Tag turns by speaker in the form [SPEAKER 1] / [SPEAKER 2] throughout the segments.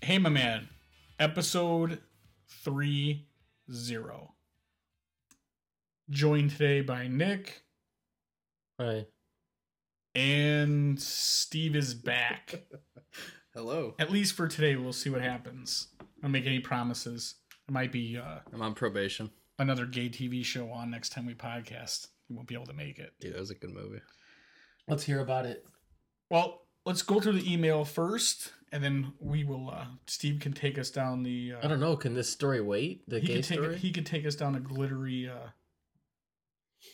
[SPEAKER 1] Hey, my man. Episode three zero. Joined today by Nick
[SPEAKER 2] Hi.
[SPEAKER 1] and Steve is back.
[SPEAKER 3] Hello.
[SPEAKER 1] At least for today, we'll see what happens. I don't make any promises. It might be uh,
[SPEAKER 3] I'm on probation.
[SPEAKER 1] another gay TV show on next time we podcast. We won't be able to make it.
[SPEAKER 3] Dude, that was a good movie.
[SPEAKER 2] Let's hear about it.
[SPEAKER 1] Well, let's go through the email first, and then we will. Uh, Steve can take us down the. Uh,
[SPEAKER 2] I don't know. Can this story wait? The
[SPEAKER 1] he
[SPEAKER 2] gay
[SPEAKER 1] could take
[SPEAKER 2] story?
[SPEAKER 1] he could take us down a glittery uh,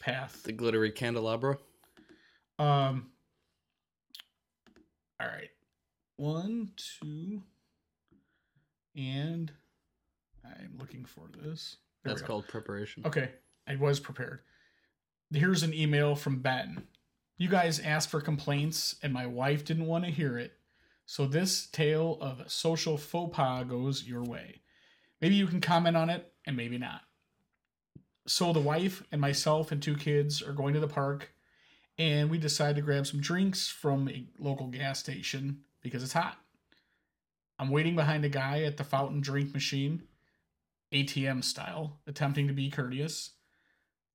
[SPEAKER 1] path.
[SPEAKER 3] The glittery candelabra.
[SPEAKER 1] Um. All right, one, two, and I'm looking for this. There we
[SPEAKER 3] That's
[SPEAKER 1] go.
[SPEAKER 3] called preparation.
[SPEAKER 1] Okay, I was prepared. Here's an email from Ben. You guys asked for complaints, and my wife didn't want to hear it, so this tale of social faux pas goes your way. Maybe you can comment on it, and maybe not. So, the wife and myself and two kids are going to the park, and we decide to grab some drinks from a local gas station because it's hot. I'm waiting behind a guy at the fountain drink machine. ATM style, attempting to be courteous.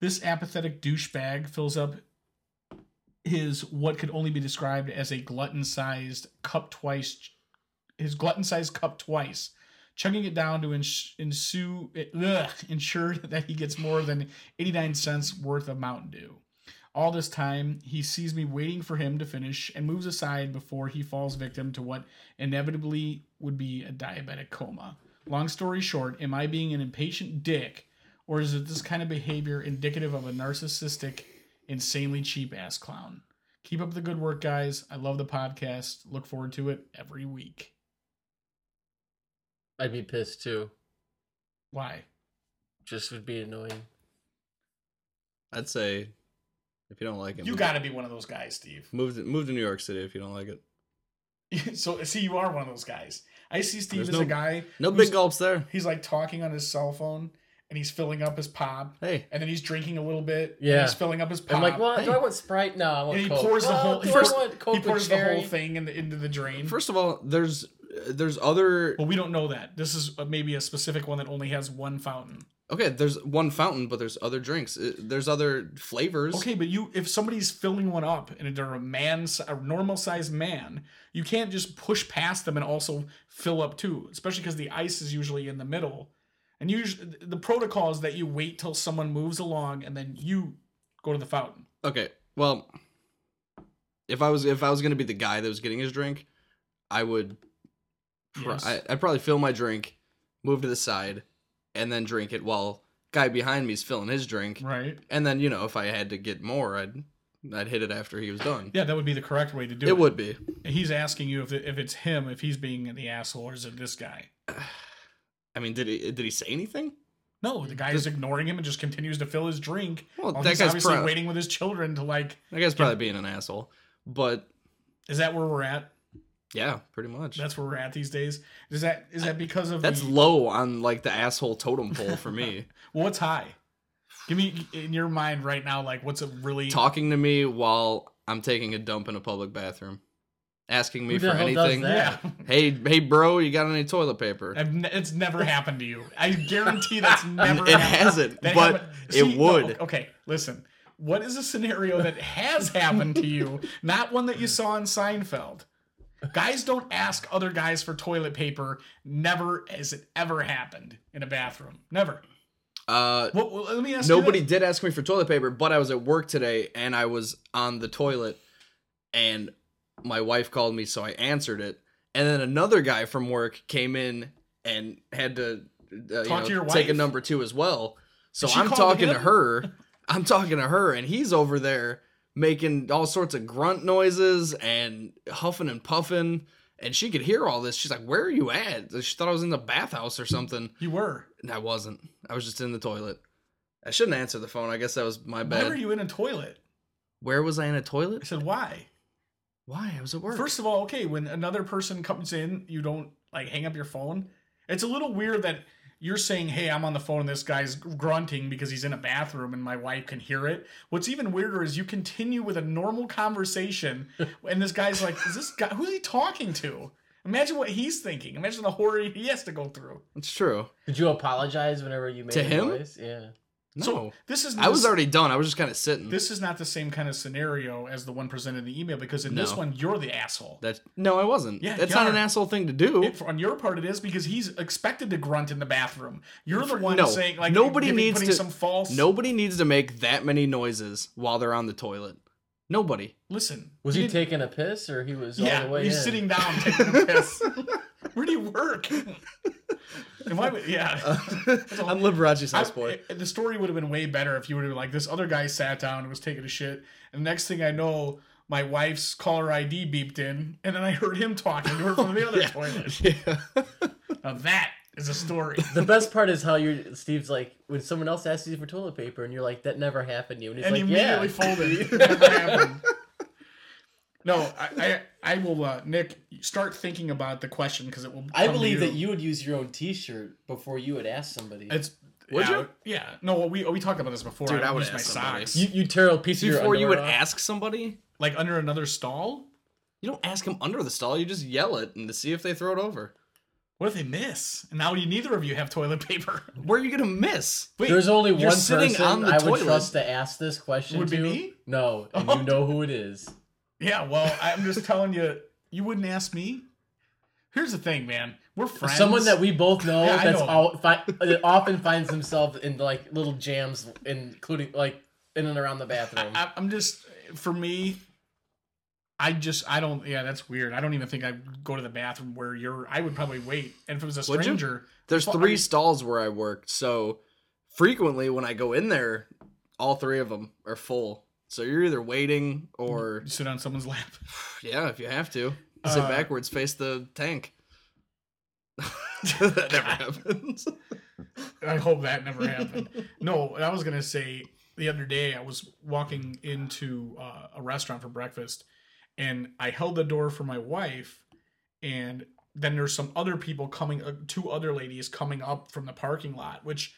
[SPEAKER 1] This apathetic douchebag fills up his what could only be described as a glutton-sized cup twice, his glutton-sized cup twice, chugging it down to ins- ensue, ugh, ensure that he gets more than 89 cents worth of Mountain Dew. All this time, he sees me waiting for him to finish and moves aside before he falls victim to what inevitably would be a diabetic coma. Long story short, am I being an impatient dick, or is it this kind of behavior indicative of a narcissistic, insanely cheap ass clown? Keep up the good work, guys. I love the podcast. Look forward to it every week.
[SPEAKER 2] I'd be pissed too.
[SPEAKER 1] Why?
[SPEAKER 2] Just would be annoying.
[SPEAKER 3] I'd say if you don't like it,
[SPEAKER 1] You
[SPEAKER 3] move-
[SPEAKER 1] got to be one of those guys, Steve.
[SPEAKER 3] move to, move to New York City if you don't like it.
[SPEAKER 1] so, see, you are one of those guys. I see Steve
[SPEAKER 3] There's
[SPEAKER 1] as a
[SPEAKER 3] no-
[SPEAKER 1] guy.
[SPEAKER 3] No
[SPEAKER 1] who's-
[SPEAKER 3] big gulps there.
[SPEAKER 1] He's like talking on his cell phone and he's filling up his pop
[SPEAKER 3] Hey,
[SPEAKER 1] and then he's drinking a little bit. and
[SPEAKER 2] Yeah.
[SPEAKER 1] he's filling up his pop.
[SPEAKER 2] I'm like, well, do
[SPEAKER 3] Hey.
[SPEAKER 2] I want Sprite? No, I want
[SPEAKER 1] Ah, And he
[SPEAKER 2] Coke.
[SPEAKER 1] pours the
[SPEAKER 2] Well,
[SPEAKER 1] whole-
[SPEAKER 2] do
[SPEAKER 1] first-
[SPEAKER 2] I want Coke
[SPEAKER 1] he pours
[SPEAKER 2] with
[SPEAKER 1] the whole
[SPEAKER 2] cherry?
[SPEAKER 1] thing in the, into the drain.
[SPEAKER 3] first of all, there's uh, there's other
[SPEAKER 1] well, we don't know that. This is uh, maybe a specific one that only has one fountain.
[SPEAKER 3] okay. There's one fountain, but there's other drinks. Uh, There's other flavors.
[SPEAKER 1] Okay, but you if somebody's filling one up and they're a man, si- a normal sized man, you can't just push past them and also fill up too. Especially because the ice is usually in the middle, and usually the protocol is that you wait till someone moves along and then you go to the fountain.
[SPEAKER 3] Okay. Well, if I was if I was gonna be the guy that was getting his drink, I would. Pr-
[SPEAKER 1] Yes.
[SPEAKER 3] I, I'd probably fill my drink, move to the side, and then drink it while guy behind me's filling his drink.
[SPEAKER 1] Right.
[SPEAKER 3] And then you know if I had to get more, I'd I'd hit it after he was done.
[SPEAKER 1] Yeah, that would be the correct way to do it.
[SPEAKER 3] it would be.
[SPEAKER 1] He's asking you if it, if it's him, if he's being the asshole, or is it this guy?
[SPEAKER 3] I mean, did he did he say anything?
[SPEAKER 1] No, the guy is ignoring him and just continues to fill his drink.
[SPEAKER 3] Well,
[SPEAKER 1] while
[SPEAKER 3] that
[SPEAKER 1] Oh, he's
[SPEAKER 3] guy's
[SPEAKER 1] obviously
[SPEAKER 3] pro-
[SPEAKER 1] waiting with his children to like.
[SPEAKER 3] That guy's probably being an asshole. But
[SPEAKER 1] Is that where we're at?
[SPEAKER 3] yeah, pretty much.
[SPEAKER 1] That's where we're at these days. Is that is that because of
[SPEAKER 3] That's
[SPEAKER 1] the-
[SPEAKER 3] low on like the asshole totem pole for me.
[SPEAKER 1] well, what's high? Give me in your mind right now, like what's a really
[SPEAKER 3] Talking to me while I'm taking a dump in a public bathroom, asking me
[SPEAKER 2] Who the
[SPEAKER 3] for
[SPEAKER 2] hell does
[SPEAKER 3] anything.
[SPEAKER 2] that?
[SPEAKER 1] yeah.
[SPEAKER 3] Hey, hey, bro, you got any toilet paper?
[SPEAKER 1] I've ne- it's never happened to you. I guarantee that's never.
[SPEAKER 3] it
[SPEAKER 1] happened.
[SPEAKER 3] hasn't,
[SPEAKER 1] That
[SPEAKER 3] but
[SPEAKER 1] happened-
[SPEAKER 3] it
[SPEAKER 1] no,
[SPEAKER 3] would.
[SPEAKER 1] okay, listen. What is a scenario that has happened to you, not one that you saw in Seinfeld? Guys don't ask other guys for toilet paper. Never has it ever happened in a bathroom. Never.
[SPEAKER 3] Uh,
[SPEAKER 1] What, well, let me ask you
[SPEAKER 3] Nobody
[SPEAKER 1] this.
[SPEAKER 3] did ask me for toilet paper, but I was at work today and I was on the toilet and my wife called me, so I answered it. And then another guy from work came in and had to uh, you
[SPEAKER 1] Talk to
[SPEAKER 3] know,
[SPEAKER 1] your
[SPEAKER 3] take a
[SPEAKER 1] wife.
[SPEAKER 3] number two as well. So
[SPEAKER 1] she
[SPEAKER 3] I'm
[SPEAKER 1] called
[SPEAKER 3] talking to
[SPEAKER 1] him?
[SPEAKER 3] her. I'm talking to her, and he's over there making all sorts of grunt noises and huffing and puffing. And she could hear all this. She's like, Where are you at? She thought I was in the bathhouse or something.
[SPEAKER 1] You were.
[SPEAKER 3] And I wasn't. I was just in the toilet. I shouldn't answer the phone. I guess that was my
[SPEAKER 1] Why
[SPEAKER 3] bad.
[SPEAKER 1] were you in a toilet?
[SPEAKER 3] Where was I in a
[SPEAKER 1] I
[SPEAKER 3] toilet?
[SPEAKER 1] said, why?
[SPEAKER 3] Why? I was at work.
[SPEAKER 1] First of all, okay, when another person comes in, you don't like hang up your phone. It's a little weird that you're saying, "Hey, I'm on the phone." and This guy's grunting because he's in a bathroom, and my wife can hear it. What's even weirder is you continue with a normal conversation, and this guy's like, "Is this guy? Who's he talking to?" Imagine what he's thinking. Imagine the horror he has to go through.
[SPEAKER 3] It's true.
[SPEAKER 2] Did you apologize whenever you made
[SPEAKER 3] To
[SPEAKER 2] a
[SPEAKER 3] him?
[SPEAKER 2] noise? Yeah.
[SPEAKER 3] No.
[SPEAKER 1] So this is
[SPEAKER 3] I was
[SPEAKER 1] this-
[SPEAKER 3] already done. I was just kind of sitting.
[SPEAKER 1] This is not the same kind of scenario as the one presented in the email because in this
[SPEAKER 3] No.
[SPEAKER 1] one you're the asshole.
[SPEAKER 3] That no, I wasn't.
[SPEAKER 1] Yeah,
[SPEAKER 3] That's
[SPEAKER 1] you
[SPEAKER 3] not
[SPEAKER 1] are.
[SPEAKER 3] an asshole thing to do.
[SPEAKER 1] It- on your part, it is because he's expected to grunt in the bathroom. You're the one
[SPEAKER 3] No.
[SPEAKER 1] saying like
[SPEAKER 3] Nobody
[SPEAKER 1] giving-
[SPEAKER 3] needs
[SPEAKER 1] putting
[SPEAKER 3] to-
[SPEAKER 1] some false.
[SPEAKER 3] Nobody needs to make that many noises while they're on the toilet. Nobody.
[SPEAKER 1] listen.
[SPEAKER 2] Was he
[SPEAKER 1] didn't-
[SPEAKER 2] taking a piss or he was all
[SPEAKER 1] Yeah,
[SPEAKER 2] the way
[SPEAKER 1] he's
[SPEAKER 2] in?
[SPEAKER 1] sitting down taking a piss. Where do you work? If I would- yeah.
[SPEAKER 2] Uh,
[SPEAKER 3] I'm Liberace's
[SPEAKER 1] I-
[SPEAKER 3] house boy.
[SPEAKER 1] it- the story would have been way better if you would have like this other guy sat down and was taking a shit, and next thing I know, my wife's caller ID beeped in, and then I heard him talking to her from the other toilet.
[SPEAKER 3] Yeah.
[SPEAKER 1] Now that is a story.
[SPEAKER 2] The best part is how you're Steve's like when someone else asks you for toilet paper and you're like that never happened to you and he's
[SPEAKER 1] and
[SPEAKER 2] like yeah
[SPEAKER 1] immediately folded. Never happened. No, I, I, I will, uh, Nick. Start thinking about the question because it will.
[SPEAKER 2] I
[SPEAKER 1] come to
[SPEAKER 2] believe that you would use your own T-shirt before you would ask somebody.
[SPEAKER 1] It's.
[SPEAKER 3] Would
[SPEAKER 1] yeah,
[SPEAKER 3] you?
[SPEAKER 1] Yeah. No, we we talked about this before.
[SPEAKER 3] Dude, I would
[SPEAKER 1] use my
[SPEAKER 3] ask somebody.
[SPEAKER 1] socks
[SPEAKER 2] You you tear a piece of your
[SPEAKER 3] Before you would
[SPEAKER 2] underwear off.
[SPEAKER 3] ask somebody,
[SPEAKER 1] like under another stall.
[SPEAKER 3] you don't ask them under the stall. You just yell it and to see if they throw it over.
[SPEAKER 1] What if they miss? And now you, neither of you have toilet paper.
[SPEAKER 3] Where are you gonna miss?
[SPEAKER 1] Wait,
[SPEAKER 2] There's only
[SPEAKER 3] you're
[SPEAKER 2] one
[SPEAKER 3] sitting
[SPEAKER 2] person
[SPEAKER 3] on the
[SPEAKER 2] I
[SPEAKER 3] toilet.
[SPEAKER 2] would trust to ask this question
[SPEAKER 1] Would
[SPEAKER 2] to.
[SPEAKER 1] be me?
[SPEAKER 2] No, and
[SPEAKER 1] Oh.
[SPEAKER 2] you know who it is.
[SPEAKER 1] yeah. Well, I'm just telling you, you wouldn't ask me. Here's the thing, man. We're friends.
[SPEAKER 2] Someone that we both know
[SPEAKER 1] Yeah, I
[SPEAKER 2] that's
[SPEAKER 1] know.
[SPEAKER 2] all fi- that often finds themselves in like little jams, including like in and around the bathroom.
[SPEAKER 1] I, I'm just for me. I just I don't yeah that's weird. I don't even think I'd go to the bathroom where you're. I would probably wait. And if it was a
[SPEAKER 3] Would you?
[SPEAKER 1] stranger,
[SPEAKER 3] There's
[SPEAKER 1] Well, I
[SPEAKER 3] three
[SPEAKER 1] mean-
[SPEAKER 3] stalls where I worked, so frequently when I go in there, all three of them are full. So you're either waiting or
[SPEAKER 1] you sit on someone's lap.
[SPEAKER 3] yeah, if you have to sit
[SPEAKER 1] Uh,
[SPEAKER 3] backwards, face the tank. that never happens.
[SPEAKER 1] I hope that never happened. no, I was gonna say the other day I was walking into uh, a restaurant for breakfast, and I held the door for my wife, and then there's some other people coming, uh, two other ladies coming up from the parking lot, which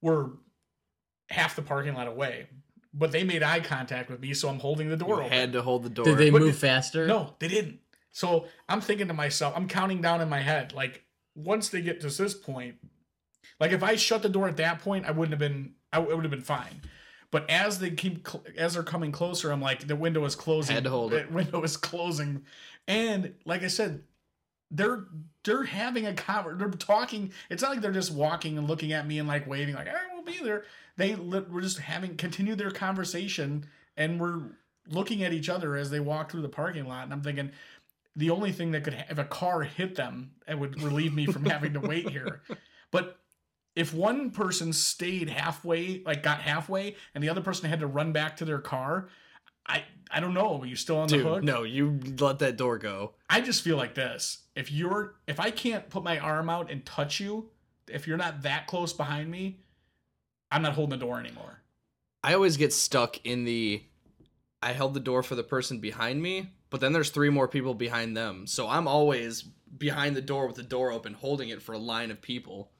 [SPEAKER 1] were half the parking lot away, but they made eye contact with me, so I'm holding the door
[SPEAKER 3] You
[SPEAKER 1] open.
[SPEAKER 3] had to hold the door.
[SPEAKER 2] Did they
[SPEAKER 1] What
[SPEAKER 2] move
[SPEAKER 1] did-
[SPEAKER 2] faster?
[SPEAKER 1] No, they didn't. So I'm thinking to myself, I'm counting down in my head, like once they get to this point, like if I shut the door at that point, I wouldn't have been, I w- it would have been fine. But as they keep, cl- as they're coming closer, I'm like, the window is closing.
[SPEAKER 3] Had to hold it.
[SPEAKER 1] The window is closing, and like I said, they're they're having a conver They're talking. It's not like they're just walking and looking at me and like waving, like I will be there. They li- were just having continue their conversation, and we're looking at each other as they walk through the parking lot. And I'm thinking, the only thing that could ha- if a car hit them, it would relieve me from having to wait here. But if one person stayed halfway, like got halfway, and the other person had to run back to their car, I I don't know. Are you still on the hook?
[SPEAKER 3] Dude, no, you let that door go.
[SPEAKER 1] I just feel like this. If you're if I can't put my arm out and touch you, if you're not that close behind me, I'm not holding the door anymore.
[SPEAKER 3] I always get stuck in the I held the door for the person behind me, but then there's three more people behind them. So I'm always behind the door with the door open, holding it for a line of people.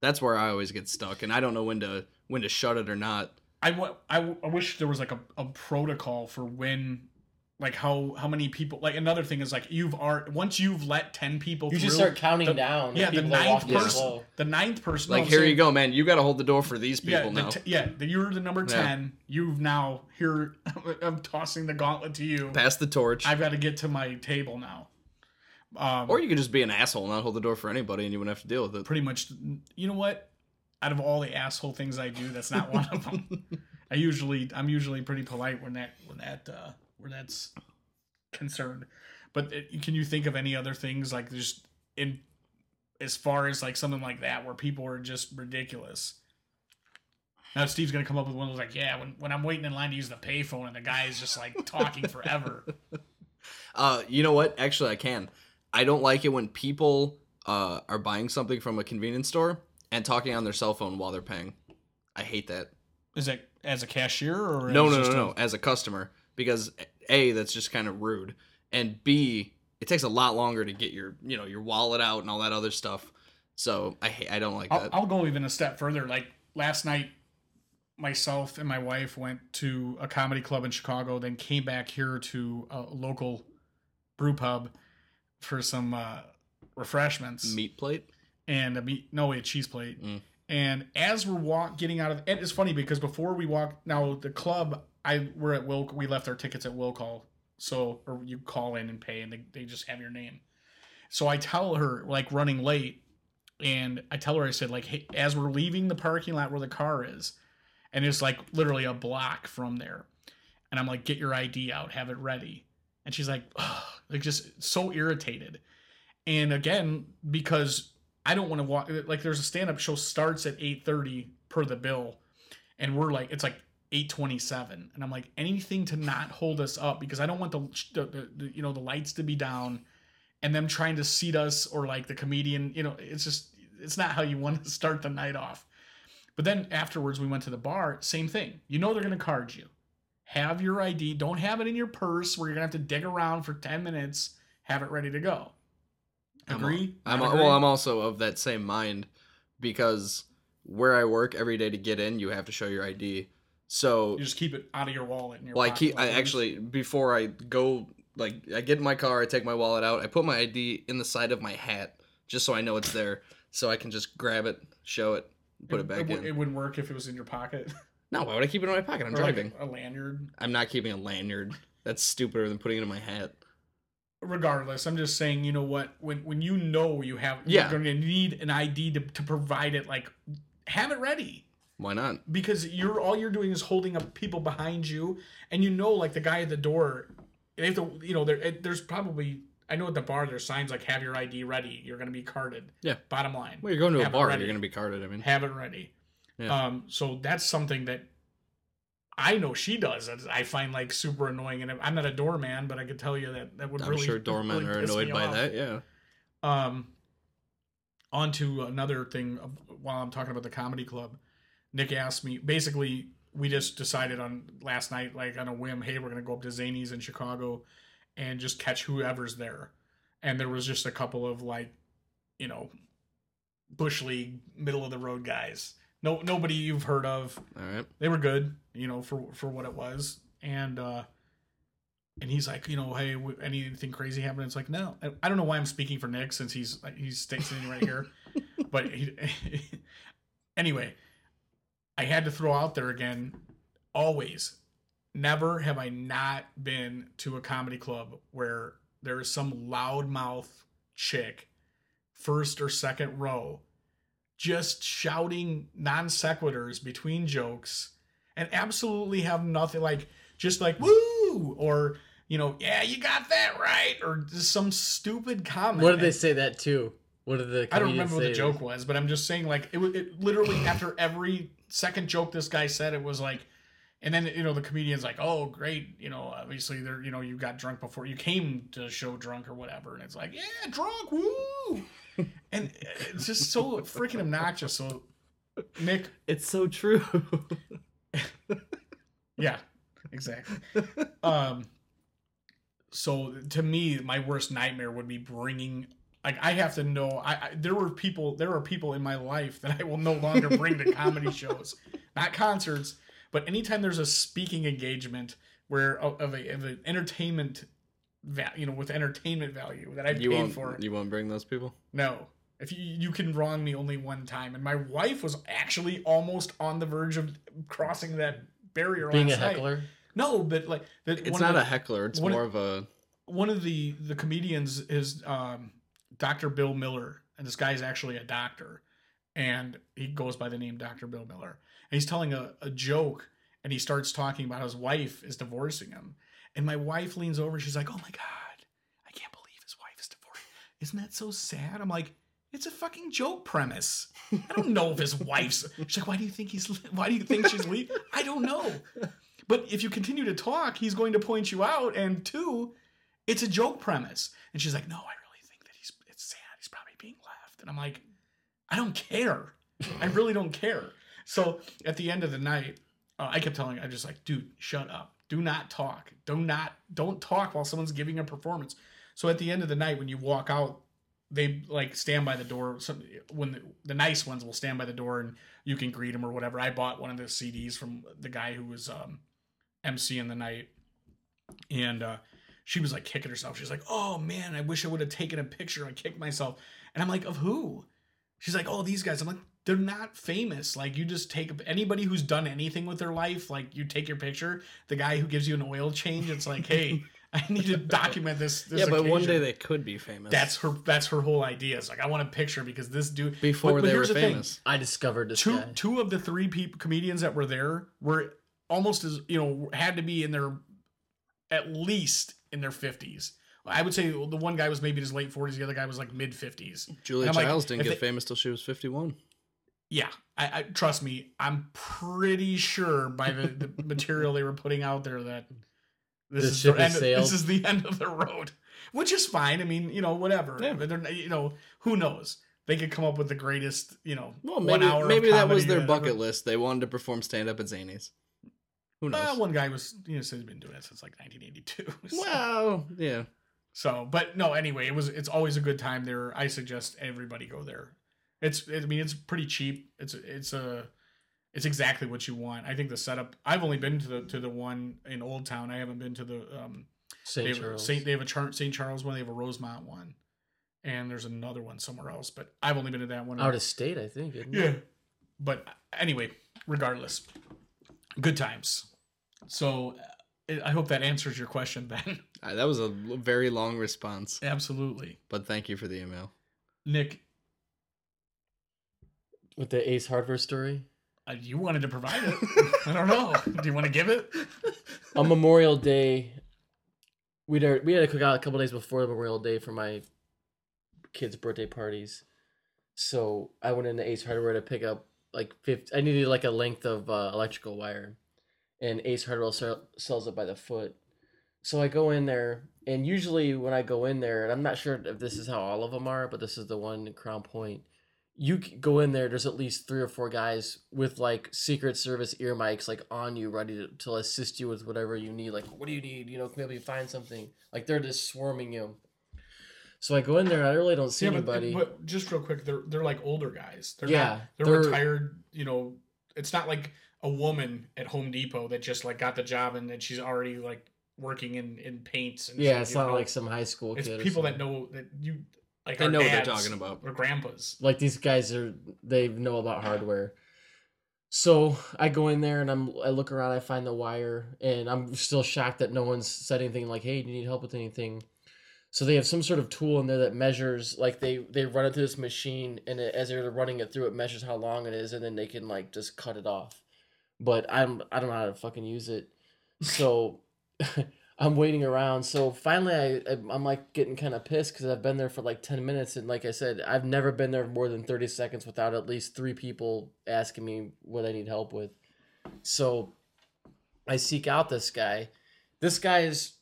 [SPEAKER 3] That's where I always get stuck, and I don't know when to when to shut it or not.
[SPEAKER 1] I wa- I w- I wish there was like a, a protocol for when like how how many people like another thing is like you've are once you've let 10 people
[SPEAKER 2] You just
[SPEAKER 1] through,
[SPEAKER 2] start counting
[SPEAKER 1] the-
[SPEAKER 2] down.
[SPEAKER 1] yeah the
[SPEAKER 2] people are
[SPEAKER 1] ninth
[SPEAKER 2] walking
[SPEAKER 1] person
[SPEAKER 2] slow.
[SPEAKER 1] the ninth person
[SPEAKER 3] Like
[SPEAKER 1] no, I'm
[SPEAKER 3] here you
[SPEAKER 1] saying-
[SPEAKER 3] go, man. You got to hold the door for these
[SPEAKER 1] yeah,
[SPEAKER 3] people
[SPEAKER 1] the
[SPEAKER 3] now.
[SPEAKER 1] t- yeah, the, you're the number
[SPEAKER 3] Yeah.
[SPEAKER 1] 10. You've now here I'm tossing the gauntlet to you.
[SPEAKER 3] Pass the torch,
[SPEAKER 1] I've got to get to my table now. Um,
[SPEAKER 3] or you could just be an asshole and not hold the door for anybody, and you wouldn't have to deal with it.
[SPEAKER 1] pretty much you know what out of all the asshole things i do that's not one of them i usually i'm usually pretty polite when that when that uh where that's concerned but it- can you think of any other things like just in as far as like something like that where people are just ridiculous now steve's gonna come up with one that's like yeah when, when i'm waiting in line to use the payphone and the guy is just like talking forever
[SPEAKER 3] Uh, you know what? Actually, I can. I don't like it when people uh, are buying something from a convenience store and talking on their cell phone while they're paying. I hate that.
[SPEAKER 1] is that as a cashier or
[SPEAKER 3] No,
[SPEAKER 1] as
[SPEAKER 3] no, no,
[SPEAKER 1] just a-
[SPEAKER 3] no. As a customer, because a that's just kind of rude, and b it takes a lot longer to get your you know your wallet out and all that other stuff. So I hate. I don't like
[SPEAKER 1] I'll,
[SPEAKER 3] that.
[SPEAKER 1] I'll go even a step further. Like last night, myself and my wife went to a comedy club in Chicago, then came back here to a local brew pub for some uh, refreshments
[SPEAKER 3] meat plate.
[SPEAKER 1] and a meat no wait a cheese plate
[SPEAKER 3] Mm.
[SPEAKER 1] and as we're walk getting out of and it's funny because before we walk now the club i we're at will we left our tickets at will call so or you call in and pay and they, they just have your name so i tell her like running late and i tell her i said like hey, as we're leaving the parking lot where the car is and it's like literally a block from there and i'm like get your id out have it ready and she's like "Ugh," like just so irritated and again because I don't want to walk. Like, there's a stand-up show starts at 8:30 per the bill, and we're like, it's like 8:27, and I'm like, anything to not hold us up because I don't want the, the, the- the- you know the lights to be down, and them trying to seat us or like the comedian. You know, it's just it's not how you want to start the night off. But then afterwards, we went to the bar. Same thing. You know they're gonna card you. Have your ID. Don't have it in your purse where you're gonna have to dig around for 10 minutes. Have it ready to go.
[SPEAKER 3] I'm a-
[SPEAKER 1] Agree?
[SPEAKER 3] I'm
[SPEAKER 1] Not
[SPEAKER 3] well.
[SPEAKER 1] agree?
[SPEAKER 3] I'm also of that same mind because where I work every day to get in, you have to show your ID. So
[SPEAKER 1] You just keep it out of your wallet. And your
[SPEAKER 3] well, I
[SPEAKER 1] pocket
[SPEAKER 3] keep. I
[SPEAKER 1] while you-
[SPEAKER 3] actually before I go, like I get in my car, I take my wallet out, I put my ID in the side of my hat just so I know it's there, so I can just grab it, show it, put it, back
[SPEAKER 1] wou-
[SPEAKER 3] in.
[SPEAKER 1] It wouldn't work if it was in your pocket.
[SPEAKER 3] no, why would I keep it in my pocket? I'm
[SPEAKER 1] or like
[SPEAKER 3] driving.
[SPEAKER 1] a lanyard.
[SPEAKER 3] I'm not keeping a lanyard. That's stupider than putting it in my hat.
[SPEAKER 1] Regardless, I'm just saying, you know what? When when you know you have,
[SPEAKER 3] Yeah.
[SPEAKER 1] you're going to need an ID to, to provide it. Like, have it ready
[SPEAKER 3] Why not?
[SPEAKER 1] because you're all you're doing is holding up people behind you, and you know, like the guy at the door, they have to, you know, there it- there's probably. I know at the bar there's signs like "Have your ID ready. You're going to be carded."
[SPEAKER 3] Yeah.
[SPEAKER 1] Bottom line.
[SPEAKER 3] Well, you're going to a
[SPEAKER 1] Have it
[SPEAKER 3] bar.
[SPEAKER 1] ready.
[SPEAKER 3] You're going to be carded. I mean,
[SPEAKER 1] have it ready.
[SPEAKER 3] Yeah.
[SPEAKER 1] Um, so that's something that I know she does. that I find like super annoying, and I'm not a doorman, but I could tell you that that would
[SPEAKER 3] I'm
[SPEAKER 1] really.
[SPEAKER 3] sure doormen
[SPEAKER 1] really
[SPEAKER 3] are
[SPEAKER 1] piss me
[SPEAKER 3] annoyed by
[SPEAKER 1] off.
[SPEAKER 3] that. Yeah.
[SPEAKER 1] Um, on to another thing of- while I'm talking about the comedy club. Nick asked me basically we just decided on last night like on a whim, hey, we're gonna go up to Zany's in Chicago and just catch whoever's there. And there was just a couple of like, you know, bush league middle of the road guys. No nobody you've heard of
[SPEAKER 3] All right.
[SPEAKER 1] they were good, you know, for for what it was. And uh and he's like, you know, hey, w- anything crazy happened? It's like, no, I- I don't know why I'm speaking for Nick since he's he's sitting right here, but he, anyway, I had to throw out there again. Always, never have I not been to a comedy club where there is some loudmouth chick, first or second row, just shouting non sequiturs between jokes and absolutely have nothing like just like woo or you know yeah you got that right or just some stupid comment.
[SPEAKER 2] What did they say that to? What did the
[SPEAKER 1] Oh I don't
[SPEAKER 2] comedians
[SPEAKER 1] remember what the
[SPEAKER 2] say?
[SPEAKER 1] joke was, but I'm just saying like it, wa- it literally after every second joke this guy said it was like and then you know the comedian's like oh great you know obviously they're you know you got drunk before you came to the show drunk or whatever and it's like yeah drunk woo and it's just so freaking obnoxious so Nick
[SPEAKER 3] It's so true.
[SPEAKER 1] Yeah, exactly. um, so to me, my worst nightmare would be bringing. Like I have to know. I, I there were people. There are people in my life that I will no longer bring to comedy shows, not concerts, but anytime there's a speaking engagement where of of a of an entertainment, va- you know, with entertainment value that I
[SPEAKER 3] you
[SPEAKER 1] paid
[SPEAKER 3] won't.
[SPEAKER 1] for.
[SPEAKER 3] You won't bring those people.
[SPEAKER 1] No. If you, you can wrong me only one time, and my wife was actually almost on the verge of crossing that barrier.
[SPEAKER 2] Being a
[SPEAKER 1] last night.
[SPEAKER 2] heckler.
[SPEAKER 1] No, but like the,
[SPEAKER 3] It's
[SPEAKER 1] one
[SPEAKER 3] not
[SPEAKER 1] of the,
[SPEAKER 3] a heckler. It's
[SPEAKER 1] one of-
[SPEAKER 3] more of a.
[SPEAKER 1] one of the the comedians is um, Dr. Bill Miller, and this guy's actually a doctor, and he goes by the name Dr. Bill Miller, and he's telling a, a joke, and he starts talking about his wife is divorcing him, and my wife leans over, she's like, "Oh my god, I can't believe his wife is divorced. Isn't that so sad?" I'm like. It's a fucking joke premise. I don't know if his wife's. She's like, why do you think he's? Why do you think she's leaving? I don't know. But if you continue to talk, he's going to point you out. And two, it's a joke premise. And she's like, no, I really think that he's it's sad. He's probably being left. And I'm like, I don't care. I really don't care. So at the end of the night, uh, I kept telling her, I just like, dude, shut up. Do not talk. Do not don't talk while someone's giving a performance. So at the end of the night, when you walk out, they like stand by the door. Some when the, the nice ones will stand by the door and you can greet them or whatever. I bought one of the CDs from the guy who was um, MC in the night, and uh, she was like kicking herself. She's like, "Oh man, I wish I would have taken a picture. I kicked myself." And I'm like, "Of who?" She's like, "Oh, these guys." I'm like, "They're not famous. Like you just take anybody who's done anything with their life. Like you take your picture. The guy who gives you an oil change. It's like, hey, I need to document this. this
[SPEAKER 3] yeah, but one day
[SPEAKER 1] occasion."
[SPEAKER 3] they could be famous.
[SPEAKER 1] That's her. That's her whole idea. It's like I want a picture because this dude.
[SPEAKER 3] before
[SPEAKER 1] But- but
[SPEAKER 3] they were
[SPEAKER 1] here's the thing.
[SPEAKER 3] famous.
[SPEAKER 2] I discovered this
[SPEAKER 1] Two
[SPEAKER 2] guy.
[SPEAKER 1] two of the three peop comedians that were there were almost as you know had to be in their at least in their fifties. I would say the one guy was maybe in his late forties. The other guy was like mid fifties.
[SPEAKER 3] Julia
[SPEAKER 1] I'm like,
[SPEAKER 3] Childs didn't
[SPEAKER 1] if
[SPEAKER 3] get
[SPEAKER 1] they-
[SPEAKER 3] famous till she was 51.
[SPEAKER 1] Yeah, I, I trust me. I'm pretty sure by the, the material they were putting out there that this
[SPEAKER 2] The
[SPEAKER 1] is
[SPEAKER 2] ship
[SPEAKER 1] the end.
[SPEAKER 2] has
[SPEAKER 1] Of,
[SPEAKER 2] sailed.
[SPEAKER 1] this is the end of the road, which is fine. I mean, you know, whatever.
[SPEAKER 3] Yeah.
[SPEAKER 1] But they're you know who knows. They could come up with the greatest, you know,
[SPEAKER 3] Well,
[SPEAKER 1] one
[SPEAKER 3] maybe,
[SPEAKER 1] hour. of
[SPEAKER 3] maybe that was
[SPEAKER 1] comedy
[SPEAKER 3] their
[SPEAKER 1] that
[SPEAKER 3] bucket
[SPEAKER 1] ever-
[SPEAKER 3] list. They wanted to perform stand up at Zanies. Who knows?
[SPEAKER 1] Well, one guy was, you know, said he's been doing it since like 1982. So,
[SPEAKER 3] Well, yeah.
[SPEAKER 1] so, but no, anyway, it was. It's always a good time there. I suggest everybody go there. It's. I mean, it's pretty cheap. It's. It's a. It's exactly what you want. I think the setup. I've only been to the to the one in Old Town. I haven't been to the um they
[SPEAKER 2] St.
[SPEAKER 1] have,
[SPEAKER 2] Charles.
[SPEAKER 1] Saint, they have a Char- St. Charles one. They have a Rosemont one, and there's another one somewhere else. But I've only been to that one.
[SPEAKER 2] Out of state, I think. isn't it?
[SPEAKER 1] Yeah. But anyway, regardless, good times. So uh, I hope that answers your question, Ben.
[SPEAKER 3] Uh, that was a l- very long response,
[SPEAKER 1] Absolutely.
[SPEAKER 3] but thank you for the email.
[SPEAKER 1] Nick,
[SPEAKER 2] With the Ace Hardware story.
[SPEAKER 1] uh, you wanted to provide it. I don't know. Do you want to give it?
[SPEAKER 2] on Memorial Day, we'd already, we had a cookout a couple days before Memorial Day for my kids' birthday parties. So I went into Ace Hardware to pick up like 50, I needed like a length of uh, electrical wire, and Ace Hardware sell, sells it by the foot. So I go in there, and usually when I go in there, and I'm not sure if this is how all of them are, but this is the one in Crown Point. You c- go in there, there's at least three or four guys with like Secret Service ear mics like on you, ready to, to assist you with whatever you need. Like, what do you need? You know, can we help you find something? Like they're just swarming you. So I go in there, and I really don't see anybody.
[SPEAKER 1] But, but just real quick, they're they're like older guys. They're
[SPEAKER 2] Yeah,
[SPEAKER 1] not, they're,
[SPEAKER 2] they're-
[SPEAKER 1] retired. You know, it's not like a woman at Home Depot that just like got the job and then she's already like working in in paints. And
[SPEAKER 2] yeah,
[SPEAKER 1] shit,
[SPEAKER 2] it's
[SPEAKER 1] you
[SPEAKER 2] not
[SPEAKER 1] know?
[SPEAKER 2] like some high school
[SPEAKER 1] it's
[SPEAKER 2] kid. or
[SPEAKER 1] people that
[SPEAKER 2] something.
[SPEAKER 1] know that you like.
[SPEAKER 3] They
[SPEAKER 1] our
[SPEAKER 3] know what they're
[SPEAKER 1] dads
[SPEAKER 3] talking about.
[SPEAKER 1] Or grandpas.
[SPEAKER 2] like these guys are they know about hardware so i go in there and i'm i look around i find the wire and i'm still shocked that no one's said anything like hey do you need help with anything so they have some sort of tool in there that measures like they they run it through this machine and it, as they're running it through it measures how long it is and then they can like just cut it off but i'm i don't know how to fucking use it so I'm waiting around. So finally, I I'm- I'm like getting kind of pissed because I've been there for like ten minutes, and like I said, I've never been there more than thirty seconds without at least three people asking me what I need help with. So I seek out this guy. This guy is.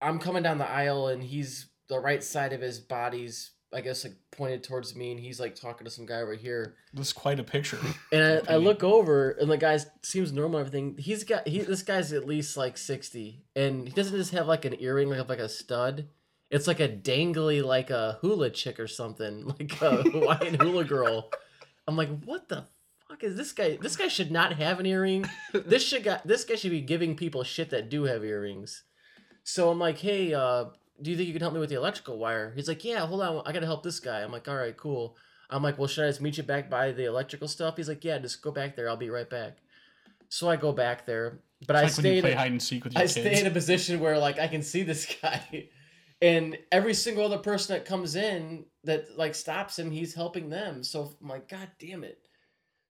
[SPEAKER 2] I'm coming down the aisle, and he's the right side of his body's, I guess, like pointed towards me, and he's like talking to some guy over here.
[SPEAKER 1] That's quite a picture.
[SPEAKER 2] And I, I
[SPEAKER 1] opinion.
[SPEAKER 2] look over, and the guy seems normal. and Everything he's got, he this guy's at least like sixty, and he doesn't just have like an earring, like like a stud. It's like a dangly, like a hula chick or something, like a Hawaiian hula girl. I'm like, what the fuck is this guy? This guy should not have an earring. This should got this guy should be giving people shit that do have earrings. So I'm like, hey, uh, do you think you can help me with the electrical wire? He's like, yeah, hold on, I gotta help this guy. I'm like, all right, cool. I'm like, well, should I just meet you back by the electrical stuff? He's like, yeah, just go back there. I'll be right back. So I go back there, but I
[SPEAKER 1] It's like when you
[SPEAKER 2] stayed.
[SPEAKER 1] play hide and seek with your
[SPEAKER 2] I
[SPEAKER 1] kids.
[SPEAKER 2] stay in a position where like I can see this guy, and every single other person that comes in that like stops him, he's helping them. So I'm like, God damn it!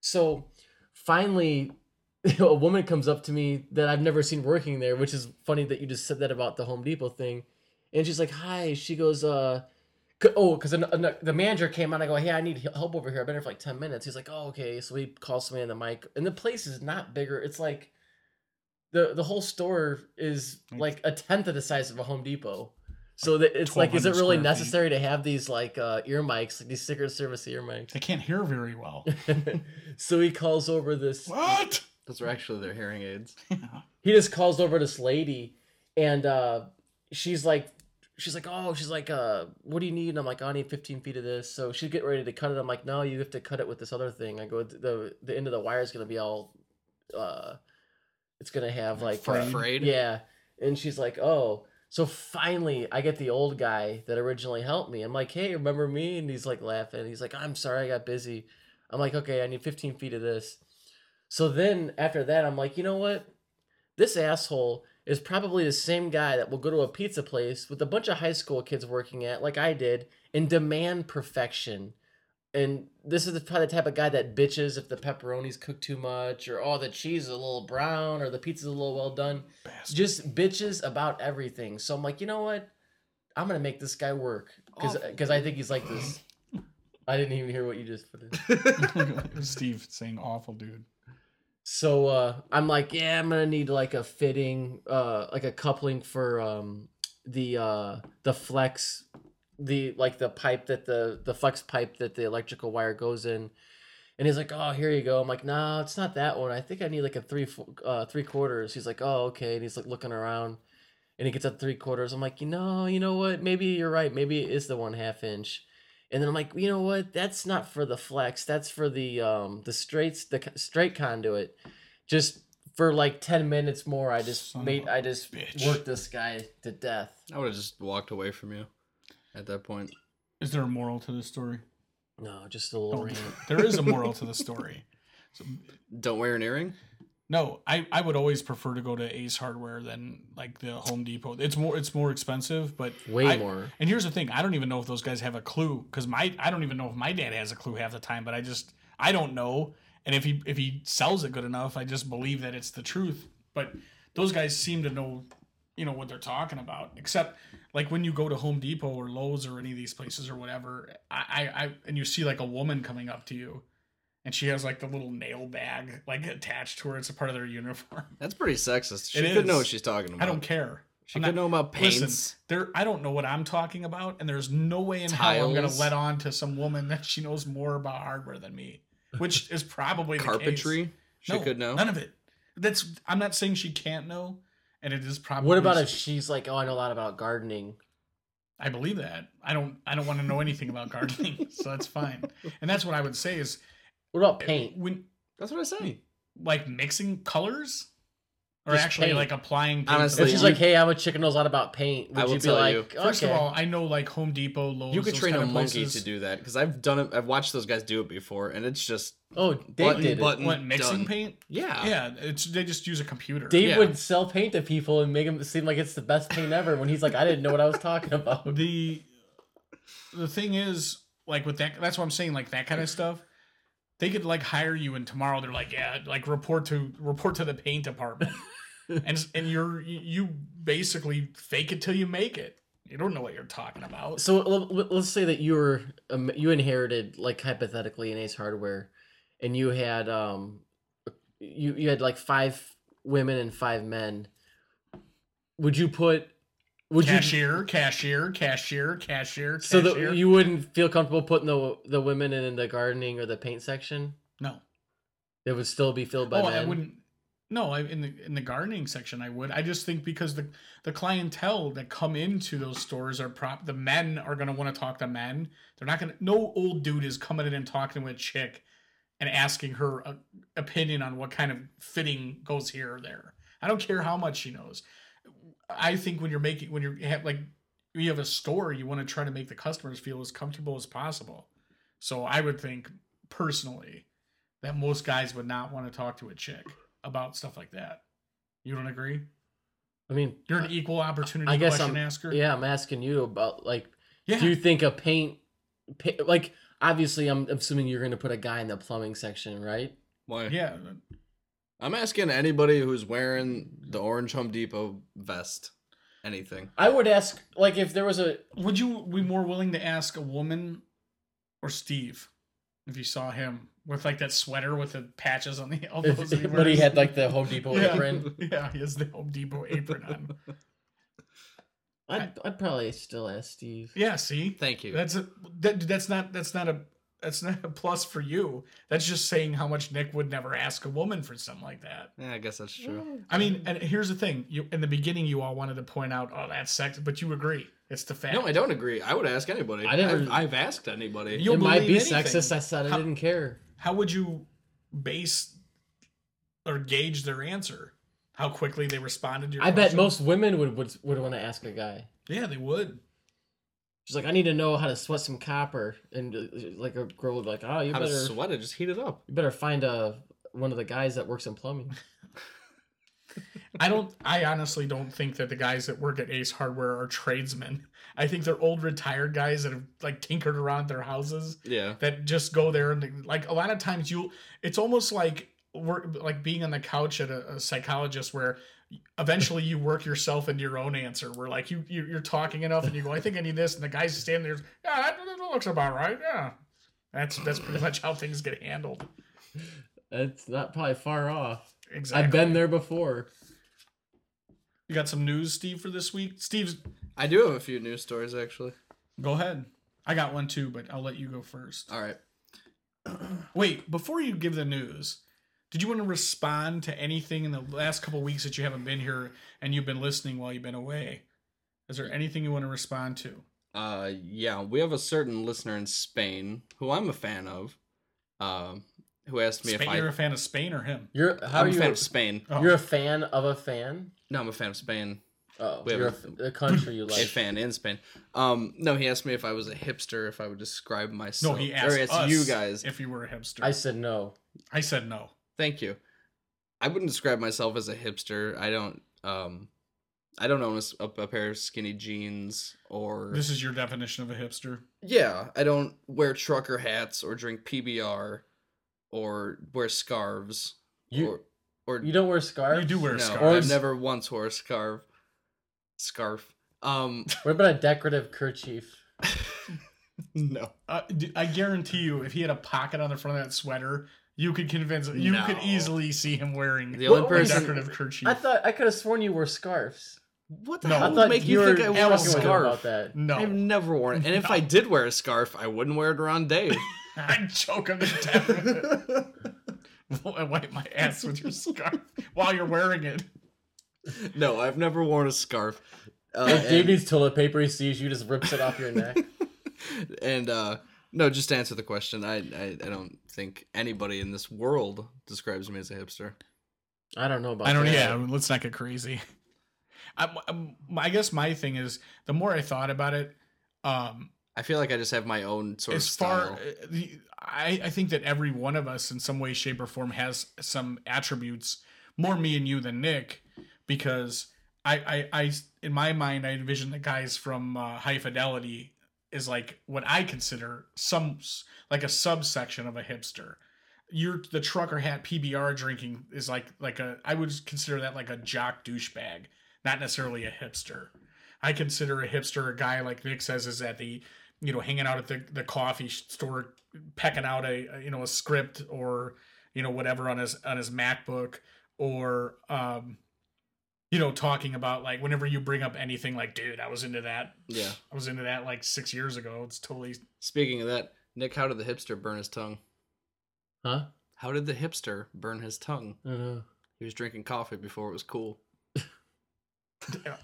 [SPEAKER 2] So finally, a woman comes up to me that I've never seen working there, which is funny that you just said that about the Home Depot thing. And she's like, "Hi." She goes, "Uh." c- Oh, because the manager came out. I go, hey, I need help over here. I've been here for like ten minutes. He's like, oh, okay. So he calls somebody on the mic, and the place is not bigger. It's like the the whole store is like a tenth of the size of a Home Depot. So that it's like, is it
[SPEAKER 1] 1,200
[SPEAKER 2] really
[SPEAKER 1] square feet.
[SPEAKER 2] necessary to have these like uh, ear mics, like these Secret Service ear mics?
[SPEAKER 1] They can't hear very well.
[SPEAKER 2] so he calls over this.
[SPEAKER 1] what?
[SPEAKER 3] Those are actually their hearing aids.
[SPEAKER 2] he just calls over this lady and uh she's like she's like oh she's like uh what do you need and i'm like i need 15 feet of this so she's getting ready to cut it i'm like no you have to cut it with this other thing i go the the end of the wire is gonna be all uh it's gonna have like uh,
[SPEAKER 1] Frayed.
[SPEAKER 3] Afraid?
[SPEAKER 2] yeah and she's like oh So finally, I get the old guy that originally helped me. I'm like, hey, remember me? And he's like laughing. He's like, I'm sorry, I got busy. I'm like, okay, I need 15 feet of this. So then after that, I'm like, you know what? This asshole is probably the same guy that will go to a pizza place with a bunch of high school kids working at, like I did, and demand perfection. And this is the probably the type of guy that bitches if the pepperoni's cooked too much, or oh, the cheese is a little brown, or the pizza's a little well done
[SPEAKER 1] Bastard.
[SPEAKER 2] just bitches about everything. So I'm like, you know what? I'm gonna make this guy work because
[SPEAKER 3] Awful.
[SPEAKER 2] I think he's like this. I didn't even hear what you just put in.
[SPEAKER 1] Steve saying awful, dude.
[SPEAKER 2] So uh, I'm like, yeah, I'm gonna need like a fitting, uh, like a coupling for um, the uh, the flex, the like the pipe that the the flex pipe that the electrical wire goes in. And he's like, oh, here you go. I'm like, nah, it's not that one. I think I need like a three fo- uh, three quarters. He's like, oh, okay. And he's like looking around, and he gets up three quarters. I'm like, you know, you know what? Maybe you're right. Maybe it is the one half inch. And then I'm like, you know what? That's not for the flex. That's for the um the straights the co- straight conduit. Just for like ten minutes more, I just
[SPEAKER 1] Son of
[SPEAKER 2] made
[SPEAKER 1] a
[SPEAKER 2] I just
[SPEAKER 1] bitch.
[SPEAKER 2] worked this guy to death.
[SPEAKER 3] I would have just walked away from you at that point.
[SPEAKER 1] Is there a moral to this story?
[SPEAKER 2] No, just a little
[SPEAKER 1] Oh,
[SPEAKER 2] rant.
[SPEAKER 1] there is a moral to the story.
[SPEAKER 3] Don't wear an earring.
[SPEAKER 1] No, I, I would always prefer to go to Ace Hardware than like the Home Depot. It's more it's more expensive, but
[SPEAKER 2] Way
[SPEAKER 1] I-
[SPEAKER 2] more.
[SPEAKER 1] And here's the thing: I don't even know if those guys have a clue because my I don't even know if my dad has a clue half the time. But I just I don't know, and if he if he sells it good enough, I just believe that it's the truth. But those guys seem to know, you know what they're talking about. Except like when you go to Home Depot or Lowe's or any of these places or whatever, I I, I and you see like a woman coming up to you. And she has like the little nail bag like attached to her. It's a part of their uniform.
[SPEAKER 3] That's pretty sexist. She
[SPEAKER 1] It
[SPEAKER 3] could know
[SPEAKER 1] is.
[SPEAKER 3] what she's talking about.
[SPEAKER 1] I don't care.
[SPEAKER 3] She
[SPEAKER 1] I'm
[SPEAKER 3] could
[SPEAKER 1] not-
[SPEAKER 3] know about paints.
[SPEAKER 1] Listen, there I don't know what I'm talking about, and there's no way in hell I'm gonna
[SPEAKER 3] Tiles.
[SPEAKER 1] let on to some woman that she knows more about hardware than me. Which is probably the case.
[SPEAKER 3] carpentry. She
[SPEAKER 1] No,
[SPEAKER 3] could know.
[SPEAKER 1] None of it. That's I'm not saying she can't know, and it is probably
[SPEAKER 2] What about if she's like, oh, I know a lot about gardening?
[SPEAKER 1] I believe that. I don't I don't want to know anything about gardening, so that's fine. And that's what I would say is
[SPEAKER 2] What about paint?
[SPEAKER 1] when
[SPEAKER 3] That's what I said.
[SPEAKER 1] like mixing colors? Or
[SPEAKER 2] Just
[SPEAKER 1] actually
[SPEAKER 2] paint.
[SPEAKER 1] like applying paint to
[SPEAKER 3] Honestly,
[SPEAKER 1] the-
[SPEAKER 2] If she's
[SPEAKER 3] you-
[SPEAKER 2] like, hey, I'm a chick and knows a lot about paint, would
[SPEAKER 3] I will
[SPEAKER 2] you be
[SPEAKER 3] tell
[SPEAKER 2] like,
[SPEAKER 3] you.
[SPEAKER 1] First
[SPEAKER 2] okay.
[SPEAKER 1] of all, I know like Home Depot, Lowe's.
[SPEAKER 3] You could
[SPEAKER 1] those
[SPEAKER 3] train
[SPEAKER 1] kind
[SPEAKER 3] a
[SPEAKER 1] of
[SPEAKER 3] monkey
[SPEAKER 1] places.
[SPEAKER 3] to do that because I've done it. I've watched those guys do it before, and it's just
[SPEAKER 2] oh, Dave
[SPEAKER 3] button,
[SPEAKER 2] did it.
[SPEAKER 3] button.
[SPEAKER 1] what mixing
[SPEAKER 3] Done.
[SPEAKER 1] paint?
[SPEAKER 3] yeah.
[SPEAKER 1] Yeah, it's they just use a computer.
[SPEAKER 2] Dave
[SPEAKER 3] Yeah.
[SPEAKER 2] would sell paint to people and make them seem like it's the best paint ever when he's like, I didn't know what I was talking about.
[SPEAKER 1] the the thing is, like with that, that's what I'm saying. Like that kind of stuff, they could like hire you, and tomorrow they're like, yeah, like report to report to the paint department, and and you're you basically fake it till you make it. You don't know what you're talking about.
[SPEAKER 2] So l- l- let's say that you were um, you inherited like hypothetically an Ace Hardware, and you had um you you had like five women and five men. Would you put? Would you?
[SPEAKER 1] Cashier, cashier, cashier, cashier,
[SPEAKER 2] So
[SPEAKER 1] cashier.
[SPEAKER 2] that you wouldn't feel comfortable putting the the women in, the gardening or the paint section.
[SPEAKER 1] no,
[SPEAKER 2] It would still be filled by
[SPEAKER 1] oh,
[SPEAKER 2] men.
[SPEAKER 1] I wouldn't. No, I, in the in the gardening section, I would. I just think because the the clientele that come into those stores are prop. The men are going to want to talk to men. They're not going to. No old dude is coming in and talking to a chick and asking her a, opinion on what kind of fitting goes here or there. I don't care how much she knows. I think when you're making when you're have, like you have a store, you want to try to make the customers feel as comfortable as possible. So I would think personally that most guys would not want to talk to a chick about stuff like that. You don't agree?
[SPEAKER 2] I mean,
[SPEAKER 1] You're an equal opportunity
[SPEAKER 2] Uh, I guess
[SPEAKER 1] question
[SPEAKER 2] I'm-
[SPEAKER 1] asker.
[SPEAKER 2] yeah, I'm asking you about like
[SPEAKER 1] yeah.
[SPEAKER 2] do you think a paint, pa- like obviously i'm assuming you're going to put a guy in the plumbing section right
[SPEAKER 3] Why?
[SPEAKER 1] yeah.
[SPEAKER 3] I'm asking anybody who's wearing the orange Home Depot vest, anything.
[SPEAKER 2] i would ask like if there was a
[SPEAKER 1] Would you be more willing to ask a woman or Steve if you saw him with like that sweater with the patches on the elbows?
[SPEAKER 2] if,
[SPEAKER 1] and
[SPEAKER 2] but he
[SPEAKER 1] wears-
[SPEAKER 2] had like the home depot
[SPEAKER 1] Yeah.
[SPEAKER 2] apron
[SPEAKER 1] yeah, he has the Home Depot apron on.
[SPEAKER 2] I'd, I'd probably still ask steve
[SPEAKER 1] Yeah, see,
[SPEAKER 3] Thank you.
[SPEAKER 1] that's a that, that's not that's not a that's not a plus for you. That's just saying how much Nick would never ask a woman for something like that.
[SPEAKER 3] yeah, I guess that's true.
[SPEAKER 1] I mean, and here's the thing: you in the beginning, you all wanted to point out, "Oh, that's sex," but you agree it's the fact.
[SPEAKER 3] No, I don't agree. I would ask anybody.
[SPEAKER 2] I
[SPEAKER 3] I
[SPEAKER 2] never-
[SPEAKER 3] I've, I've asked anybody.
[SPEAKER 1] You'll
[SPEAKER 2] it might be
[SPEAKER 1] believe anything.
[SPEAKER 2] sexist i said i
[SPEAKER 1] How-
[SPEAKER 2] didn't care
[SPEAKER 1] How would you base or gauge their answer? How quickly they responded to your
[SPEAKER 2] I bet
[SPEAKER 1] question.
[SPEAKER 2] most women would would, would want to ask a guy.
[SPEAKER 1] Yeah, they would.
[SPEAKER 2] She's like, I need to know how to sweat some copper, and uh, like a girl would be like, oh, you
[SPEAKER 3] How to
[SPEAKER 2] better
[SPEAKER 3] sweat it? Just heat it up.
[SPEAKER 2] you better find a one of the guys that works in plumbing.
[SPEAKER 1] I don't. I honestly don't think that the guys that work at Ace Hardware are tradesmen. I think they're old retired guys that have like tinkered around their houses
[SPEAKER 3] Yeah.
[SPEAKER 1] that just go there and like a lot of times you. It's almost like work like being on the couch at a, a psychologist where eventually you work yourself into your own answer where like you, you you're talking enough and you go i think i need this and the guy's standing there yeah that, that looks about right yeah that's that's pretty much how things get handled
[SPEAKER 2] It's not probably far off.
[SPEAKER 1] exactly
[SPEAKER 2] I've been there before.
[SPEAKER 1] you got some news steve for this week steve's
[SPEAKER 3] I do have a few news stories actually.
[SPEAKER 1] Go ahead. I got one too, but I'll let you go first.
[SPEAKER 3] All right.
[SPEAKER 1] Wait, before you give the news, did you want to respond to anything in the last couple weeks that you haven't been here and you've been listening while you've been away? Is there anything you want to respond to?
[SPEAKER 3] Uh, yeah, we have a certain listener in Spain who I'm a fan of. Um, who asked me
[SPEAKER 1] Spain,
[SPEAKER 3] if I.
[SPEAKER 1] you're a fan of Spain or him?
[SPEAKER 2] You're how
[SPEAKER 3] I'm
[SPEAKER 2] are
[SPEAKER 3] a
[SPEAKER 2] you?
[SPEAKER 3] fan of Spain.
[SPEAKER 1] Oh.
[SPEAKER 2] You're a fan of a fan.
[SPEAKER 3] No, I'm a fan of Spain.
[SPEAKER 2] Oh,
[SPEAKER 3] We have
[SPEAKER 2] you're a,
[SPEAKER 3] a-
[SPEAKER 2] f- a country you
[SPEAKER 3] a
[SPEAKER 2] like.
[SPEAKER 3] fan in Spain. Um, no, he asked me if I was a hipster, if I would describe
[SPEAKER 1] no,
[SPEAKER 3] myself.
[SPEAKER 1] he
[SPEAKER 3] or
[SPEAKER 1] asked us
[SPEAKER 3] you guys.
[SPEAKER 1] if you were a hipster.
[SPEAKER 2] I
[SPEAKER 1] I,
[SPEAKER 2] said no.
[SPEAKER 1] said no.
[SPEAKER 3] Thank you. I wouldn't describe myself as a hipster. I don't. Um, I don't own a s- a, a pair of skinny jeans or.
[SPEAKER 1] This is your definition of a hipster.
[SPEAKER 3] yeah, I don't wear trucker hats or drink PBR, or wear scarves.
[SPEAKER 2] You
[SPEAKER 3] or, or
[SPEAKER 2] you don't wear scarves.
[SPEAKER 1] You do wear
[SPEAKER 3] no,
[SPEAKER 1] scarves.
[SPEAKER 3] I've never once wore a scarf. Scarf. Um,
[SPEAKER 2] What about a decorative kerchief?
[SPEAKER 3] no.
[SPEAKER 1] Uh, d- I guarantee you, if he had a pocket on the front of that sweater, you could convince. You
[SPEAKER 3] No.
[SPEAKER 1] could easily see him wearing
[SPEAKER 3] The only
[SPEAKER 1] a
[SPEAKER 2] What was-
[SPEAKER 3] person.
[SPEAKER 1] decorative kerchief.
[SPEAKER 2] I thought I could have sworn you wore scarves.
[SPEAKER 3] What the
[SPEAKER 1] No.
[SPEAKER 3] hell
[SPEAKER 1] I
[SPEAKER 3] would
[SPEAKER 2] thought
[SPEAKER 3] make you, think I
[SPEAKER 2] were
[SPEAKER 3] wore a
[SPEAKER 2] fucking with him
[SPEAKER 3] scarf?
[SPEAKER 2] About that.
[SPEAKER 1] no,
[SPEAKER 3] I've never worn it. And if I did wear a scarf, I wouldn't wear it around Dave.
[SPEAKER 1] I'd choke him to death with it. and wipe my ass with your scarf while you're wearing it.
[SPEAKER 3] no, I've never worn a scarf. Uh,
[SPEAKER 2] If Dave
[SPEAKER 3] and
[SPEAKER 2] needs toilet paper, he sees you, just rips it off your neck.
[SPEAKER 3] and, uh, no, just to answer the question, I, I, I don't think anybody in this world describes me as a hipster.
[SPEAKER 2] I don't know about.
[SPEAKER 1] I don't.
[SPEAKER 2] that.
[SPEAKER 1] Yeah, let's not get crazy. I, I'm- I guess my thing is the more I thought about it, um,
[SPEAKER 3] I feel like I just have my own sort
[SPEAKER 1] as
[SPEAKER 3] of style.
[SPEAKER 1] far uh, the, I, I think that every one of us in some way, shape, or form has some attributes more me and you than Nick, because I I, I in my mind I envision the guys from uh, High Fidelity is like what I consider some like a subsection of a hipster. You're the trucker hat PBR drinking is like like a I would consider that like a jock douchebag, not necessarily a hipster. I consider a hipster a guy like Nick says is at the you know hanging out at the, the coffee store pecking out a, a, you know a script or you know whatever on his on his MacBook or um you know talking about like whenever you bring up anything like dude I was into that
[SPEAKER 3] yeah.
[SPEAKER 1] I was into that like 6 years ago it's totally
[SPEAKER 3] Speaking of that, Nick, how did the hipster burn his tongue?
[SPEAKER 2] Huh?
[SPEAKER 3] How did the hipster burn his tongue?
[SPEAKER 2] I don't know.
[SPEAKER 3] He was drinking coffee before it was cool.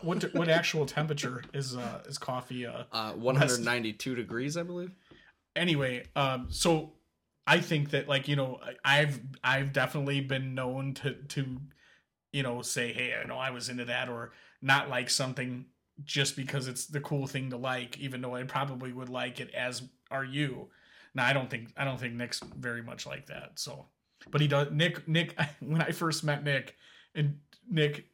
[SPEAKER 1] what what actual temperature is uh is coffee uh
[SPEAKER 3] Uh, 192 degrees, I believe.
[SPEAKER 1] anyway, um, so I think that like you know I- I've I've definitely been known to to you know say hey I know I was into that or not like something just because it's the cool thing to like even though I probably would like it as are you. Now I don't think I don't think Nick's very much like that. So, but he does Nick Nick when I first met Nick and Nick,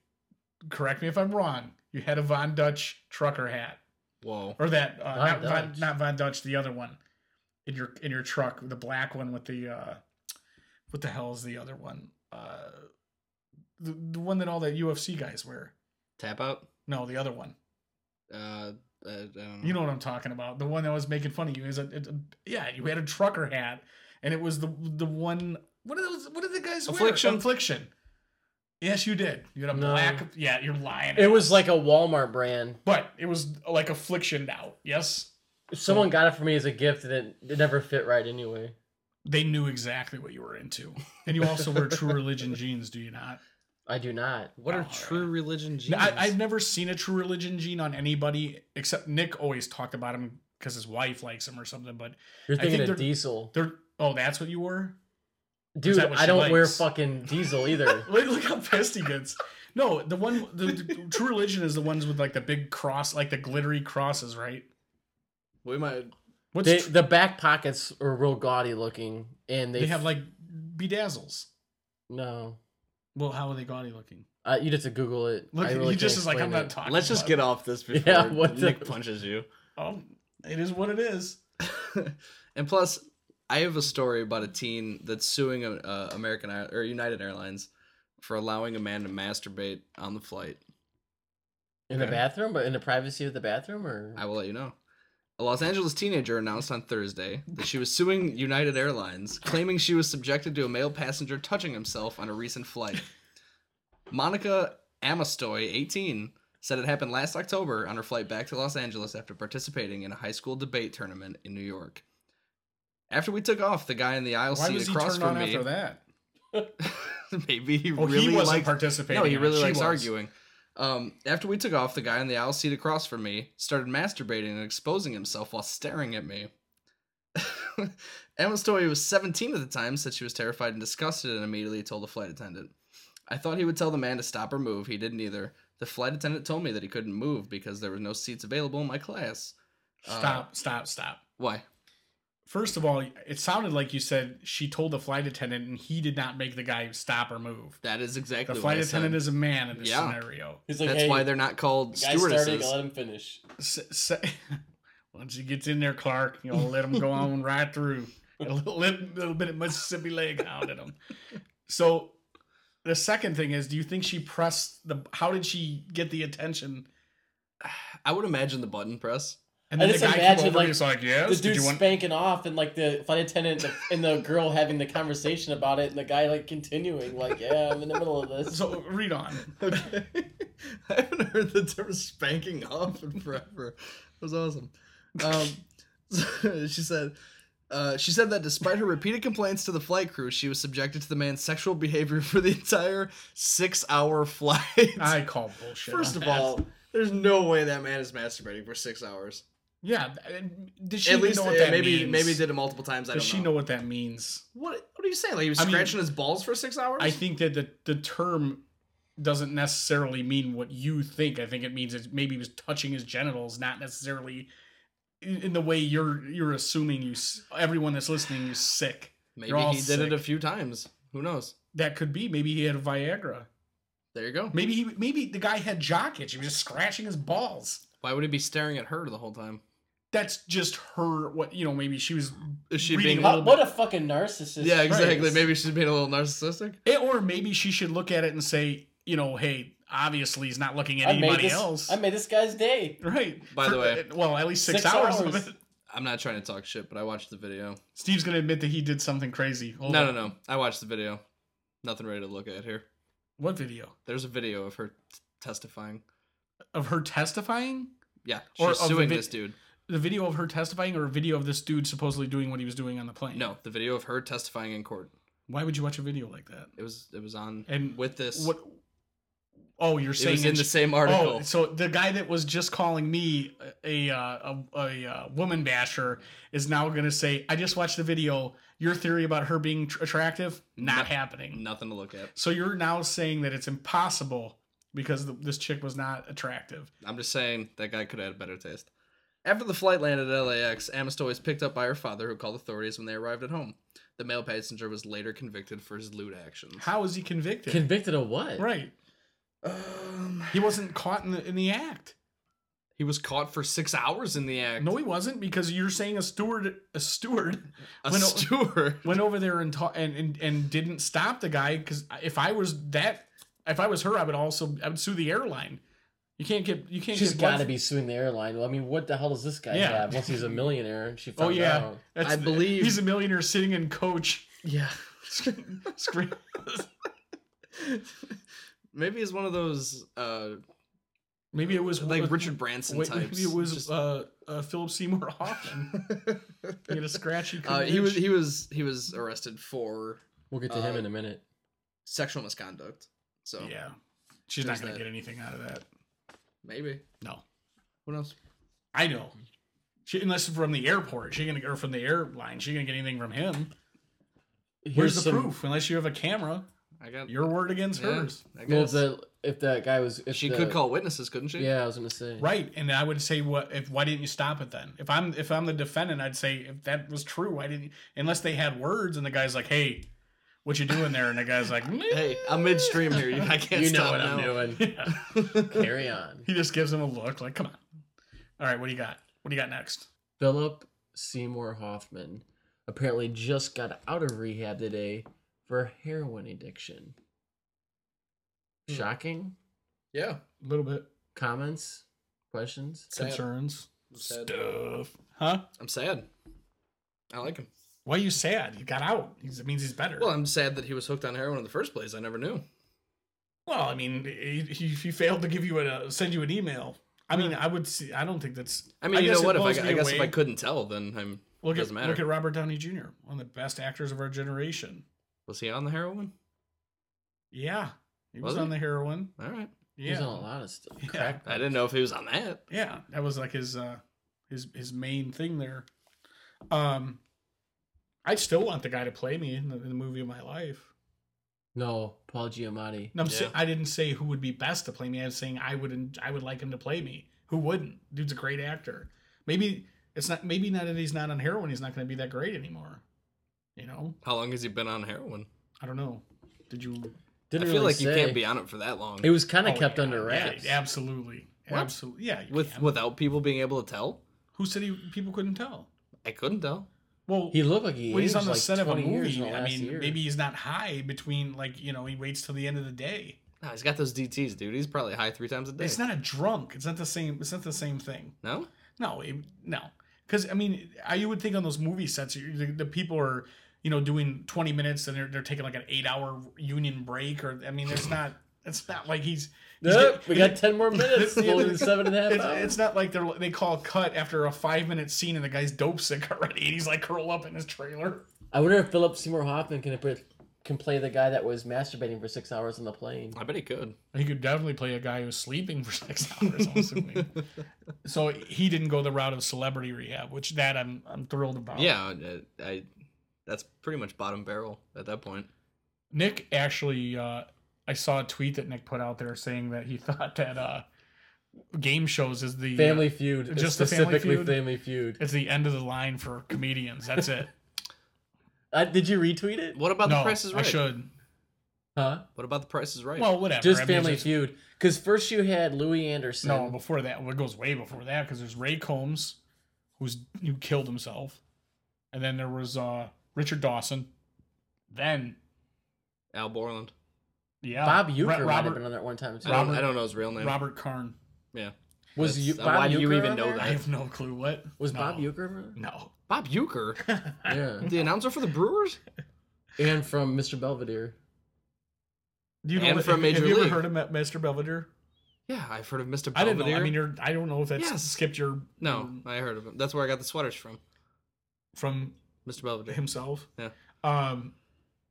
[SPEAKER 1] correct me if I'm wrong. You had a Von Dutch trucker hat
[SPEAKER 3] Whoa.
[SPEAKER 1] or that uh,
[SPEAKER 2] Von
[SPEAKER 1] not, Von,
[SPEAKER 2] Dutch.
[SPEAKER 1] not Von Dutch, the other one in your in your truck, the black one with the uh, what the hell is the other one? Uh, the the one that all the UFC guys wear.
[SPEAKER 3] Tap out?
[SPEAKER 1] No, the other one.
[SPEAKER 3] Uh, I, I don't know.
[SPEAKER 1] You know what I'm talking about? The one that was making fun of you is a, it's a- yeah. You had a trucker hat, and it was the the one. What are those? What are the guys
[SPEAKER 3] Affliction?
[SPEAKER 1] wear? Affliction. Yes, you did. You had a
[SPEAKER 2] No.
[SPEAKER 1] black. Yeah, you're lying.
[SPEAKER 2] It was like a Walmart brand.
[SPEAKER 1] but it was like affliction out. Yes,
[SPEAKER 2] Someone got it for me as a gift, and it, it never fit right anyway.
[SPEAKER 1] they knew exactly what you were into. And you also wear True Religion jeans, do you not?
[SPEAKER 2] I do not.
[SPEAKER 3] What are
[SPEAKER 1] Oh,
[SPEAKER 3] true
[SPEAKER 1] yeah.
[SPEAKER 3] religion jeans?
[SPEAKER 1] No, I, I've never seen a True Religion jean on anybody except Nick always talked about him because his wife likes him or something. But
[SPEAKER 2] You're
[SPEAKER 1] I think
[SPEAKER 2] thinking of
[SPEAKER 1] they're-
[SPEAKER 2] Diesel,
[SPEAKER 1] they're oh, that's what you were.
[SPEAKER 2] dude.
[SPEAKER 1] that what
[SPEAKER 2] I
[SPEAKER 1] she
[SPEAKER 2] don't wear
[SPEAKER 1] likes?
[SPEAKER 2] fucking Diesel either.
[SPEAKER 1] Look, look how pissed he gets. No, the one the, the True Religion is the ones with like the big cross, like the glittery crosses, right?
[SPEAKER 3] We might.
[SPEAKER 1] What's
[SPEAKER 2] They,
[SPEAKER 1] tr-
[SPEAKER 2] the back pockets are real gaudy looking, and they,
[SPEAKER 1] they, have like bedazzles.
[SPEAKER 2] no.
[SPEAKER 1] Well, how are they gaudy looking?
[SPEAKER 2] Uh, you'd have to Google it.
[SPEAKER 1] Look,
[SPEAKER 2] I really
[SPEAKER 1] he just
[SPEAKER 2] can't
[SPEAKER 1] is like, I'm
[SPEAKER 2] explain
[SPEAKER 1] not
[SPEAKER 2] it.
[SPEAKER 1] talking.
[SPEAKER 3] Let's just
[SPEAKER 1] about
[SPEAKER 3] get off this before
[SPEAKER 2] Yeah, what the-
[SPEAKER 3] Nick punches you.
[SPEAKER 1] it. Oh, it is what it is.
[SPEAKER 3] and plus, I have a story about a teen that's suing a, uh, American Air- or United Airlines for allowing a man to masturbate on the flight.
[SPEAKER 2] in the
[SPEAKER 1] Okay.
[SPEAKER 2] bathroom, but in the privacy of the bathroom, or
[SPEAKER 3] I will let you know. A Los Angeles teenager announced on Thursday that she was suing United Airlines, claiming she was subjected to a male passenger touching himself on a recent flight. Monica Amistoy, 18, said it happened last October on her flight back to Los Angeles after participating in a high school debate tournament in New York. After we took off, the guy in the aisle
[SPEAKER 1] Why
[SPEAKER 3] seat
[SPEAKER 1] was he
[SPEAKER 3] across
[SPEAKER 1] turned
[SPEAKER 3] from
[SPEAKER 1] on
[SPEAKER 3] me.
[SPEAKER 1] after that?
[SPEAKER 3] Maybe he
[SPEAKER 1] Oh,
[SPEAKER 3] really
[SPEAKER 1] he wasn't
[SPEAKER 3] liked
[SPEAKER 1] participating.
[SPEAKER 3] no, he
[SPEAKER 1] in it.
[SPEAKER 3] really
[SPEAKER 1] She
[SPEAKER 3] likes
[SPEAKER 1] was.
[SPEAKER 3] arguing. Um, after we took off, the guy in the aisle seat across from me started masturbating and exposing himself while staring at me. Emma Story was 17 at the time, said she was terrified and disgusted, and immediately told the flight attendant. I thought he would tell the man to stop or move. He didn't either. The flight attendant told me that he couldn't move because there were no seats available in my class. Uh,
[SPEAKER 1] Stop! Stop! Stop!
[SPEAKER 3] Why?
[SPEAKER 1] First of all, it sounded like you said she told the flight attendant, and he did not make the guy stop or move.
[SPEAKER 3] That is exactly
[SPEAKER 1] The
[SPEAKER 3] what
[SPEAKER 1] flight
[SPEAKER 3] I said.
[SPEAKER 1] attendant is a man in this
[SPEAKER 3] Yeah.
[SPEAKER 1] scenario.
[SPEAKER 2] he's
[SPEAKER 3] That's why they're not called stewardesses.
[SPEAKER 2] him finish.
[SPEAKER 1] S- s- Once he gets in there, Clark, you'll let him go on right through. A little, little, little bit of Mississippi leg hound at him. So the second thing is, do you think she pressed the? How did she get the attention?
[SPEAKER 3] I would imagine the button press.
[SPEAKER 1] And
[SPEAKER 2] I
[SPEAKER 1] then the
[SPEAKER 2] just
[SPEAKER 1] guy came
[SPEAKER 2] imagine,
[SPEAKER 1] over.
[SPEAKER 2] like,
[SPEAKER 1] and he's like, "Yes,
[SPEAKER 2] The
[SPEAKER 1] did
[SPEAKER 2] dude
[SPEAKER 1] you want?"
[SPEAKER 2] spanking off, and like the flight attendant and the girl having the conversation about it, and the guy like continuing, like, "Yeah, I'm in the middle of this."
[SPEAKER 1] So read on.
[SPEAKER 3] Okay. I haven't heard the term spanking off in forever. It was awesome. Um, she said, uh, she said that despite her repeated complaints to the flight crew, she was subjected to the man's sexual behavior for the entire six-hour flight.
[SPEAKER 1] I call bullshit. on
[SPEAKER 3] First of
[SPEAKER 1] that.
[SPEAKER 3] all, there's no way that man is masturbating for six hours.
[SPEAKER 1] yeah. and Did she
[SPEAKER 3] At
[SPEAKER 1] even
[SPEAKER 3] least
[SPEAKER 1] know what
[SPEAKER 3] eh,
[SPEAKER 1] that
[SPEAKER 3] maybe
[SPEAKER 1] means?
[SPEAKER 3] maybe did it multiple times. I
[SPEAKER 1] Does
[SPEAKER 3] don't
[SPEAKER 1] she
[SPEAKER 3] know.
[SPEAKER 1] know what that means?
[SPEAKER 3] What What are you saying? Like he was
[SPEAKER 1] I mean-
[SPEAKER 3] scratching his balls for six hours?
[SPEAKER 1] I think that the, the term doesn't necessarily mean what you think. I think it means it maybe he was touching his genitals, not necessarily in, in the way you're you're assuming you s- everyone that's listening is sick.
[SPEAKER 3] maybe
[SPEAKER 1] you're all
[SPEAKER 3] he did it
[SPEAKER 1] sick.
[SPEAKER 3] a few times. Who knows?
[SPEAKER 1] That could be. Maybe he had Viagra.
[SPEAKER 3] There you go.
[SPEAKER 1] Maybe he maybe the guy had jock itch. He was just scratching his balls.
[SPEAKER 3] Why would he be staring at her the whole time?
[SPEAKER 1] That's just her. What you know? Maybe she was,
[SPEAKER 3] Is she
[SPEAKER 1] Reading
[SPEAKER 3] being
[SPEAKER 1] up.
[SPEAKER 2] What, what a fucking narcissist!
[SPEAKER 3] Yeah, exactly.
[SPEAKER 2] Christ.
[SPEAKER 3] Maybe she's being a little narcissistic.
[SPEAKER 1] eh, or maybe she should look at it and say, you know, hey, obviously he's not looking at
[SPEAKER 2] I made
[SPEAKER 1] anybody
[SPEAKER 2] this.
[SPEAKER 1] else.
[SPEAKER 2] I made this guy's day.
[SPEAKER 1] right.
[SPEAKER 3] By the way-
[SPEAKER 1] well, at least six,
[SPEAKER 2] Six
[SPEAKER 1] hours of
[SPEAKER 2] hours.
[SPEAKER 1] it.
[SPEAKER 3] I'm not trying to talk shit, but I watched the video.
[SPEAKER 1] Steve's gonna admit that he did something crazy. Hold
[SPEAKER 3] no,
[SPEAKER 1] on.
[SPEAKER 3] no, no. I watched the video. Nothing ready to look at here.
[SPEAKER 1] What video
[SPEAKER 3] There's a video of her t- testifying.
[SPEAKER 1] of her testifying?
[SPEAKER 3] Yeah, she's
[SPEAKER 1] Or of the
[SPEAKER 3] suing
[SPEAKER 1] vid-
[SPEAKER 3] this dude.
[SPEAKER 1] The video of her testifying, or a video of this dude supposedly doing what he was doing on the plane?
[SPEAKER 3] No, the video of her testifying in court.
[SPEAKER 1] Why would you watch a video like that?
[SPEAKER 3] It was it was on
[SPEAKER 1] And
[SPEAKER 3] with this.
[SPEAKER 1] What? Oh, you're
[SPEAKER 3] it
[SPEAKER 1] saying
[SPEAKER 3] was in
[SPEAKER 1] that
[SPEAKER 3] the
[SPEAKER 1] she-
[SPEAKER 3] same article.
[SPEAKER 1] Oh, so the guy that was just calling me a uh, a, a, uh woman basher is now gonna say, "I just watched the video. Your theory about her being tr- attractive not
[SPEAKER 3] No.
[SPEAKER 1] happening."
[SPEAKER 3] Nothing to look at.
[SPEAKER 1] So you're now saying that it's impossible because the, this chick was not attractive.
[SPEAKER 3] I'm just saying that guy could have had a better taste. After the flight landed at LAX, Amistoy was picked up by her father, who called authorities when they arrived at home. The male passenger was later convicted for his lewd actions.
[SPEAKER 1] How is he convicted?
[SPEAKER 2] Convicted of what?
[SPEAKER 1] right.
[SPEAKER 3] Um,
[SPEAKER 1] He wasn't caught in the, in the act.
[SPEAKER 3] He was caught for six hours in the act.
[SPEAKER 1] No, he wasn't because you're saying a steward a steward
[SPEAKER 3] a
[SPEAKER 1] when-
[SPEAKER 3] steward.
[SPEAKER 1] went over there and ta- and, and and didn't stop the guy because if I was that if I was her I would also I would sue the airline. You can't get you can't
[SPEAKER 2] She's
[SPEAKER 1] get
[SPEAKER 2] got to be suing the airline. Well, I mean, what the hell does this guy
[SPEAKER 1] Yeah.
[SPEAKER 2] have? Once he's a millionaire, and she
[SPEAKER 1] Oh
[SPEAKER 2] found
[SPEAKER 1] yeah,
[SPEAKER 2] out.
[SPEAKER 1] That's-
[SPEAKER 3] I believe-
[SPEAKER 1] he's a millionaire sitting in coach.
[SPEAKER 3] Yeah.
[SPEAKER 1] Scream.
[SPEAKER 3] Maybe he's one of those uh
[SPEAKER 1] Maybe it was uh,
[SPEAKER 3] like Richard Branson
[SPEAKER 1] wait,
[SPEAKER 3] types.
[SPEAKER 1] Maybe it was
[SPEAKER 3] Just-
[SPEAKER 1] uh, uh, Philip Seymour Hoffman. he had a scratchy.
[SPEAKER 3] uh, he was he was he was arrested for
[SPEAKER 2] We'll get to him
[SPEAKER 3] Uh,
[SPEAKER 2] in a minute.
[SPEAKER 3] sexual misconduct. So
[SPEAKER 1] yeah. She's not
[SPEAKER 3] There's
[SPEAKER 1] gonna
[SPEAKER 3] that.
[SPEAKER 1] get anything out of that.
[SPEAKER 3] maybe.
[SPEAKER 1] No.
[SPEAKER 3] Who knows?
[SPEAKER 1] I know. She, unless from the airport, she gonna or from the airline, she gonna get anything from him. Where's the
[SPEAKER 2] some-
[SPEAKER 1] proof? Unless you have a camera.
[SPEAKER 3] I got
[SPEAKER 1] Your word against
[SPEAKER 3] yeah,
[SPEAKER 1] hers.
[SPEAKER 3] I
[SPEAKER 2] Well,
[SPEAKER 3] guess.
[SPEAKER 2] if the if that guy was, if
[SPEAKER 3] she
[SPEAKER 2] the-
[SPEAKER 3] could call witnesses, couldn't she?
[SPEAKER 2] Yeah, I was gonna say.
[SPEAKER 1] Right. And I would say what if why didn't you stop it then? If I'm if I'm the defendant, I'd say if that was true, why didn't you unless they had words and the guy's like, Hey, what you doing there? And the guy's like,
[SPEAKER 3] Hey, I'm midstream here. You- I can't
[SPEAKER 2] You know
[SPEAKER 3] stop
[SPEAKER 2] what I'm doing.
[SPEAKER 1] Yeah.
[SPEAKER 2] Carry on.
[SPEAKER 1] He just gives him a look like, come on. All right, what do you got? What do you got next?
[SPEAKER 2] Philip Seymour Hoffman apparently just got out of rehab today for heroin addiction.
[SPEAKER 3] Hmm.
[SPEAKER 2] Shocking
[SPEAKER 3] yeah.
[SPEAKER 1] A little bit.
[SPEAKER 2] comments, questions.
[SPEAKER 3] Sad.
[SPEAKER 1] Concerns.
[SPEAKER 3] I'm sad.
[SPEAKER 1] Stuff. Huh?
[SPEAKER 3] I'm sad. I like him.
[SPEAKER 1] Why are you sad? He got out. He's, it means he's better.
[SPEAKER 3] Well, I'm sad that he was hooked on heroin in the first place. I never knew.
[SPEAKER 1] Well, I mean, he, he, he failed to give you a uh, send you an email. I mean, I would see. I don't think that's.
[SPEAKER 3] I mean, you
[SPEAKER 1] guess
[SPEAKER 3] know
[SPEAKER 1] it
[SPEAKER 3] what? If I,
[SPEAKER 1] blows
[SPEAKER 3] I
[SPEAKER 1] me
[SPEAKER 3] guess if
[SPEAKER 1] away.
[SPEAKER 3] I couldn't tell, then I'm.
[SPEAKER 1] look at
[SPEAKER 3] doesn't matter.
[SPEAKER 1] look at Robert Downey Jr., one of the best actors of our generation.
[SPEAKER 3] Was he on the heroin?
[SPEAKER 1] Yeah, he was,
[SPEAKER 3] Was he?
[SPEAKER 1] on the heroin.
[SPEAKER 3] All right.
[SPEAKER 1] Yeah,
[SPEAKER 2] He's on a lot of stuff.
[SPEAKER 1] Yeah.
[SPEAKER 2] Crack
[SPEAKER 3] I didn't know if he was on that.
[SPEAKER 1] yeah, that was like his uh his his main thing there. Um, I still want the guy to play me in the, in the movie of my life.
[SPEAKER 2] No, Paul Giamatti.
[SPEAKER 1] And I'm sa-
[SPEAKER 3] Yeah.
[SPEAKER 1] I didn't say who would be best to play me. I was saying I wouldn't. I would like him to play me. Who wouldn't? Dude's a great actor. Maybe it's not. Maybe not that he's not on heroin. He's not going to be that great anymore. You know.
[SPEAKER 3] How long has he been on heroin?
[SPEAKER 1] I don't know. Did you?
[SPEAKER 2] Didn't
[SPEAKER 3] I feel
[SPEAKER 2] really
[SPEAKER 3] like you
[SPEAKER 2] say.
[SPEAKER 3] can't be on it for that long
[SPEAKER 2] It was kind of
[SPEAKER 1] Oh,
[SPEAKER 2] kept
[SPEAKER 1] yeah,
[SPEAKER 2] under
[SPEAKER 1] yeah,
[SPEAKER 2] wraps.
[SPEAKER 1] absolutely.
[SPEAKER 3] What?
[SPEAKER 1] Absolutely. Yeah. you
[SPEAKER 3] with
[SPEAKER 1] can.
[SPEAKER 3] without people being able to tell.
[SPEAKER 1] who said he, people couldn't tell?
[SPEAKER 3] I couldn't tell.
[SPEAKER 1] Well,
[SPEAKER 2] He looked like he
[SPEAKER 1] when he's on the
[SPEAKER 2] like
[SPEAKER 1] set of a movie, I mean, maybe
[SPEAKER 2] maybe
[SPEAKER 1] he's not high between like you know he waits till the end of the day.
[SPEAKER 3] No, he's got those DTs, dude. He's probably high three times a day.
[SPEAKER 1] It's not a drunk. It's not the same. It's not the same thing.
[SPEAKER 3] no.
[SPEAKER 1] No, it, no. Because I mean, I, you would think on those movie sets, you- the, the people are, you know, doing twenty minutes and they're, they're taking like an eight-hour union break, or I mean, it's not. It's not like he's. he's
[SPEAKER 2] Nope,
[SPEAKER 1] get-
[SPEAKER 2] we got ten more minutes.
[SPEAKER 1] Yeah,
[SPEAKER 2] Only
[SPEAKER 1] it's-
[SPEAKER 2] seven and a half
[SPEAKER 1] It's,
[SPEAKER 2] hours.
[SPEAKER 1] it's not like they're they call cut after a five minute scene and the guy's dope sick already. And he's like curled up in his trailer.
[SPEAKER 2] I wonder if Philip Seymour Hoffman can put, can play the guy that was masturbating for six hours on the plane.
[SPEAKER 3] I bet he could.
[SPEAKER 1] He could definitely play a guy who's sleeping for six hours. I'm assuming. so he didn't go the route of celebrity rehab, which that I'm I'm thrilled about.
[SPEAKER 3] Yeah, I, I. That's pretty much bottom barrel at that point.
[SPEAKER 1] Nick actually, uh, I saw a tweet that Nick put out there saying that he thought that uh, game shows is the
[SPEAKER 2] Family Feud, is
[SPEAKER 1] Just the Family
[SPEAKER 2] specifically
[SPEAKER 1] Feud?
[SPEAKER 2] Family Feud.
[SPEAKER 1] it's the end of the line for comedians. That's it.
[SPEAKER 2] Uh, did you retweet it?
[SPEAKER 3] What about
[SPEAKER 1] no,
[SPEAKER 3] the Price is
[SPEAKER 1] I
[SPEAKER 3] Right?
[SPEAKER 1] should.
[SPEAKER 2] Huh?
[SPEAKER 3] What about the Price is Right?
[SPEAKER 1] Well, whatever.
[SPEAKER 2] Just
[SPEAKER 1] I mean,
[SPEAKER 2] Family
[SPEAKER 1] it's-
[SPEAKER 2] Feud, because first you had Louis Anderson.
[SPEAKER 1] No, before that, well, it goes way before that because there's Ray Combs, who's who killed himself, and then there was uh, Richard Dawson. Then
[SPEAKER 3] Al Borland.
[SPEAKER 1] yeah,
[SPEAKER 2] Bob
[SPEAKER 1] Ro-
[SPEAKER 2] Uecker might have been
[SPEAKER 1] Robert
[SPEAKER 2] on that one time too.
[SPEAKER 3] I don't, I
[SPEAKER 1] Robert-
[SPEAKER 3] don't know his real name.
[SPEAKER 1] Robert Karn.
[SPEAKER 3] Yeah.
[SPEAKER 2] was
[SPEAKER 3] That's-
[SPEAKER 2] you,
[SPEAKER 3] uh,
[SPEAKER 2] Bob
[SPEAKER 3] why do you
[SPEAKER 2] Uecker
[SPEAKER 3] even
[SPEAKER 2] on
[SPEAKER 3] know
[SPEAKER 2] there?
[SPEAKER 1] I
[SPEAKER 3] that?
[SPEAKER 1] have no clue what
[SPEAKER 2] Was
[SPEAKER 1] no.
[SPEAKER 2] Bob Uecker? on there?
[SPEAKER 1] No,
[SPEAKER 3] Bob Euchre,
[SPEAKER 2] Yeah,
[SPEAKER 3] the announcer for the Brewers.
[SPEAKER 2] and from Mr. Belvedere.
[SPEAKER 1] Do you know
[SPEAKER 3] And
[SPEAKER 1] what-
[SPEAKER 3] from
[SPEAKER 1] have-
[SPEAKER 3] Major
[SPEAKER 1] have you
[SPEAKER 3] League.
[SPEAKER 1] ever heard of Ma- Mr. Belvedere?
[SPEAKER 3] Yeah, I've heard of Mr.
[SPEAKER 1] I
[SPEAKER 3] Belvedere.
[SPEAKER 1] didn't know. I mean, you're. I don't know if that's
[SPEAKER 3] Yes.
[SPEAKER 1] skipped your
[SPEAKER 3] no, I heard of him. That's where I got the sweaters from,
[SPEAKER 1] from
[SPEAKER 3] Mr. Belvedere.
[SPEAKER 1] himself.
[SPEAKER 3] Yeah.
[SPEAKER 1] Um,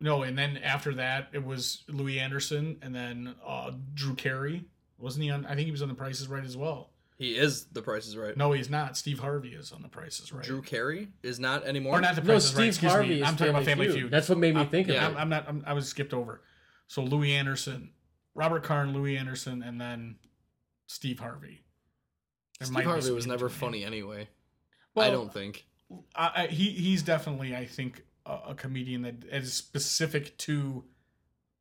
[SPEAKER 1] no, and then after that, it was Louis Anderson, and then uh, Drew Carey. Wasn't he on? I think he was on The Price is Right as well.
[SPEAKER 3] He is the Price is Right.
[SPEAKER 1] No, he's not. Steve Harvey is on The Price is Right.
[SPEAKER 3] Drew Carey is not anymore.
[SPEAKER 1] or not The Price
[SPEAKER 2] No,
[SPEAKER 1] is Right.
[SPEAKER 2] Steve
[SPEAKER 1] Excuse
[SPEAKER 2] Harvey.
[SPEAKER 1] me.
[SPEAKER 2] is
[SPEAKER 1] I'm talking about Family Feud.
[SPEAKER 2] That's what made me think of
[SPEAKER 3] yeah.
[SPEAKER 2] it.
[SPEAKER 1] I'm, I'm not. I'm, I was skipped over. So Louis Anderson, Robert Karn, Louis Anderson, and then Steve Harvey. There might
[SPEAKER 3] Steve
[SPEAKER 1] be
[SPEAKER 3] Harvey
[SPEAKER 1] some
[SPEAKER 3] was
[SPEAKER 1] in
[SPEAKER 3] never
[SPEAKER 1] between.
[SPEAKER 3] funny anyway. I
[SPEAKER 1] Well,
[SPEAKER 3] don't think.
[SPEAKER 1] I, I, he he's definitely I think a, a comedian that is specific to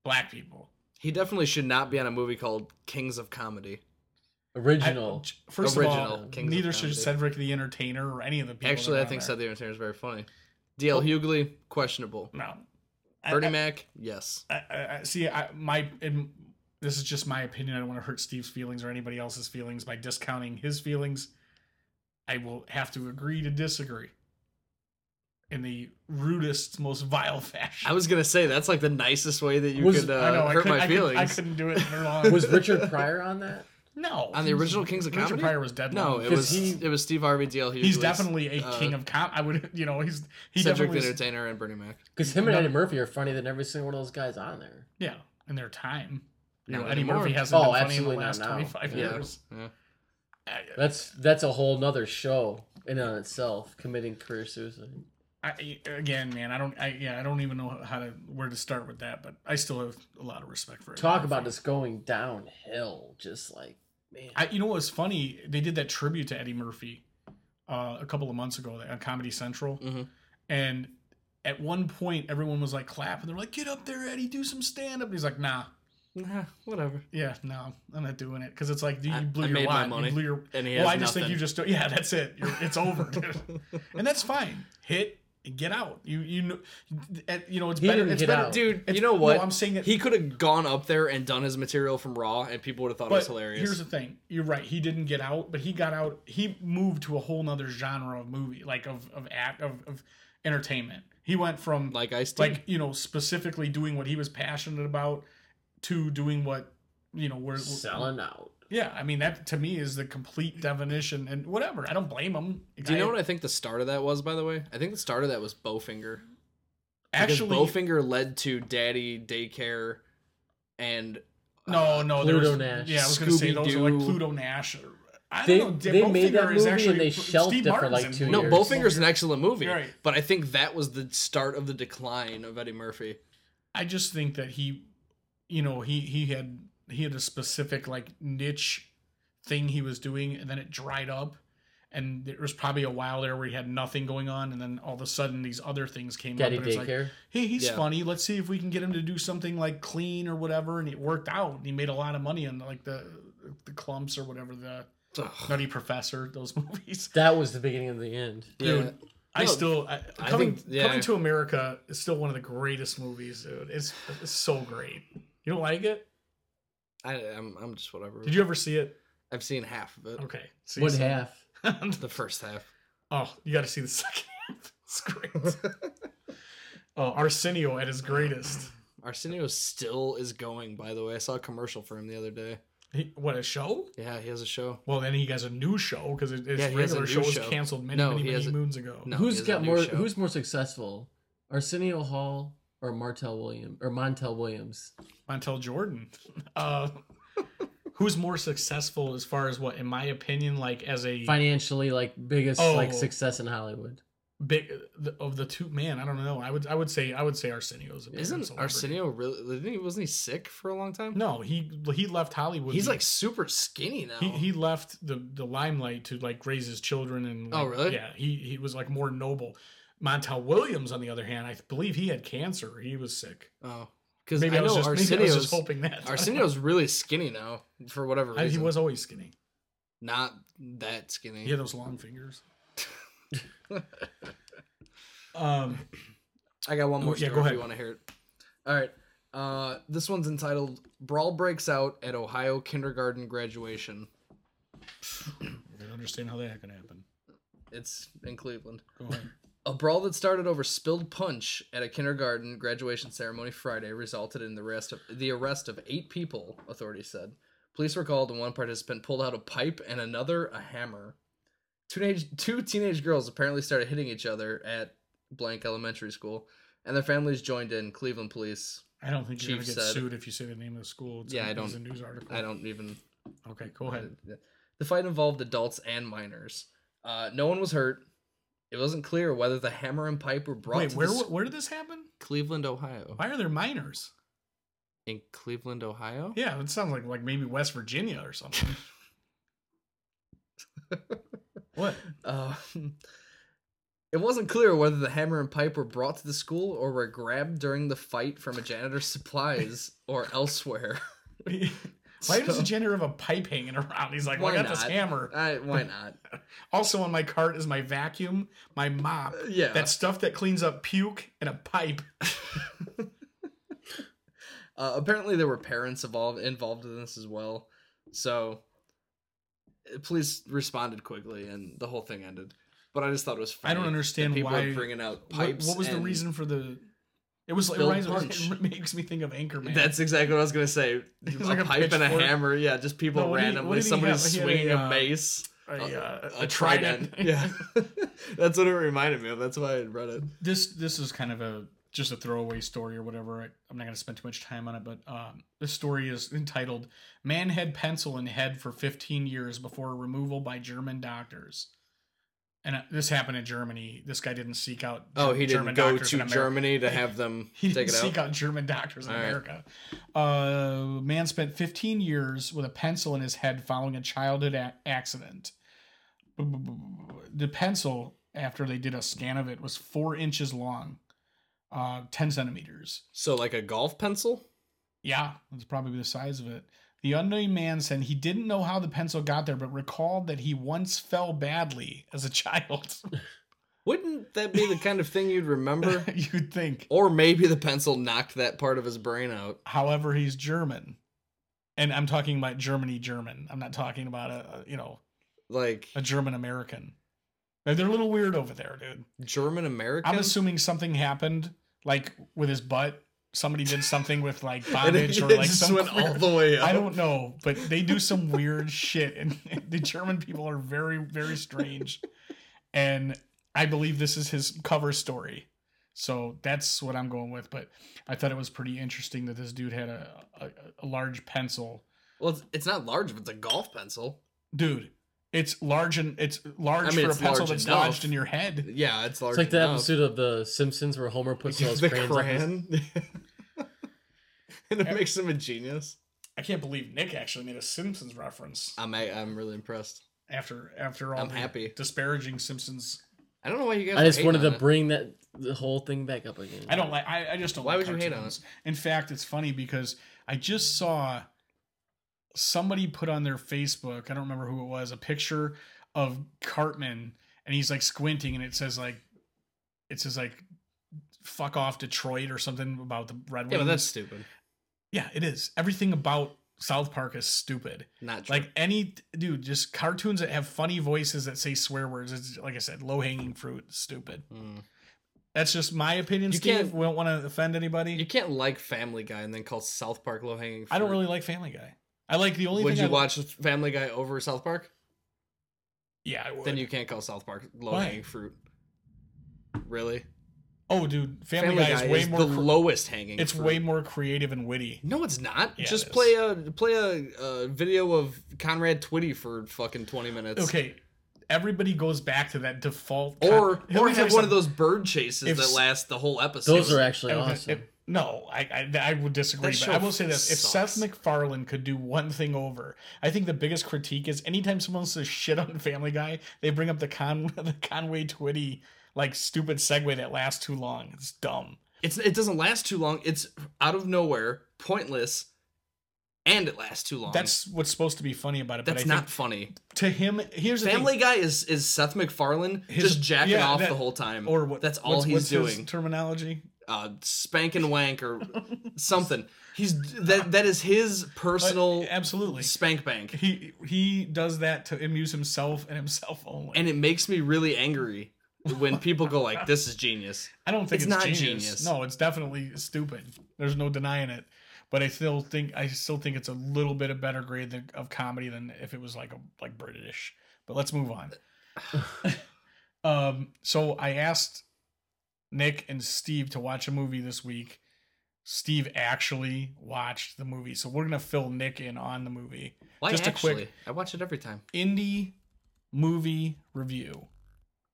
[SPEAKER 1] black people.
[SPEAKER 3] He definitely should not be on a movie called Kings of Comedy.
[SPEAKER 1] I-
[SPEAKER 2] Original.
[SPEAKER 1] j- first of all,
[SPEAKER 3] Original Kings of
[SPEAKER 1] neither should
[SPEAKER 3] Comedy.
[SPEAKER 1] Cedric the Entertainer or any of the people.
[SPEAKER 3] Actually,
[SPEAKER 1] that
[SPEAKER 3] I
[SPEAKER 1] are
[SPEAKER 3] think
[SPEAKER 1] on
[SPEAKER 3] Seth the Entertainer is very funny. DL Hughley, questionable.
[SPEAKER 1] there. No, I-
[SPEAKER 3] Bernie
[SPEAKER 1] I-
[SPEAKER 3] Mac, yes.
[SPEAKER 1] I, I, I- see, I, my and this is just my opinion. I don't want to hurt Steve's feelings or anybody else's feelings by discounting his feelings. I will have to agree to disagree. In the rudest, most vile fashion.
[SPEAKER 3] I was gonna say that's like the nicest way that you
[SPEAKER 2] Was-
[SPEAKER 3] could uh,
[SPEAKER 1] I know, I
[SPEAKER 3] hurt
[SPEAKER 1] couldn't-
[SPEAKER 3] my
[SPEAKER 1] I couldn't-
[SPEAKER 3] feelings.
[SPEAKER 1] I couldn't do it for long.
[SPEAKER 2] was Richard Pryor on that?
[SPEAKER 1] no
[SPEAKER 3] on the original Kings of
[SPEAKER 1] Richard
[SPEAKER 3] Comedy?
[SPEAKER 1] Pryor was dead.
[SPEAKER 3] no,
[SPEAKER 1] long
[SPEAKER 3] it
[SPEAKER 1] ago.
[SPEAKER 3] was
[SPEAKER 2] 'Cause he-
[SPEAKER 3] it was Steve Harvey, DL Hughley.
[SPEAKER 1] he's definitely a
[SPEAKER 3] uh,
[SPEAKER 1] king of com. I would, you know, he's he
[SPEAKER 3] Cedric the
[SPEAKER 1] definitely was-
[SPEAKER 3] Entertainer and Bernie Mac.
[SPEAKER 2] Because him and
[SPEAKER 1] No.
[SPEAKER 2] Eddie Murphy are funnier than every single one of those guys on there.
[SPEAKER 1] yeah in their time. You know,
[SPEAKER 3] Not
[SPEAKER 1] Eddie
[SPEAKER 3] anymore.
[SPEAKER 1] Murphy hasn't
[SPEAKER 2] Oh,
[SPEAKER 1] been funny in the
[SPEAKER 2] absolutely not
[SPEAKER 1] last
[SPEAKER 2] now.
[SPEAKER 1] twenty five
[SPEAKER 2] Yeah.
[SPEAKER 1] years.
[SPEAKER 3] Yeah.
[SPEAKER 1] I-
[SPEAKER 2] That's that's a whole nother show in and of itself. Committing career suicide.
[SPEAKER 1] I, again, man, I don't, I yeah, I don't even know how to where to start with that, but I still have a lot of respect for it.
[SPEAKER 2] Talk about just going downhill, just like man.
[SPEAKER 1] I, you know what's funny? They did that tribute to Eddie Murphy uh, a couple of months ago on Comedy Central,
[SPEAKER 3] Mhm.
[SPEAKER 1] and at one point everyone was like clapping. They're like, "Get up there, Eddie, do some stand up." And he's like, "Nah,
[SPEAKER 3] Nah, whatever.
[SPEAKER 1] yeah, no, I'm not doing it." Because it's like dude,
[SPEAKER 3] I-
[SPEAKER 1] you blew
[SPEAKER 3] I
[SPEAKER 1] your
[SPEAKER 3] made my
[SPEAKER 1] lot,
[SPEAKER 3] money.
[SPEAKER 1] you blew your.
[SPEAKER 3] And he has
[SPEAKER 1] Well, I just
[SPEAKER 3] nothing.
[SPEAKER 1] think you just don't, yeah, that's it. You're, it's over, dude. and that's fine. Hit and get out. You you know, at- you know it's
[SPEAKER 2] He
[SPEAKER 1] better.
[SPEAKER 2] didn't
[SPEAKER 1] It's
[SPEAKER 2] get
[SPEAKER 1] better.
[SPEAKER 2] out.
[SPEAKER 3] Dude,
[SPEAKER 1] It's-
[SPEAKER 3] you know
[SPEAKER 1] no,
[SPEAKER 3] what?
[SPEAKER 1] I'm saying that
[SPEAKER 3] He could have gone up there and done his material from Raw, and people would have thought it was
[SPEAKER 1] But
[SPEAKER 3] hilarious.
[SPEAKER 1] here's the thing: you're right. He didn't get out, but he got out. He moved to a whole nother genre of movie, like of of act of, of entertainment. He went from like,
[SPEAKER 3] like Ice T. Like,
[SPEAKER 1] you know specifically doing what he was passionate about to doing what you know we're
[SPEAKER 2] selling out.
[SPEAKER 1] Yeah, I mean that to me is the complete definition, and whatever. I don't blame him.
[SPEAKER 3] Do you know what I think the start of that was? By the way, I think the start of that was Bowfinger. Actually,
[SPEAKER 1] actually?
[SPEAKER 3] Bowfinger led to Daddy Daycare, and uh,
[SPEAKER 1] no, no, there
[SPEAKER 2] Pluto
[SPEAKER 1] was,
[SPEAKER 2] Nash.
[SPEAKER 1] Yeah, I was gonna say those are like
[SPEAKER 3] Scooby-Doo.
[SPEAKER 1] Pluto Nash. Or, I
[SPEAKER 2] They-
[SPEAKER 1] don't know.
[SPEAKER 2] they made that
[SPEAKER 1] Bowfinger is
[SPEAKER 2] movie and
[SPEAKER 1] actually
[SPEAKER 2] they
[SPEAKER 1] Steve
[SPEAKER 2] shelved it for,
[SPEAKER 1] Martin's
[SPEAKER 2] like,
[SPEAKER 1] in
[SPEAKER 2] two
[SPEAKER 1] Pluto
[SPEAKER 3] no,
[SPEAKER 2] years.
[SPEAKER 1] Nash.
[SPEAKER 3] Bowfinger's an excellent movie.
[SPEAKER 1] You're right.
[SPEAKER 3] But I think that was the start of the decline of Eddie Murphy.
[SPEAKER 1] I just think that he, you know, he he had he had a specific like niche thing he was doing, and then it dried up, and there was probably a while there where he had nothing going on, and then all of a sudden these other things came
[SPEAKER 2] Daddy
[SPEAKER 1] up, and it's like,
[SPEAKER 2] daycare.
[SPEAKER 1] hey, he's
[SPEAKER 3] Yeah.
[SPEAKER 1] funny. Let's see if we can get him to do something like clean or whatever, and it worked out. He made a lot of money on like the the clumps or whatever the
[SPEAKER 3] Ugh.
[SPEAKER 1] Nutty Professor those movies.
[SPEAKER 2] that was the beginning of the end.
[SPEAKER 1] Dude,
[SPEAKER 3] Yeah.
[SPEAKER 1] I
[SPEAKER 3] No,
[SPEAKER 1] still I,
[SPEAKER 3] I
[SPEAKER 1] coming
[SPEAKER 3] think- yeah.
[SPEAKER 1] coming to America is still one of the greatest movies, dude. It's, it's so great. You don't like it?
[SPEAKER 3] I, I'm, I'm just whatever.
[SPEAKER 1] Did you ever see it?
[SPEAKER 3] I've seen half of it.
[SPEAKER 1] Okay. See,
[SPEAKER 2] What
[SPEAKER 1] so-
[SPEAKER 2] half?
[SPEAKER 3] The first half.
[SPEAKER 1] oh, you got to see the second half. It's great. oh, Arsenio at his greatest.
[SPEAKER 3] Arsenio still is going. By the way, I saw a commercial for him the other day.
[SPEAKER 1] He, what a show!
[SPEAKER 3] Yeah, he has a show.
[SPEAKER 1] Well, then he has a new show because his
[SPEAKER 3] Yeah, he has
[SPEAKER 1] regular
[SPEAKER 3] a new
[SPEAKER 1] show was
[SPEAKER 3] show.
[SPEAKER 1] canceled many,
[SPEAKER 3] No,
[SPEAKER 1] many,
[SPEAKER 3] he has
[SPEAKER 1] many
[SPEAKER 3] a-
[SPEAKER 1] moons ago.
[SPEAKER 3] No, he
[SPEAKER 2] who's
[SPEAKER 3] has a
[SPEAKER 2] got
[SPEAKER 3] new
[SPEAKER 2] more?
[SPEAKER 3] show.
[SPEAKER 2] Who's more successful, Arsenio Hall or Martel Williams or Montel Williams?
[SPEAKER 1] Montel Jordan. Uh, who's more successful as far as what, in my opinion, like as a
[SPEAKER 2] Financially, like biggest
[SPEAKER 1] Oh.
[SPEAKER 2] like success in Hollywood.
[SPEAKER 1] big the, of the two? Man, I don't know. I would I would say I would say Arsenio's. a bigger
[SPEAKER 3] Isn't
[SPEAKER 1] celebrity.
[SPEAKER 3] Arsenio really? Didn't he, wasn't he sick for a long time?
[SPEAKER 1] No, he he left Hollywood.
[SPEAKER 3] he's like super skinny now.
[SPEAKER 1] he, he left the the limelight to like raise his children and like,
[SPEAKER 3] Oh, really?
[SPEAKER 1] yeah he he was like more noble montel williams on the other hand i believe he had cancer he was sick
[SPEAKER 3] oh, because I
[SPEAKER 1] maybe i, was
[SPEAKER 3] know
[SPEAKER 1] just maybe I was just
[SPEAKER 3] Arsenio's
[SPEAKER 1] hoping that
[SPEAKER 3] Arsenio's really skinny now for whatever
[SPEAKER 1] I-
[SPEAKER 3] reason.
[SPEAKER 1] he was always skinny
[SPEAKER 3] not that skinny.
[SPEAKER 1] he had those long fingers um
[SPEAKER 3] I got one more.
[SPEAKER 1] Oh, yeah,
[SPEAKER 3] story
[SPEAKER 1] go ahead.
[SPEAKER 3] If you want to hear it? All right. Uh, this one's entitled "Brawl Breaks Out at Ohio Kindergarten Graduation."
[SPEAKER 1] i don't understand how that can happen
[SPEAKER 3] It's in Cleveland.
[SPEAKER 1] go ahead
[SPEAKER 3] A brawl that started over spilled punch at a kindergarten graduation ceremony Friday resulted in the arrest of the arrest of eight people, authorities said. Police were called and one participant pulled out a pipe and another a hammer. Teenage two teenage girls apparently started hitting each other at blank elementary school, and their families joined in. Cleveland police.
[SPEAKER 1] i don't think you're gonna
[SPEAKER 3] Chief
[SPEAKER 1] get
[SPEAKER 3] said-
[SPEAKER 1] sued if you say the name of the school it's
[SPEAKER 3] Yeah,
[SPEAKER 1] a,
[SPEAKER 3] I
[SPEAKER 1] it's a
[SPEAKER 3] don't-
[SPEAKER 1] news article
[SPEAKER 3] I don't even
[SPEAKER 1] okay go ahead
[SPEAKER 3] The fight involved adults and minors. Uh, no one was hurt. It wasn't clear whether the hammer and pipe were brought
[SPEAKER 1] wait
[SPEAKER 3] to
[SPEAKER 1] where
[SPEAKER 3] the sc-
[SPEAKER 1] where did this happen
[SPEAKER 3] Cleveland, Ohio.
[SPEAKER 1] why are there minors
[SPEAKER 3] In Cleveland, Ohio?
[SPEAKER 1] yeah it sounds like like maybe west virginia or something what
[SPEAKER 3] Uh, it wasn't clear whether the hammer and pipe were brought to the school or were grabbed during the fight from a janitor's supplies or elsewhere.
[SPEAKER 1] Why does
[SPEAKER 3] So-
[SPEAKER 1] the janitor have a pipe hanging around? He's like, well, I
[SPEAKER 3] Why
[SPEAKER 1] got this
[SPEAKER 3] not?
[SPEAKER 1] hammer.
[SPEAKER 3] I, why not?
[SPEAKER 1] Also on my cart is my vacuum, my mop,
[SPEAKER 3] Yeah.
[SPEAKER 1] that stuff that cleans up puke, and a pipe.
[SPEAKER 3] Uh, apparently, there were parents involved involved in this as well. So, uh, police responded quickly, and the whole thing ended. But I just thought it was. Funny
[SPEAKER 1] I don't understand
[SPEAKER 3] that people are
[SPEAKER 1] why-
[SPEAKER 3] bringing out
[SPEAKER 1] What-
[SPEAKER 3] pipes.
[SPEAKER 1] What, was the
[SPEAKER 3] and-
[SPEAKER 1] reason for the? It was it,
[SPEAKER 3] Spilled
[SPEAKER 1] reminds,
[SPEAKER 3] punch.
[SPEAKER 1] it makes me think of Anchorman.
[SPEAKER 3] That's exactly what I was gonna say.
[SPEAKER 1] It's
[SPEAKER 3] A
[SPEAKER 1] like a
[SPEAKER 3] pipe and a
[SPEAKER 1] pitchfork.
[SPEAKER 3] hammer. Yeah, just people
[SPEAKER 1] No, what did he- what
[SPEAKER 3] randomly.
[SPEAKER 1] did he
[SPEAKER 3] Somebody's
[SPEAKER 1] have? He had a,
[SPEAKER 3] swinging a,
[SPEAKER 1] uh,
[SPEAKER 3] mace,
[SPEAKER 1] a, uh,
[SPEAKER 3] a, trident. yeah, that's what it reminded me of. That's why I read it.
[SPEAKER 1] this this is kind of a just a throwaway story or whatever. I, I'm not going to spend too much time on it, but um, this story is entitled "Man Had Pencil in Head for 15 Years Before Removal by German Doctors." and uh, this happened in Germany. This guy didn't seek out.
[SPEAKER 3] Oh, he didn't
[SPEAKER 1] German
[SPEAKER 3] go
[SPEAKER 1] doctors in
[SPEAKER 3] to
[SPEAKER 1] America.
[SPEAKER 3] Germany to have them
[SPEAKER 1] He
[SPEAKER 3] take
[SPEAKER 1] didn't
[SPEAKER 3] it
[SPEAKER 1] seek
[SPEAKER 3] out.
[SPEAKER 1] out German doctors in
[SPEAKER 3] All right.
[SPEAKER 1] America. Uh, man spent 15 years with a pencil in his head following a childhood a- accident. The pencil, after they did a scan of it, was four inches long, uh, 10 centimeters.
[SPEAKER 3] So like a golf pencil?
[SPEAKER 1] Yeah, that's probably the size of it. The unknown man said he didn't know how the pencil got there, but recalled that he once fell badly as a child.
[SPEAKER 3] Wouldn't that be the kind of thing you'd remember?
[SPEAKER 1] You'd think.
[SPEAKER 3] Or maybe the pencil knocked that part of his brain out.
[SPEAKER 1] However, he's German. And I'm talking about Germany German. I'm not talking about a, a you know,
[SPEAKER 3] Like
[SPEAKER 1] a German American. They're they're a little weird over there, dude.
[SPEAKER 3] German American.
[SPEAKER 1] I'm assuming something happened, like with his butt. Somebody did something with like
[SPEAKER 3] And it-
[SPEAKER 1] bondage or
[SPEAKER 3] it
[SPEAKER 1] like
[SPEAKER 3] just
[SPEAKER 1] some
[SPEAKER 3] went all
[SPEAKER 1] weird-
[SPEAKER 3] the way up.
[SPEAKER 1] I don't know, but they do some weird shit, and the German people are very, very strange. And I believe this is his cover story, so that's what I'm going with. But I thought it was pretty interesting that this dude had a a, a large pencil,
[SPEAKER 3] Well, it's, it's not large, but it's a golf pencil.
[SPEAKER 1] dude. It's large and it's large
[SPEAKER 3] I mean,
[SPEAKER 1] for a
[SPEAKER 3] it's
[SPEAKER 1] pencil
[SPEAKER 3] large
[SPEAKER 1] that's
[SPEAKER 3] enough.
[SPEAKER 1] lodged in your head.
[SPEAKER 3] Yeah, it's large.
[SPEAKER 2] It's like the
[SPEAKER 3] enough.
[SPEAKER 2] episode of The Simpsons where Homer puts all his
[SPEAKER 3] the
[SPEAKER 2] crayons on his-
[SPEAKER 3] crayon. and it makes him a genius.
[SPEAKER 1] I can't believe Nick actually made a Simpsons reference
[SPEAKER 3] I'm I, I'm really impressed.
[SPEAKER 1] after after all
[SPEAKER 3] I'm
[SPEAKER 1] the
[SPEAKER 3] happy.
[SPEAKER 1] disparaging Simpsons.
[SPEAKER 3] I don't know why you guys.
[SPEAKER 2] I
[SPEAKER 3] are
[SPEAKER 2] just
[SPEAKER 3] hating
[SPEAKER 2] wanted to
[SPEAKER 3] on it.
[SPEAKER 2] bring that the whole thing back up again.
[SPEAKER 1] I don't like. I, I just don't.
[SPEAKER 3] Why
[SPEAKER 1] like
[SPEAKER 3] would you hate on
[SPEAKER 1] cartoons. In fact, it's funny because I just saw somebody put on their Facebook. I don't remember who it was. A picture of Cartman, and he's like squinting, and it says like, it says like, "fuck off Detroit" or something about the Red Wings.
[SPEAKER 3] Yeah, but that's stupid.
[SPEAKER 1] yeah, it is. Everything about South Park is stupid.
[SPEAKER 3] Not true.
[SPEAKER 1] Like any dude, just cartoons that have funny voices that say swear words. It's like I said, low hanging fruit. Stupid.
[SPEAKER 3] Mm.
[SPEAKER 1] That's just my opinion,
[SPEAKER 3] You
[SPEAKER 1] Steve.
[SPEAKER 3] can't-
[SPEAKER 1] We don't want to offend anybody.
[SPEAKER 3] You can't like Family Guy and then call South Park low hanging.
[SPEAKER 1] I don't really like Family Guy. I like the only
[SPEAKER 3] Would
[SPEAKER 1] thing
[SPEAKER 3] you
[SPEAKER 1] I-
[SPEAKER 3] watch Family Guy over South Park?
[SPEAKER 1] Yeah, I would.
[SPEAKER 3] Then you can't call South Park low
[SPEAKER 1] Why?
[SPEAKER 3] hanging fruit. Really?
[SPEAKER 1] oh, dude, Family, Guy, is way more.
[SPEAKER 3] the
[SPEAKER 1] cre-
[SPEAKER 3] lowest hanging.
[SPEAKER 1] it's
[SPEAKER 3] fruit.
[SPEAKER 1] way more creative and witty.
[SPEAKER 3] No, it's not.
[SPEAKER 1] Yeah, it
[SPEAKER 3] Just
[SPEAKER 1] is.
[SPEAKER 3] play a play a, uh video of Conrad Twitty for fucking twenty minutes.
[SPEAKER 1] Okay, everybody goes back to that default. con-
[SPEAKER 3] Or
[SPEAKER 1] Let me
[SPEAKER 3] or
[SPEAKER 1] tell
[SPEAKER 3] have
[SPEAKER 1] you
[SPEAKER 3] one of
[SPEAKER 1] something.
[SPEAKER 3] those bird chases
[SPEAKER 1] If
[SPEAKER 3] that
[SPEAKER 1] s-
[SPEAKER 3] last the whole episode.
[SPEAKER 2] Those are actually
[SPEAKER 1] I would-
[SPEAKER 2] awesome.
[SPEAKER 1] if- no, I, I I would disagree. But
[SPEAKER 3] That show
[SPEAKER 1] I will say this: if
[SPEAKER 3] sucks.
[SPEAKER 1] Seth MacFarlane could do one thing over, I think the biggest critique is anytime someone says shit on Family Guy, they bring up the con the Conway Twitty like stupid segue that lasts too long. It's dumb.
[SPEAKER 3] it's it doesn't last too long. It's out of nowhere, pointless, and it lasts too long.
[SPEAKER 1] That's what's supposed to be funny about it. but
[SPEAKER 3] that's
[SPEAKER 1] I
[SPEAKER 3] not
[SPEAKER 1] think
[SPEAKER 3] funny.
[SPEAKER 1] to him. Here's the thing.
[SPEAKER 3] Family Guy is is Seth MacFarlane
[SPEAKER 1] His-
[SPEAKER 3] just jacking
[SPEAKER 1] yeah,
[SPEAKER 3] off
[SPEAKER 1] that-
[SPEAKER 3] the whole time,
[SPEAKER 1] or what
[SPEAKER 3] That's all
[SPEAKER 1] what's-
[SPEAKER 3] he's
[SPEAKER 1] what's his
[SPEAKER 3] doing.
[SPEAKER 1] terminology
[SPEAKER 3] uh, spank and wank or something. He's that that is his personal
[SPEAKER 1] Uh, absolutely
[SPEAKER 3] spank bank,
[SPEAKER 1] he he does that to amuse himself and himself only
[SPEAKER 3] and it makes me really angry when people go like, "This is genius."
[SPEAKER 1] i don't think
[SPEAKER 3] it's
[SPEAKER 1] it's,
[SPEAKER 3] not
[SPEAKER 1] genius.
[SPEAKER 3] genius.
[SPEAKER 1] no it's definitely stupid there's no denying it but i still think i still think it's a little bit a better grade than, of comedy than if it was like a like british but let's move on um so i asked nick and steve to watch a movie this week steve actually watched the movie so we're gonna fill nick in on the movie
[SPEAKER 3] Why
[SPEAKER 1] Just a
[SPEAKER 3] actually?
[SPEAKER 1] quick-
[SPEAKER 3] I watch it every time.
[SPEAKER 1] indie movie review.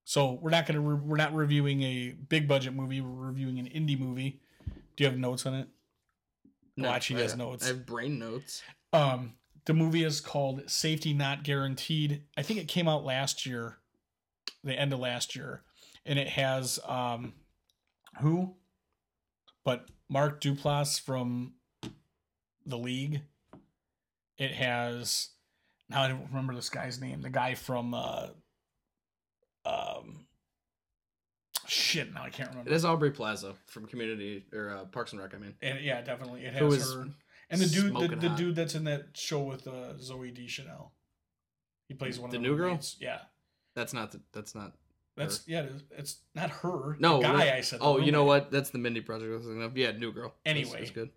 [SPEAKER 1] So we're not gonna re- we're not reviewing a big budget movie. We're reviewing an indie movie. Do you have notes on it? Watch, he
[SPEAKER 3] I-
[SPEAKER 1] has notes.
[SPEAKER 3] I have brain notes.
[SPEAKER 1] Um, the movie is called Safety Not Guaranteed. I think it came out last year, the end of last year, and it has um, who? But Mark Duplass from the league. It has now I don't remember this guy's name. The guy from uh, um, shit. Now I can't
[SPEAKER 3] It
[SPEAKER 1] remember.
[SPEAKER 3] is Aubrey Plaza from Community or uh, Parks and Rec. I mean,
[SPEAKER 1] And, yeah, definitely. It
[SPEAKER 3] Who
[SPEAKER 1] has
[SPEAKER 3] is
[SPEAKER 1] her. And the dude, the,
[SPEAKER 3] smoking
[SPEAKER 1] the
[SPEAKER 3] hot.
[SPEAKER 1] dude that's in that show with uh, Zoe Deschanel, he plays one
[SPEAKER 3] The
[SPEAKER 1] of
[SPEAKER 3] new girl?
[SPEAKER 1] roommates. Yeah,
[SPEAKER 3] that's not the, that's not.
[SPEAKER 1] that's
[SPEAKER 3] Her.
[SPEAKER 1] yeah. It's, it's not her.
[SPEAKER 3] No,
[SPEAKER 1] the guy.
[SPEAKER 3] we're-
[SPEAKER 1] I said. the
[SPEAKER 3] Oh, you know
[SPEAKER 1] roommate.
[SPEAKER 3] what? That's the Mindy Project. I was thinking of. Yeah, New Girl. That's-
[SPEAKER 1] Anyway.
[SPEAKER 3] that's good.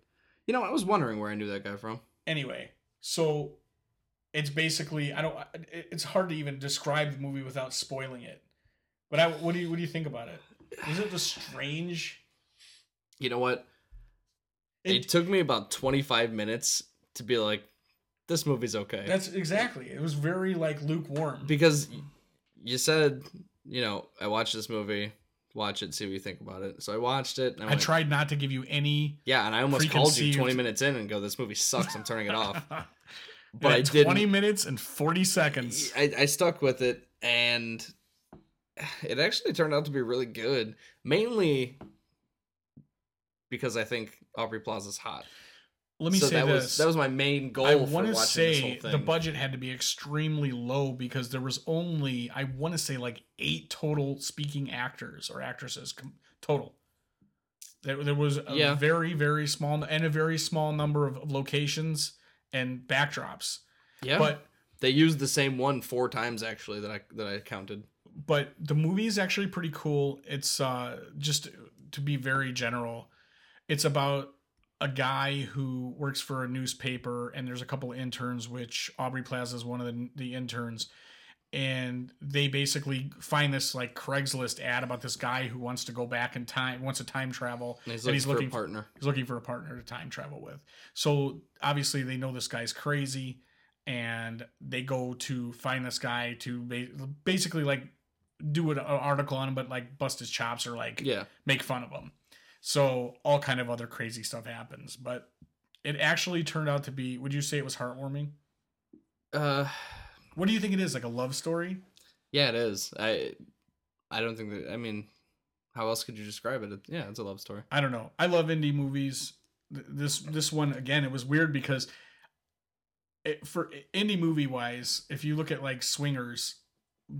[SPEAKER 3] You know, I was wondering where I knew that guy from.
[SPEAKER 1] Anyway, so it's basically I don't. it- It's hard to even describe the movie without spoiling it. But I, what do you what do you think about it? Is it just strange?
[SPEAKER 3] You know what? It,
[SPEAKER 1] It,
[SPEAKER 3] took me about 25 minutes to be like, this movie's okay.
[SPEAKER 1] that's exactly. It was very like lukewarm.
[SPEAKER 3] because y- you said you know, I watched this movie, watch it, see what you think about it. So I watched it. And I
[SPEAKER 1] I tried not to give you any.
[SPEAKER 3] Yeah, and I almost called you
[SPEAKER 1] preconceived-
[SPEAKER 3] 20 minutes in and go, "This movie sucks. I'm turning it off." But I didn't.
[SPEAKER 1] Twenty minutes and forty seconds.
[SPEAKER 3] I, I stuck with it, and it actually turned out to be really good. Mainly because I think Aubrey Plaza's hot.
[SPEAKER 1] Let me
[SPEAKER 3] so
[SPEAKER 1] say
[SPEAKER 3] that
[SPEAKER 1] this.
[SPEAKER 3] was that was my main goal
[SPEAKER 1] I
[SPEAKER 3] for
[SPEAKER 1] want
[SPEAKER 3] watching
[SPEAKER 1] to
[SPEAKER 3] this whole
[SPEAKER 1] say
[SPEAKER 3] thing.
[SPEAKER 1] the budget had to be extremely low because there was only I want to say like eight total speaking actors or actresses com- total. There, there was a
[SPEAKER 3] Yeah.
[SPEAKER 1] very very small and a very small number of, of locations and backdrops.
[SPEAKER 3] yeah,
[SPEAKER 1] But
[SPEAKER 3] they used the same one four times actually that I that I counted.
[SPEAKER 1] but the movie is actually pretty cool. It's uh just to be very general, it's about a guy who works for a newspaper and there's a couple of interns which Aubrey Plaza is one of the, the interns and they basically find this like Craigslist ad about this guy who wants to go back in time wants to time travel
[SPEAKER 3] And he's
[SPEAKER 1] And
[SPEAKER 3] looking
[SPEAKER 1] he's
[SPEAKER 3] for
[SPEAKER 1] looking
[SPEAKER 3] a
[SPEAKER 1] for-
[SPEAKER 3] partner.
[SPEAKER 1] He's looking for a partner to time travel with. So obviously they know this guy's crazy, and they go to find this guy to ba- basically like do an article on him, but like bust his chops or like
[SPEAKER 3] yeah,
[SPEAKER 1] make fun of him. So all kind of other crazy stuff happens, but it actually turned out to be. Would you say it was heartwarming?
[SPEAKER 3] uh,
[SPEAKER 1] What do you think it is? Like a love story?
[SPEAKER 3] yeah, it is. I I don't think that. I mean, how else could you describe it? It- Yeah, it's a love story.
[SPEAKER 1] I don't know. I love indie movies. Th- This this one again, it was weird because it, for indie movie wise, if you look at like Swingers,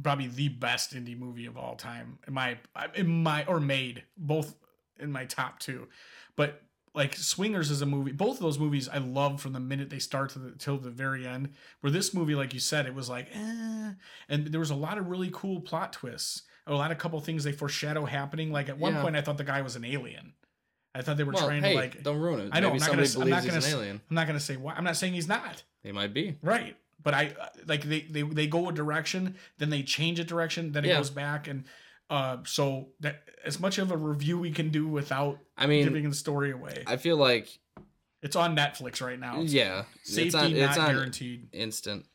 [SPEAKER 1] probably the best indie movie of all time in my in my or made both in my top two, but like Swingers is a movie. Both of those movies I love from the minute they start to the till the very end. Where this movie, like you said, it was like, eh. and there was a lot of really cool plot twists. A lot of couple things they foreshadow happening. Like at one
[SPEAKER 3] Yeah.
[SPEAKER 1] point, I thought the guy was an alien. I thought they were
[SPEAKER 3] well,
[SPEAKER 1] trying
[SPEAKER 3] hey,
[SPEAKER 1] to like.
[SPEAKER 3] don't ruin it.
[SPEAKER 1] I know,
[SPEAKER 3] Maybe
[SPEAKER 1] I'm not gonna
[SPEAKER 3] somebody
[SPEAKER 1] s- I'm
[SPEAKER 3] believes
[SPEAKER 1] not
[SPEAKER 3] he's
[SPEAKER 1] gonna
[SPEAKER 3] an
[SPEAKER 1] s-
[SPEAKER 3] alien.
[SPEAKER 1] I'm not gonna say why. I'm not saying he's not
[SPEAKER 3] They might be.
[SPEAKER 1] right, but I like they they they go a direction, then they change a direction, then it
[SPEAKER 3] Yeah.
[SPEAKER 1] goes back, and uh, so that as much of a review we can do without
[SPEAKER 3] I mean,
[SPEAKER 1] giving the story away.
[SPEAKER 3] I feel like
[SPEAKER 1] it's on Netflix right now. It's
[SPEAKER 3] yeah,
[SPEAKER 1] Safety
[SPEAKER 3] it's on,
[SPEAKER 1] not
[SPEAKER 3] it's on
[SPEAKER 1] guaranteed.
[SPEAKER 3] instant.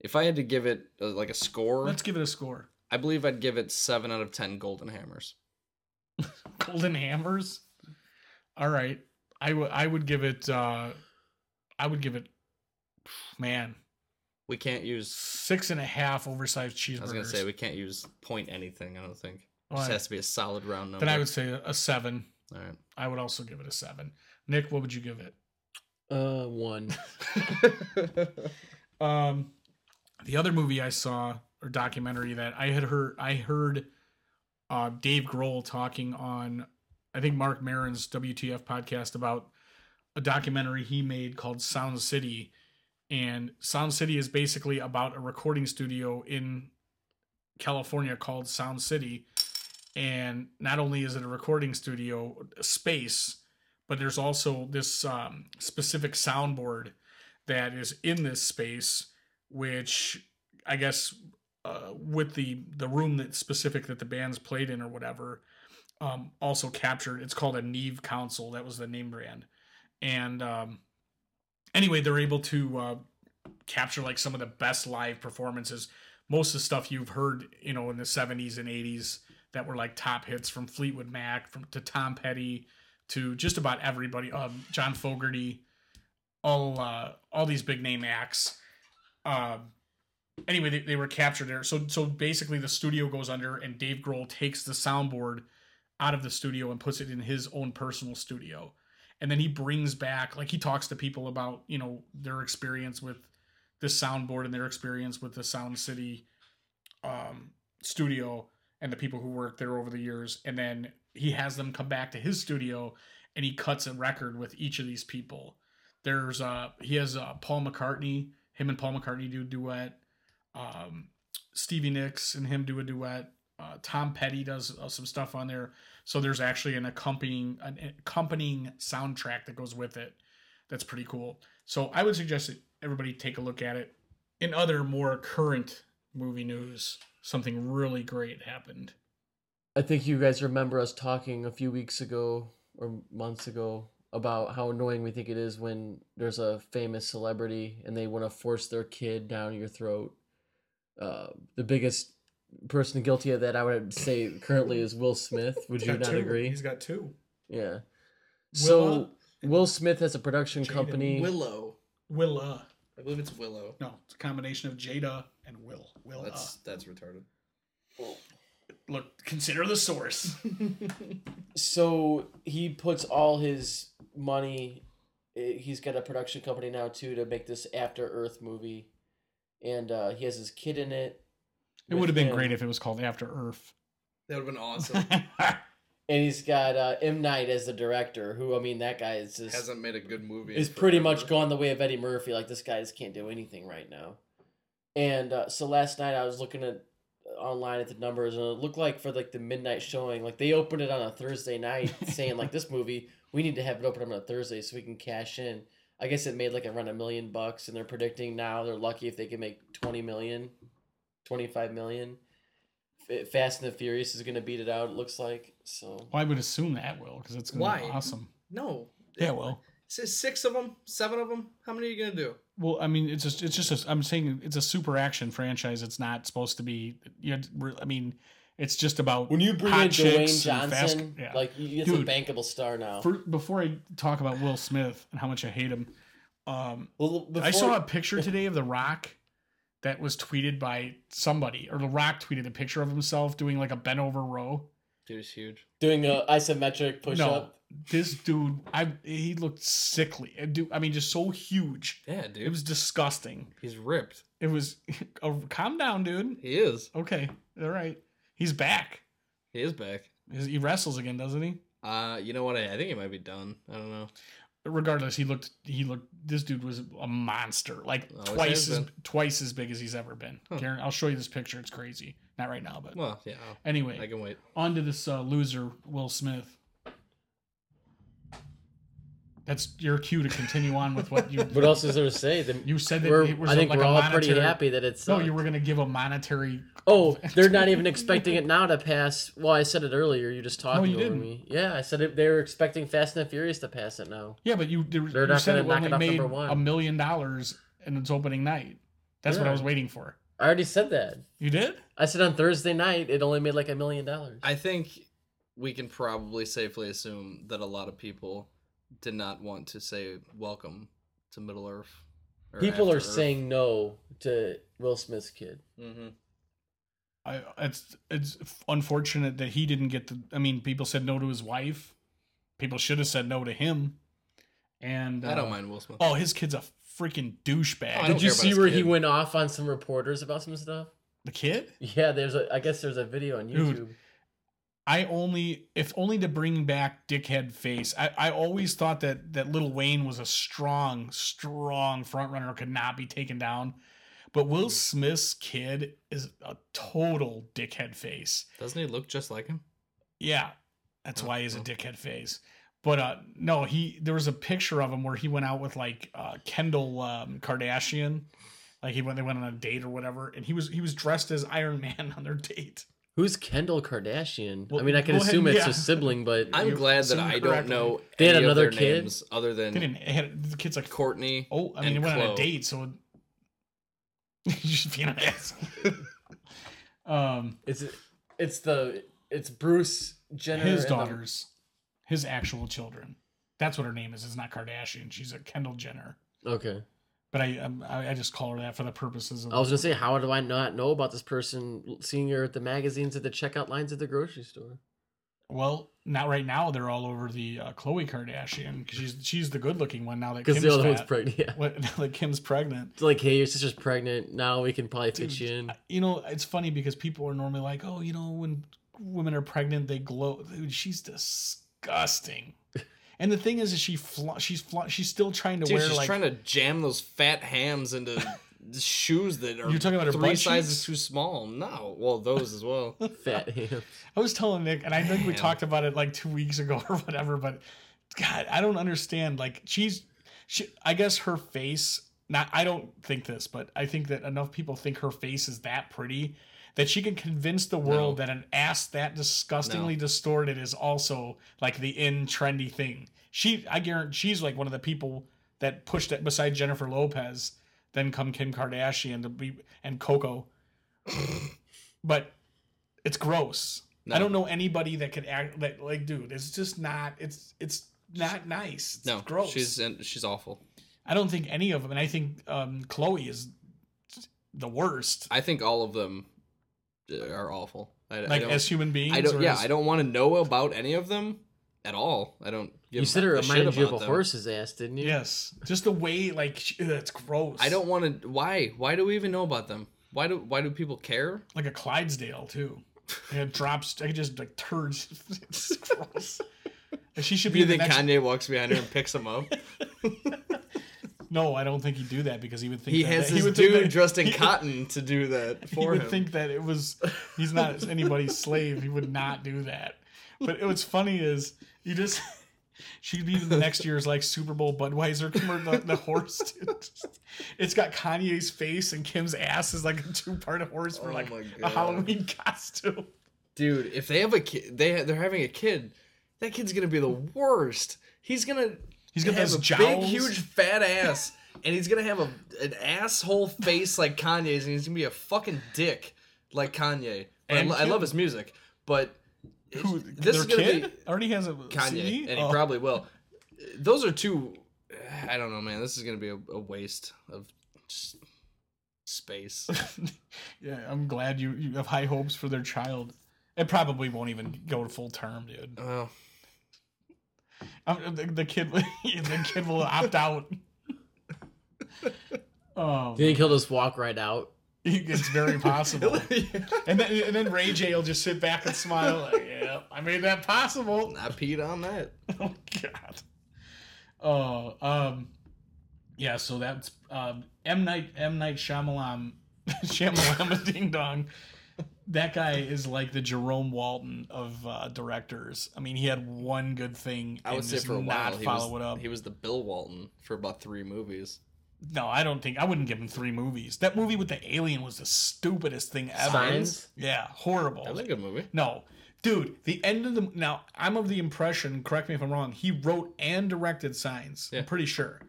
[SPEAKER 3] If I had to give it uh, like a score,
[SPEAKER 1] Let's give it a score.
[SPEAKER 3] I believe I'd give it seven out of ten golden hammers.
[SPEAKER 1] Golden Hammers. All right, I would I would give it. uh I would give it. Man,
[SPEAKER 3] We can't use.
[SPEAKER 1] six and a half oversized cheeseburgers.
[SPEAKER 3] I was gonna say we can't use point anything. I don't think. It
[SPEAKER 1] All
[SPEAKER 3] just
[SPEAKER 1] right.
[SPEAKER 3] has to be a solid round number.
[SPEAKER 1] Then I would say a seven.
[SPEAKER 3] All right.
[SPEAKER 1] I would also give it a seven. Nick, what would you give it?
[SPEAKER 2] Uh, one.
[SPEAKER 1] Um, the other movie I saw or documentary that I had heard, I heard uh, Dave Grohl talking on, I think Mark Maron's WTF podcast about a documentary he made called Sound City, and Sound City is basically about a recording studio in California called Sound City, and not only is it a recording studio space, but there's also this um, specific soundboard that is in this space, which I guess uh, with the the room that specific that the band's played in or whatever, um, also captured. It's called a Neve Council. That was the name brand, and um, anyway, they're able to uh, capture like some of the best live performances. Most of the stuff you've heard, you know, in the '70s and '80s that were like top hits from Fleetwood Mac, from to Tom Petty, to just about everybody. Um, John Fogerty all uh, all these big name acts. Um, anyway, they, they were captured there. So so basically, the studio goes under, and Dave Grohl takes the soundboard out of the studio and puts it in his own personal studio, and then he brings back like he talks to people about you know their experience with this soundboard and their experience with the Sound City um, studio and the people who worked there over the years, and then he has them come back to his studio and he cuts a record with each of these people there's uh he has uh Paul McCartney, him and Paul McCartney do a duet. Um Stevie Nicks and him do a duet. Uh, Tom Petty does uh, some stuff on there. So there's actually an accompanying an accompanying soundtrack that goes with it. That's pretty cool. So I would suggest that everybody take a look at it. In other more current movie news, something really great happened.
[SPEAKER 2] I think you guys remember us talking a few weeks ago or months ago about how annoying we think it is when there's a famous celebrity and they want to force their kid down your throat. Uh, the biggest person guilty of that I would say currently is Will Smith. Would
[SPEAKER 1] He's
[SPEAKER 2] you
[SPEAKER 1] got
[SPEAKER 2] not
[SPEAKER 1] two.
[SPEAKER 2] agree?
[SPEAKER 1] He's got two.
[SPEAKER 2] Yeah.
[SPEAKER 1] Willa
[SPEAKER 2] So Will Smith has a production
[SPEAKER 1] Jaden
[SPEAKER 2] company.
[SPEAKER 3] Willow.
[SPEAKER 1] Willa.
[SPEAKER 3] I believe it's Willow.
[SPEAKER 1] No, it's a combination of Jada and Will. Willa.
[SPEAKER 3] That's that's retarded.
[SPEAKER 1] Look, consider the source.
[SPEAKER 2] so he puts all his money eh, he's got a production company now too to make this after earth movie and uh, he has his kid in it
[SPEAKER 1] It
[SPEAKER 2] with
[SPEAKER 1] would have been
[SPEAKER 2] him.
[SPEAKER 1] great if it was called After Earth.
[SPEAKER 3] That would have been awesome.
[SPEAKER 2] and he's got uh, m night as the director who i mean that guy is just
[SPEAKER 3] Hasn't made a good movie. in
[SPEAKER 2] is pretty
[SPEAKER 3] forever.
[SPEAKER 2] much gone the way of eddie murphy like this guy just can't do anything right now and uh, so last night i was looking at uh, online at the numbers and it looked like for like the midnight showing like they opened it on a thursday night saying like this movie we need to have it open up on a thursday so we can cash in i guess it made like around a million bucks and they're predicting now they're lucky if they can make 20 million 25 million F- fast and the furious is going to beat it out it looks like so
[SPEAKER 1] well, I would assume that will because it's going to
[SPEAKER 3] Why?
[SPEAKER 1] be awesome.
[SPEAKER 3] No.
[SPEAKER 1] Yeah, well,
[SPEAKER 3] S- Six of them, seven of them. How many are you gonna do?
[SPEAKER 1] well, I mean, it's just, it's just, a, I'm saying it's a super action franchise. It's not supposed to be. You, know, I mean, it's just about
[SPEAKER 2] when you bring
[SPEAKER 1] Hot
[SPEAKER 2] in Dwayne
[SPEAKER 1] chicks and
[SPEAKER 2] Johnson,
[SPEAKER 1] fast- yeah.
[SPEAKER 2] like you get a
[SPEAKER 1] Dude.
[SPEAKER 2] bankable star now.
[SPEAKER 1] For, before I talk about Will Smith and how much I hate him, um,
[SPEAKER 2] Well, before,
[SPEAKER 1] I saw a picture today of The Rock that was tweeted by somebody, or The Rock tweeted a picture of himself doing like a bent over row.
[SPEAKER 3] Dude, it's huge.
[SPEAKER 2] doing a isometric push
[SPEAKER 1] No.
[SPEAKER 2] up.
[SPEAKER 1] This dude, I he looked sickly. And do I mean just so huge?
[SPEAKER 3] Yeah,
[SPEAKER 1] It
[SPEAKER 3] dude.
[SPEAKER 1] was disgusting.
[SPEAKER 3] He's ripped.
[SPEAKER 1] It was. Oh, calm down, dude.
[SPEAKER 3] He is.
[SPEAKER 1] Okay, all right. He's back.
[SPEAKER 3] He is back.
[SPEAKER 1] He's- He wrestles again, doesn't he?
[SPEAKER 3] Uh, you know what? I, I think he might be done. I don't know.
[SPEAKER 1] Regardless, he looked. He looked. This dude was a monster. Like
[SPEAKER 3] Always
[SPEAKER 1] twice
[SPEAKER 3] has
[SPEAKER 1] as
[SPEAKER 3] been.
[SPEAKER 1] twice as big as he's ever been.
[SPEAKER 3] Huh.
[SPEAKER 1] Karen, I'll show you this picture. It's crazy. Not right now, but
[SPEAKER 3] Well, yeah. I'll-
[SPEAKER 1] anyway.
[SPEAKER 3] I can wait.
[SPEAKER 1] on to this uh, loser, Will Smith. That's your cue to continue on with what you.
[SPEAKER 2] What else is there to say? The,
[SPEAKER 1] You said that
[SPEAKER 2] we're,
[SPEAKER 1] it was
[SPEAKER 2] I think
[SPEAKER 1] like
[SPEAKER 2] we're
[SPEAKER 1] a
[SPEAKER 2] all
[SPEAKER 1] monetary,
[SPEAKER 2] pretty happy that it's. uh,
[SPEAKER 1] No, you were going to give a monetary.
[SPEAKER 2] Oh, they're not even expecting it now to pass. Well, I said it earlier. You're just talking
[SPEAKER 1] you
[SPEAKER 2] over
[SPEAKER 1] didn't.
[SPEAKER 2] me. Yeah, I said it, they were expecting Fast and the Furious to pass it now.
[SPEAKER 1] Yeah, but you, there,
[SPEAKER 2] They're
[SPEAKER 1] you
[SPEAKER 2] not
[SPEAKER 1] said
[SPEAKER 2] gonna
[SPEAKER 1] it
[SPEAKER 2] knock
[SPEAKER 1] only
[SPEAKER 2] it off
[SPEAKER 1] made
[SPEAKER 2] number one.
[SPEAKER 1] a million dollars in its opening night. That's what I
[SPEAKER 2] Yeah.
[SPEAKER 1] was waiting for.
[SPEAKER 2] I already said that.
[SPEAKER 1] You did?
[SPEAKER 2] I said on Thursday night it only made like a million dollars.
[SPEAKER 3] I think we can probably safely assume that a lot of people did not want to say welcome to Middle Earth. or
[SPEAKER 2] People
[SPEAKER 3] After
[SPEAKER 2] are
[SPEAKER 3] Earth.
[SPEAKER 2] saying no to Will Smith's kid.
[SPEAKER 3] Mhm.
[SPEAKER 1] I, it's it's unfortunate that he didn't get the. I mean, people said no to his wife. People should have said no to him. And
[SPEAKER 3] I
[SPEAKER 1] uh,
[SPEAKER 3] don't mind Will Smith.
[SPEAKER 1] Oh, his kid's a freaking douchebag.
[SPEAKER 3] Oh, I
[SPEAKER 2] Did
[SPEAKER 3] don't care
[SPEAKER 2] you
[SPEAKER 3] about
[SPEAKER 2] see
[SPEAKER 3] his
[SPEAKER 2] where he
[SPEAKER 3] kid.
[SPEAKER 2] went off on some reporters about some stuff?
[SPEAKER 1] the kid?
[SPEAKER 2] Yeah, there's a. I guess there's a video on YouTube.
[SPEAKER 1] Dude. I only, if only to bring back dickhead face. I, I always thought that that Little Wayne was a strong, strong front runner, could not be taken down. But Will Smith's kid is a total dickhead face.
[SPEAKER 3] Doesn't he look just like him?
[SPEAKER 1] Yeah, that's why he's a
[SPEAKER 3] Oh.
[SPEAKER 1] dickhead face. But uh, no, he there was a picture of him where he went out with like uh, Kendall um, Kardashian, like he went they went on a date or whatever, and he was he was dressed as Iron Man on their date.
[SPEAKER 2] Who's Kendall Kardashian?
[SPEAKER 1] Well,
[SPEAKER 2] I mean, I can
[SPEAKER 1] go ahead,
[SPEAKER 2] assume it's
[SPEAKER 1] yeah.
[SPEAKER 2] a sibling, but
[SPEAKER 3] I'm
[SPEAKER 1] You're
[SPEAKER 3] glad that
[SPEAKER 1] seeing
[SPEAKER 3] I
[SPEAKER 1] correctly.
[SPEAKER 3] don't know
[SPEAKER 2] They had
[SPEAKER 3] any of
[SPEAKER 2] another
[SPEAKER 3] their
[SPEAKER 2] kid?
[SPEAKER 3] names other
[SPEAKER 1] They
[SPEAKER 3] than
[SPEAKER 1] didn't it had the kid's like
[SPEAKER 3] Courtney.
[SPEAKER 1] Oh, I mean, it
[SPEAKER 3] and
[SPEAKER 1] went on a
[SPEAKER 3] Chloe.
[SPEAKER 1] date, so you should be an ass. um,
[SPEAKER 2] it's it's the it's Bruce Jenner.
[SPEAKER 1] his
[SPEAKER 2] and the-
[SPEAKER 1] daughters, his actual children. That's what her name is. It's not Kardashian. She's a Kendall Jenner.
[SPEAKER 2] okay,
[SPEAKER 1] But I, um, I, I just call her that for the purposes of.
[SPEAKER 2] I was gonna say, how do I not know about this person? Seeing her at the magazines at the checkout lines at the grocery store.
[SPEAKER 1] well, not right now. They're all over the uh, Khloe Kardashian. 'cause She's she's the good looking one now that
[SPEAKER 2] Because
[SPEAKER 1] Kim's
[SPEAKER 2] the other one's
[SPEAKER 1] fat.
[SPEAKER 2] pregnant. Yeah.
[SPEAKER 1] What- now that Kim's pregnant.
[SPEAKER 2] It's like, hey, your sister's pregnant. Now we can probably fit
[SPEAKER 1] Dude,
[SPEAKER 2] you in.
[SPEAKER 1] You know, it's funny because people are normally like, "Oh, you know, when women are pregnant, they glow." Dude, she's disgusting. and the thing is, is she fla- she's fla- she's still trying to
[SPEAKER 3] Dude,
[SPEAKER 1] wear
[SPEAKER 3] she's
[SPEAKER 1] like
[SPEAKER 3] trying to jam those fat hams into shoes that are
[SPEAKER 1] You're talking about her
[SPEAKER 3] three
[SPEAKER 1] butt
[SPEAKER 3] sizes
[SPEAKER 1] cheeks?
[SPEAKER 3] too small. No, well, those as well.
[SPEAKER 2] Fat ham.
[SPEAKER 1] I was telling Nick, and I think we
[SPEAKER 3] Damn.
[SPEAKER 1] talked about it like two weeks ago or whatever. But God, I don't understand. Like she's, she, I guess her face. Not, I don't think this, but I think that enough people think her face is that pretty that she can convince the world that an ass that disgustingly distorted is also like the in trendy thing. She, I guarantee, she's like one of the people that pushed it beside Jennifer Lopez. Then come Kim Kardashian to be and Coco, but It's gross.
[SPEAKER 3] No.
[SPEAKER 1] I don't know anybody that could act that like, dude. It's just not. It's it's not nice. It's
[SPEAKER 3] No,
[SPEAKER 1] gross.
[SPEAKER 3] she's uh, in, she's awful.
[SPEAKER 1] I don't think any of them, and I think um, Chloe is the worst.
[SPEAKER 3] I think all of them uh, are awful. I, I
[SPEAKER 1] Like
[SPEAKER 3] don't,
[SPEAKER 1] as human beings.
[SPEAKER 3] I don't.
[SPEAKER 1] or
[SPEAKER 3] Yeah,
[SPEAKER 1] as-
[SPEAKER 3] I don't want to know about any of them at all. I don't. Give
[SPEAKER 2] you said it
[SPEAKER 3] a shit
[SPEAKER 2] reminded you of
[SPEAKER 3] about
[SPEAKER 2] a
[SPEAKER 3] them.
[SPEAKER 2] horse's ass, didn't you?
[SPEAKER 1] Yes, just the way like sh- ugh, it's gross.
[SPEAKER 3] I don't want to. Why? Why do we even know about them? Why do Why do people care?
[SPEAKER 1] like a Clydesdale too. And it drops. I could just like turds. it's gross. And she should
[SPEAKER 3] Do
[SPEAKER 1] be
[SPEAKER 3] you
[SPEAKER 1] in the
[SPEAKER 3] think
[SPEAKER 1] next.
[SPEAKER 3] Kanye walks behind her and picks him up?
[SPEAKER 1] no, I don't think he'd do that because he would think
[SPEAKER 3] He
[SPEAKER 1] that,
[SPEAKER 3] has
[SPEAKER 1] he
[SPEAKER 3] this
[SPEAKER 1] would think
[SPEAKER 3] dude
[SPEAKER 1] that-
[SPEAKER 3] dressed in
[SPEAKER 1] he-
[SPEAKER 3] cotton to do that
[SPEAKER 1] he
[SPEAKER 3] for
[SPEAKER 1] would
[SPEAKER 3] him.
[SPEAKER 1] think that it was he's not anybody's slave. He would not do that. But what's funny is you just she'd be the next year's like Super Bowl Budweiser commercial. The, the horse, dude. it's got Kanye's face and Kim's ass is like a two part horse for
[SPEAKER 3] Oh
[SPEAKER 1] like
[SPEAKER 3] my
[SPEAKER 1] a
[SPEAKER 3] God.
[SPEAKER 1] Halloween costume.
[SPEAKER 3] Dude, if they have a kid, they they're having a kid. That kid's gonna be the worst. He's gonna
[SPEAKER 1] He's got
[SPEAKER 3] have
[SPEAKER 1] those
[SPEAKER 3] a big,
[SPEAKER 1] jowls.
[SPEAKER 3] huge, fat ass, and he's gonna have a an asshole face like Kanye's, and he's gonna be a fucking dick like Kanye. But I,
[SPEAKER 1] And
[SPEAKER 3] lo- I
[SPEAKER 1] Kim.
[SPEAKER 3] love his music, but it-
[SPEAKER 1] Who,
[SPEAKER 3] this is
[SPEAKER 1] their
[SPEAKER 3] gonna
[SPEAKER 1] kid
[SPEAKER 3] be
[SPEAKER 1] already has a
[SPEAKER 3] Kanye,
[SPEAKER 1] CD?
[SPEAKER 3] and he
[SPEAKER 1] Oh.
[SPEAKER 3] probably will. Those are two. I don't know, man. This is gonna be a, a waste of just space.
[SPEAKER 1] yeah, I'm glad you, you have high hopes for their child. It probably won't even go to full term, dude.
[SPEAKER 3] Oh,
[SPEAKER 1] Um, the, the kid, the kid will opt out. Oh,
[SPEAKER 2] Do you think he'll just walk right out?
[SPEAKER 1] it's very possible. And then, and then Ray J will just sit back and smile. Like, yeah, I made that possible.
[SPEAKER 3] I peed on that.
[SPEAKER 1] Oh God. Oh, um, yeah. So that's um, M Night M Night Shyamalan Shyamalan Ding Dong. That guy is like the Jerome Walton of uh, directors. I mean, he had one good thing.
[SPEAKER 3] I would
[SPEAKER 1] and
[SPEAKER 3] say
[SPEAKER 1] just
[SPEAKER 3] for a
[SPEAKER 1] not
[SPEAKER 3] while he
[SPEAKER 1] follow
[SPEAKER 3] was,
[SPEAKER 1] it up.
[SPEAKER 3] he was the Bill Walton for about three movies.
[SPEAKER 1] No, I don't think I wouldn't give him three movies. That movie with the alien was the stupidest thing ever.
[SPEAKER 2] Signs?
[SPEAKER 1] Yeah, horrible.
[SPEAKER 3] That was a good movie.
[SPEAKER 1] No, dude, the end of the now I'm of the impression. Correct me if I'm wrong. He wrote and directed Signs.
[SPEAKER 3] Yeah.
[SPEAKER 1] I'm pretty sure.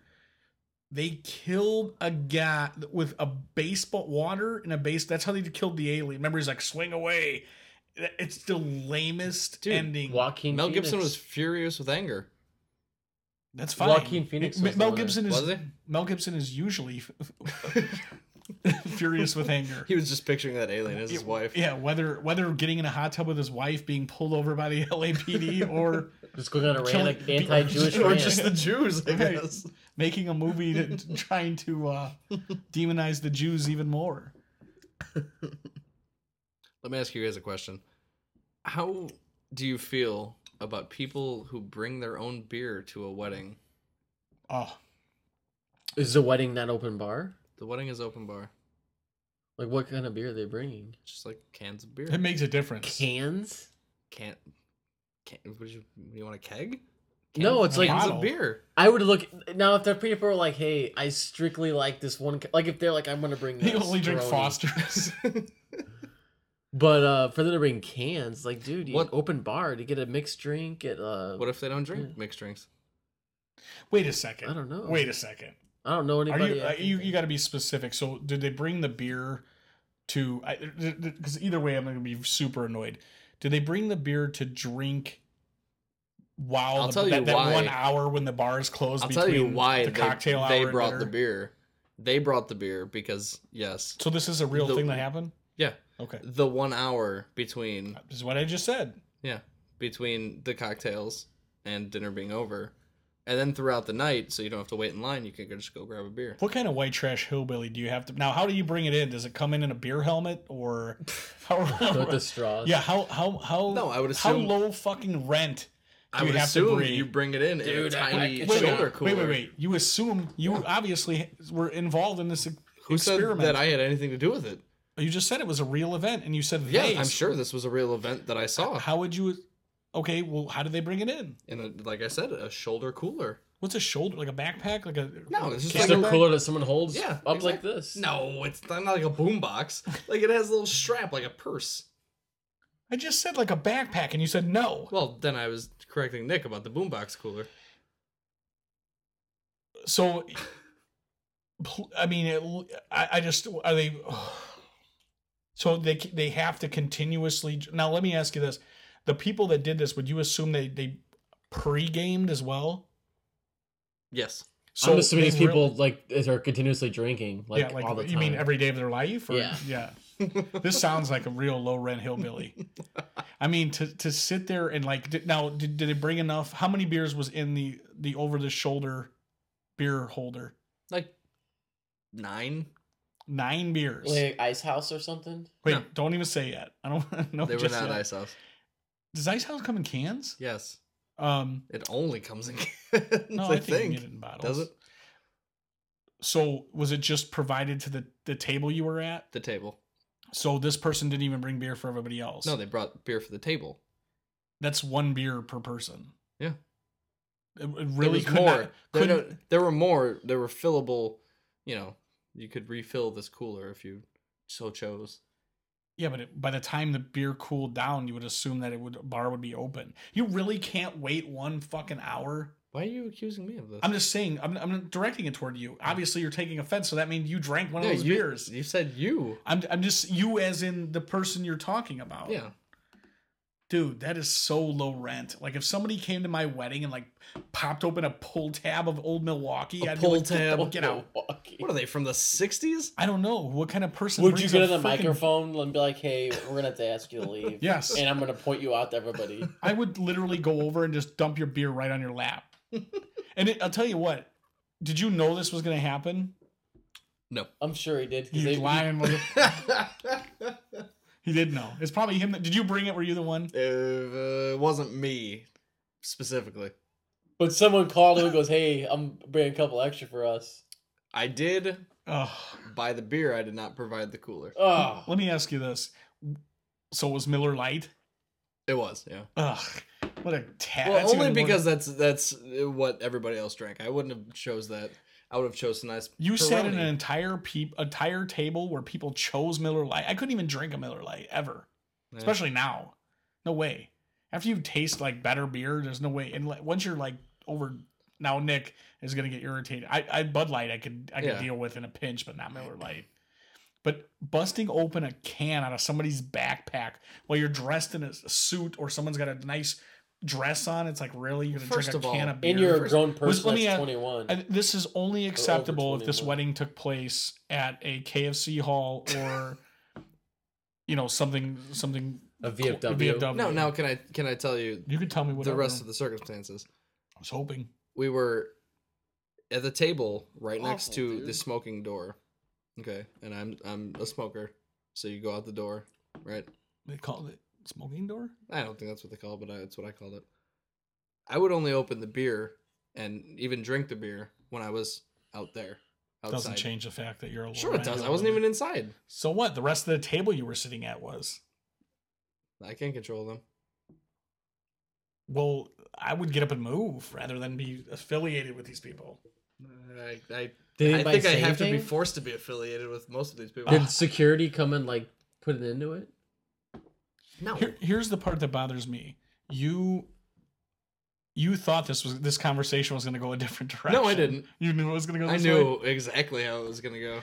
[SPEAKER 1] They killed a guy with a baseball water in a base. That's how they killed the alien. Remember, he's like swing away. It's the lamest
[SPEAKER 3] Dude,
[SPEAKER 1] ending.
[SPEAKER 2] Joaquin
[SPEAKER 3] Mel
[SPEAKER 2] Phoenix.
[SPEAKER 3] Gibson was furious with anger.
[SPEAKER 1] That's fine.
[SPEAKER 2] Joaquin Phoenix
[SPEAKER 1] Ma-
[SPEAKER 2] was the
[SPEAKER 1] Mel
[SPEAKER 2] winner.
[SPEAKER 1] Gibson is.
[SPEAKER 3] Was he?
[SPEAKER 1] Mel Gibson is usually furious with anger.
[SPEAKER 3] He was just picturing that alien as his
[SPEAKER 1] Yeah,
[SPEAKER 3] wife.
[SPEAKER 1] Yeah, whether whether getting in a hot tub with his wife, being pulled over by the LAPD, or
[SPEAKER 2] just going on a rant,
[SPEAKER 1] Killing-
[SPEAKER 2] like anti-Jewish
[SPEAKER 1] or
[SPEAKER 3] Or
[SPEAKER 2] rant.
[SPEAKER 3] just the Jews, I
[SPEAKER 1] Right.
[SPEAKER 3] guess.
[SPEAKER 1] making a movie that, trying to uh, demonize the Jews even more.
[SPEAKER 3] Let me ask you guys a question. How do you feel about people who bring their own beer to a wedding?
[SPEAKER 1] Oh,
[SPEAKER 2] Is the wedding not open bar?
[SPEAKER 3] The wedding is open bar,
[SPEAKER 2] Like what kind of beer are they bringing?
[SPEAKER 3] just like cans of beer.
[SPEAKER 1] it makes a difference.
[SPEAKER 2] Cans?
[SPEAKER 3] Can't. Can, what do you, what do you want a keg?
[SPEAKER 2] No, it's like-
[SPEAKER 3] cans
[SPEAKER 1] Bottle.
[SPEAKER 3] of beer.
[SPEAKER 2] I would look now if the people are like, "Hey, I strictly like this one," ca-" like if they're like, "I'm gonna bring,"
[SPEAKER 1] They
[SPEAKER 2] this
[SPEAKER 1] only drink
[SPEAKER 2] Peroni."
[SPEAKER 1] Foster's.
[SPEAKER 2] But uh, for them to bring cans, like, dude, what
[SPEAKER 3] What-
[SPEAKER 2] open bar to get a mixed drink at? Uh,
[SPEAKER 3] What if they don't drink mixed drinks?
[SPEAKER 1] Wait a
[SPEAKER 2] I
[SPEAKER 1] second.
[SPEAKER 2] don't know.
[SPEAKER 1] Wait a second.
[SPEAKER 2] I don't know
[SPEAKER 1] Are
[SPEAKER 2] anybody.
[SPEAKER 1] you
[SPEAKER 2] I
[SPEAKER 1] uh,
[SPEAKER 2] can
[SPEAKER 1] you,
[SPEAKER 2] think.
[SPEAKER 1] you got to be specific? So did they bring the beer to? Because either way, I'm going to be super annoyed. Did they bring the beer to drink? While
[SPEAKER 3] I'll
[SPEAKER 1] the,
[SPEAKER 3] tell you
[SPEAKER 1] that, that
[SPEAKER 3] why.
[SPEAKER 1] one hour when the bar is closed,
[SPEAKER 3] I'll tell you
[SPEAKER 1] between
[SPEAKER 3] why
[SPEAKER 1] the
[SPEAKER 3] they-
[SPEAKER 1] cocktail hour
[SPEAKER 3] they,
[SPEAKER 1] and
[SPEAKER 3] brought the
[SPEAKER 1] dinner?
[SPEAKER 3] beer. They brought the beer because yes,
[SPEAKER 1] So this is a real
[SPEAKER 3] The-
[SPEAKER 1] thing that happened.
[SPEAKER 3] yeah,
[SPEAKER 1] Okay,
[SPEAKER 3] the one hour between
[SPEAKER 1] this is what I just said.
[SPEAKER 3] yeah between the cocktails and dinner being over, and then throughout the night, so you don't have to wait in line, you can go- just go grab a beer.
[SPEAKER 1] What kind of white trash hillbilly do you have to? Now, how do you bring it in? Does it come in in a beer helmet or? How,
[SPEAKER 2] with the straws?
[SPEAKER 1] yeah, how how how?
[SPEAKER 3] No, I would assume-
[SPEAKER 1] how low fucking rent.
[SPEAKER 3] I
[SPEAKER 1] You
[SPEAKER 3] would
[SPEAKER 1] have to
[SPEAKER 3] assume
[SPEAKER 1] bring-
[SPEAKER 3] you bring it in in a
[SPEAKER 2] Dude, I-
[SPEAKER 3] tiny
[SPEAKER 2] I-
[SPEAKER 1] Wait, wait,
[SPEAKER 3] shoulder
[SPEAKER 1] wait,
[SPEAKER 3] cooler.
[SPEAKER 1] wait, wait, You assume you obviously were involved in this.
[SPEAKER 3] Who said
[SPEAKER 1] experiment.
[SPEAKER 3] that I had anything to do with it?
[SPEAKER 1] You just said it was a real event, and you said
[SPEAKER 3] Yeah,
[SPEAKER 1] they.
[SPEAKER 3] I'm sure this was a real event that I saw.
[SPEAKER 1] How would you? Okay, well, how did they bring it in?
[SPEAKER 3] And a, like I said, a shoulder cooler.
[SPEAKER 1] What's a shoulder like a backpack like a?
[SPEAKER 3] No, it's just
[SPEAKER 2] Just
[SPEAKER 3] like
[SPEAKER 2] a
[SPEAKER 3] that.
[SPEAKER 2] cooler that someone holds
[SPEAKER 3] Yeah,
[SPEAKER 2] up like
[SPEAKER 3] exact-
[SPEAKER 2] this.
[SPEAKER 3] No, it's not like a boombox. Like it has a little strap, like a purse.
[SPEAKER 1] I just said like a backpack, and you said no.
[SPEAKER 3] Well, then I was correcting Nick about the boombox cooler.
[SPEAKER 1] So, pl- I mean, it, I, I just are they? So they they have to continuously. Now let me ask you this: the people that did this, would you assume they they pre-gamed as well?
[SPEAKER 3] Yes.
[SPEAKER 2] So I'm assuming
[SPEAKER 1] they
[SPEAKER 2] these people
[SPEAKER 1] really-
[SPEAKER 2] like is- are continuously drinking, like,
[SPEAKER 1] yeah, like
[SPEAKER 2] all the time.
[SPEAKER 1] you mean every day of their life? Or,
[SPEAKER 2] Yeah.
[SPEAKER 1] yeah. This sounds like a real low rent hillbilly. I mean, to to sit there and like did, now, did, did it bring enough? How many beers was in the the over the shoulder beer holder?
[SPEAKER 3] Like nine.
[SPEAKER 1] Nine beers.
[SPEAKER 2] like Ice House or something?
[SPEAKER 1] Wait,
[SPEAKER 3] No.
[SPEAKER 1] don't even say yet. I don't know.
[SPEAKER 3] They were
[SPEAKER 1] just
[SPEAKER 3] not
[SPEAKER 1] yet.
[SPEAKER 3] ice house.
[SPEAKER 1] Does Ice House come in cans?
[SPEAKER 3] Yes.
[SPEAKER 1] Um,
[SPEAKER 3] It only comes in cans,
[SPEAKER 1] no,
[SPEAKER 3] I,
[SPEAKER 1] I think, you can
[SPEAKER 3] think.
[SPEAKER 1] get it in bottles.
[SPEAKER 3] Does it?
[SPEAKER 1] So was it just provided to the the table you were at?
[SPEAKER 3] The table.
[SPEAKER 1] So this person didn't even bring beer for everybody else.
[SPEAKER 3] No, they brought beer for the table.
[SPEAKER 1] that's one beer per person.
[SPEAKER 3] Yeah.
[SPEAKER 1] It, it really
[SPEAKER 3] there
[SPEAKER 1] could
[SPEAKER 3] was more.
[SPEAKER 1] Not,
[SPEAKER 3] there,
[SPEAKER 1] couldn't-
[SPEAKER 3] no- there were more. There were fillable. You know, you could refill this cooler if you so chose.
[SPEAKER 1] Yeah, but it, by the time the beer cooled down, you would assume that it would bar would be open. You really can't wait one fucking hour.
[SPEAKER 3] Why are you accusing me of this?
[SPEAKER 1] I'm just saying. I'm, I'm directing it toward you. Obviously, you're taking offense, so that means you drank one
[SPEAKER 3] Yeah,
[SPEAKER 1] of those
[SPEAKER 3] you,
[SPEAKER 1] beers.
[SPEAKER 3] You said you.
[SPEAKER 1] I'm I'm just you as in the person you're talking about.
[SPEAKER 3] Yeah.
[SPEAKER 1] Dude, that is so low rent. Like if somebody came to my wedding and like popped open a pull tab of old Milwaukee,
[SPEAKER 3] A
[SPEAKER 1] I'd
[SPEAKER 3] pull
[SPEAKER 1] be like, "Get the-
[SPEAKER 3] tab.
[SPEAKER 1] Get out.
[SPEAKER 3] What are they from the '60s?
[SPEAKER 1] I don't know. What kind of person
[SPEAKER 2] Would you
[SPEAKER 1] brings
[SPEAKER 2] get
[SPEAKER 1] a
[SPEAKER 2] on the
[SPEAKER 1] fucking-
[SPEAKER 2] microphone and be like, "Hey, we're gonna have to ask you to leave"?
[SPEAKER 1] Yes.
[SPEAKER 2] and I'm gonna point you out to everybody.
[SPEAKER 1] I would literally go over and just dump your beer right on your lap. and it, I'll tell you what. Did you know this was going to happen?
[SPEAKER 2] I'm sure he did. 'cause
[SPEAKER 1] You
[SPEAKER 2] they-
[SPEAKER 1] lying. mother- He did know. It's probably him. That, did you bring it? Were you the one?
[SPEAKER 3] it uh, wasn't me specifically.
[SPEAKER 2] But someone called him and goes, "Hey, I'm bringing a couple extra for us."
[SPEAKER 3] I did
[SPEAKER 1] Ugh.
[SPEAKER 3] buy the beer. I did not provide the cooler.
[SPEAKER 2] Oh,
[SPEAKER 1] Let me ask you this. So it was Miller Light?
[SPEAKER 3] It was yeah.
[SPEAKER 1] Ugh. What a tat.
[SPEAKER 3] well,
[SPEAKER 1] That's
[SPEAKER 3] only
[SPEAKER 1] even more-
[SPEAKER 3] because that's that's uh, what everybody else drank. I wouldn't have chose that. I would have chosen ice.
[SPEAKER 1] You sat at
[SPEAKER 3] Peroni.
[SPEAKER 1] an entire peep, entire table where people chose Miller Lite. I couldn't even drink a Miller Lite ever,
[SPEAKER 3] Yeah.
[SPEAKER 1] especially now. No way. After you taste like better beer, there's no way. And like, once you're like over, now Nick is gonna get irritated. I, I Bud Light, I could, I could
[SPEAKER 3] Yeah.
[SPEAKER 1] deal with in a pinch, but not Miller Lite. But busting open a can out of somebody's backpack while you're dressed in a suit or someone's got a nice dress on, it's like really you're gonna
[SPEAKER 3] First
[SPEAKER 1] drink
[SPEAKER 3] of
[SPEAKER 1] a
[SPEAKER 3] all,
[SPEAKER 1] can of beer.
[SPEAKER 2] and you're a
[SPEAKER 1] first?
[SPEAKER 2] grown
[SPEAKER 1] Was- let
[SPEAKER 2] person
[SPEAKER 1] me
[SPEAKER 2] that's
[SPEAKER 3] uh,
[SPEAKER 1] ask-
[SPEAKER 2] 21.
[SPEAKER 1] And this is only acceptable if this
[SPEAKER 2] 21.
[SPEAKER 1] wedding took place at a KFC hall or, you know, something something
[SPEAKER 2] a VFW.
[SPEAKER 3] No, now can I can I tell you
[SPEAKER 1] You could tell me what
[SPEAKER 3] the rest of the circumstances?
[SPEAKER 1] I was hoping.
[SPEAKER 3] We were at the table right next
[SPEAKER 2] Awful,
[SPEAKER 3] to the
[SPEAKER 2] dude.
[SPEAKER 3] smoking door. Okay, and I'm I'm a smoker, so you go out the door, right?
[SPEAKER 1] They called it smoking door.
[SPEAKER 3] I don't think that's what they call, it, but I, that's what I called it. I would only open the beer and even drink the beer when I was out there. Outside.
[SPEAKER 1] Doesn't change the fact that you're a
[SPEAKER 3] Sure, it does. I wasn't even inside.
[SPEAKER 1] So what? The rest of the table you were sitting at was.
[SPEAKER 3] I can't control them.
[SPEAKER 1] Well, I would get up and move rather than be affiliated with these people.
[SPEAKER 3] I, I,
[SPEAKER 2] Did
[SPEAKER 3] I
[SPEAKER 2] anybody
[SPEAKER 3] think I
[SPEAKER 2] say
[SPEAKER 3] have to Ah. be
[SPEAKER 2] anything?
[SPEAKER 3] forced to be affiliated with most of these people.
[SPEAKER 2] Did security come and like put an end to it?
[SPEAKER 3] no,
[SPEAKER 1] Here, here's the part that bothers me. You. You thought this was this conversation was going to go a different direction.
[SPEAKER 3] no, I didn't.
[SPEAKER 1] You knew it was going to go.
[SPEAKER 3] I
[SPEAKER 1] This way?
[SPEAKER 3] knew exactly how it was gonna go.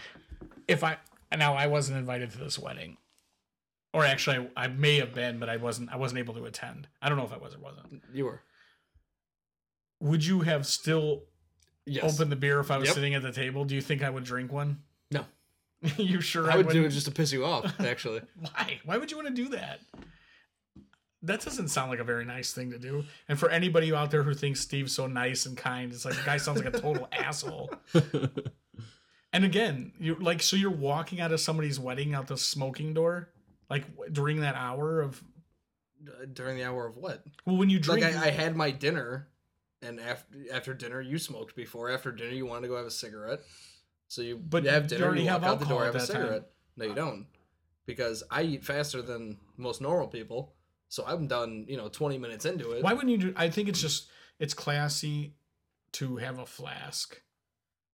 [SPEAKER 1] if I now I wasn't invited to this wedding, or actually I, I may have been, but I wasn't. I wasn't able to attend. I don't know if I was or wasn't.
[SPEAKER 3] You were
[SPEAKER 1] Would you have still
[SPEAKER 3] yes.
[SPEAKER 1] opened the beer if I was
[SPEAKER 3] Yep.
[SPEAKER 1] sitting at the table? Do you think I would drink one?
[SPEAKER 3] No.
[SPEAKER 1] you sure?
[SPEAKER 3] I would do it
[SPEAKER 1] wouldn't?
[SPEAKER 3] just to piss you off. Actually,
[SPEAKER 1] Why? Why would you want to do that? That doesn't sound like a very nice thing to do. And for anybody out there who thinks Steve's so nice and kind, it's like the guy sounds like a total asshole. And again, you like so you're walking out of somebody's wedding out the smoking door, like w- during that hour of
[SPEAKER 3] during the hour of what?
[SPEAKER 1] well, when you drink,
[SPEAKER 3] Like I, I had my dinner, and after after dinner you smoked before. After dinner you wanted to go have a cigarette, so you
[SPEAKER 1] But
[SPEAKER 3] you have
[SPEAKER 1] you
[SPEAKER 3] dinner.
[SPEAKER 1] already
[SPEAKER 3] you walk
[SPEAKER 1] have
[SPEAKER 3] out the door,
[SPEAKER 1] alcohol at
[SPEAKER 3] have a
[SPEAKER 1] that time.
[SPEAKER 3] cigarette. No, you don't, because I eat faster than most normal people. So I'm done. You know, twenty minutes into it.
[SPEAKER 1] why wouldn't you do? I think it's just it's classy to have a flask.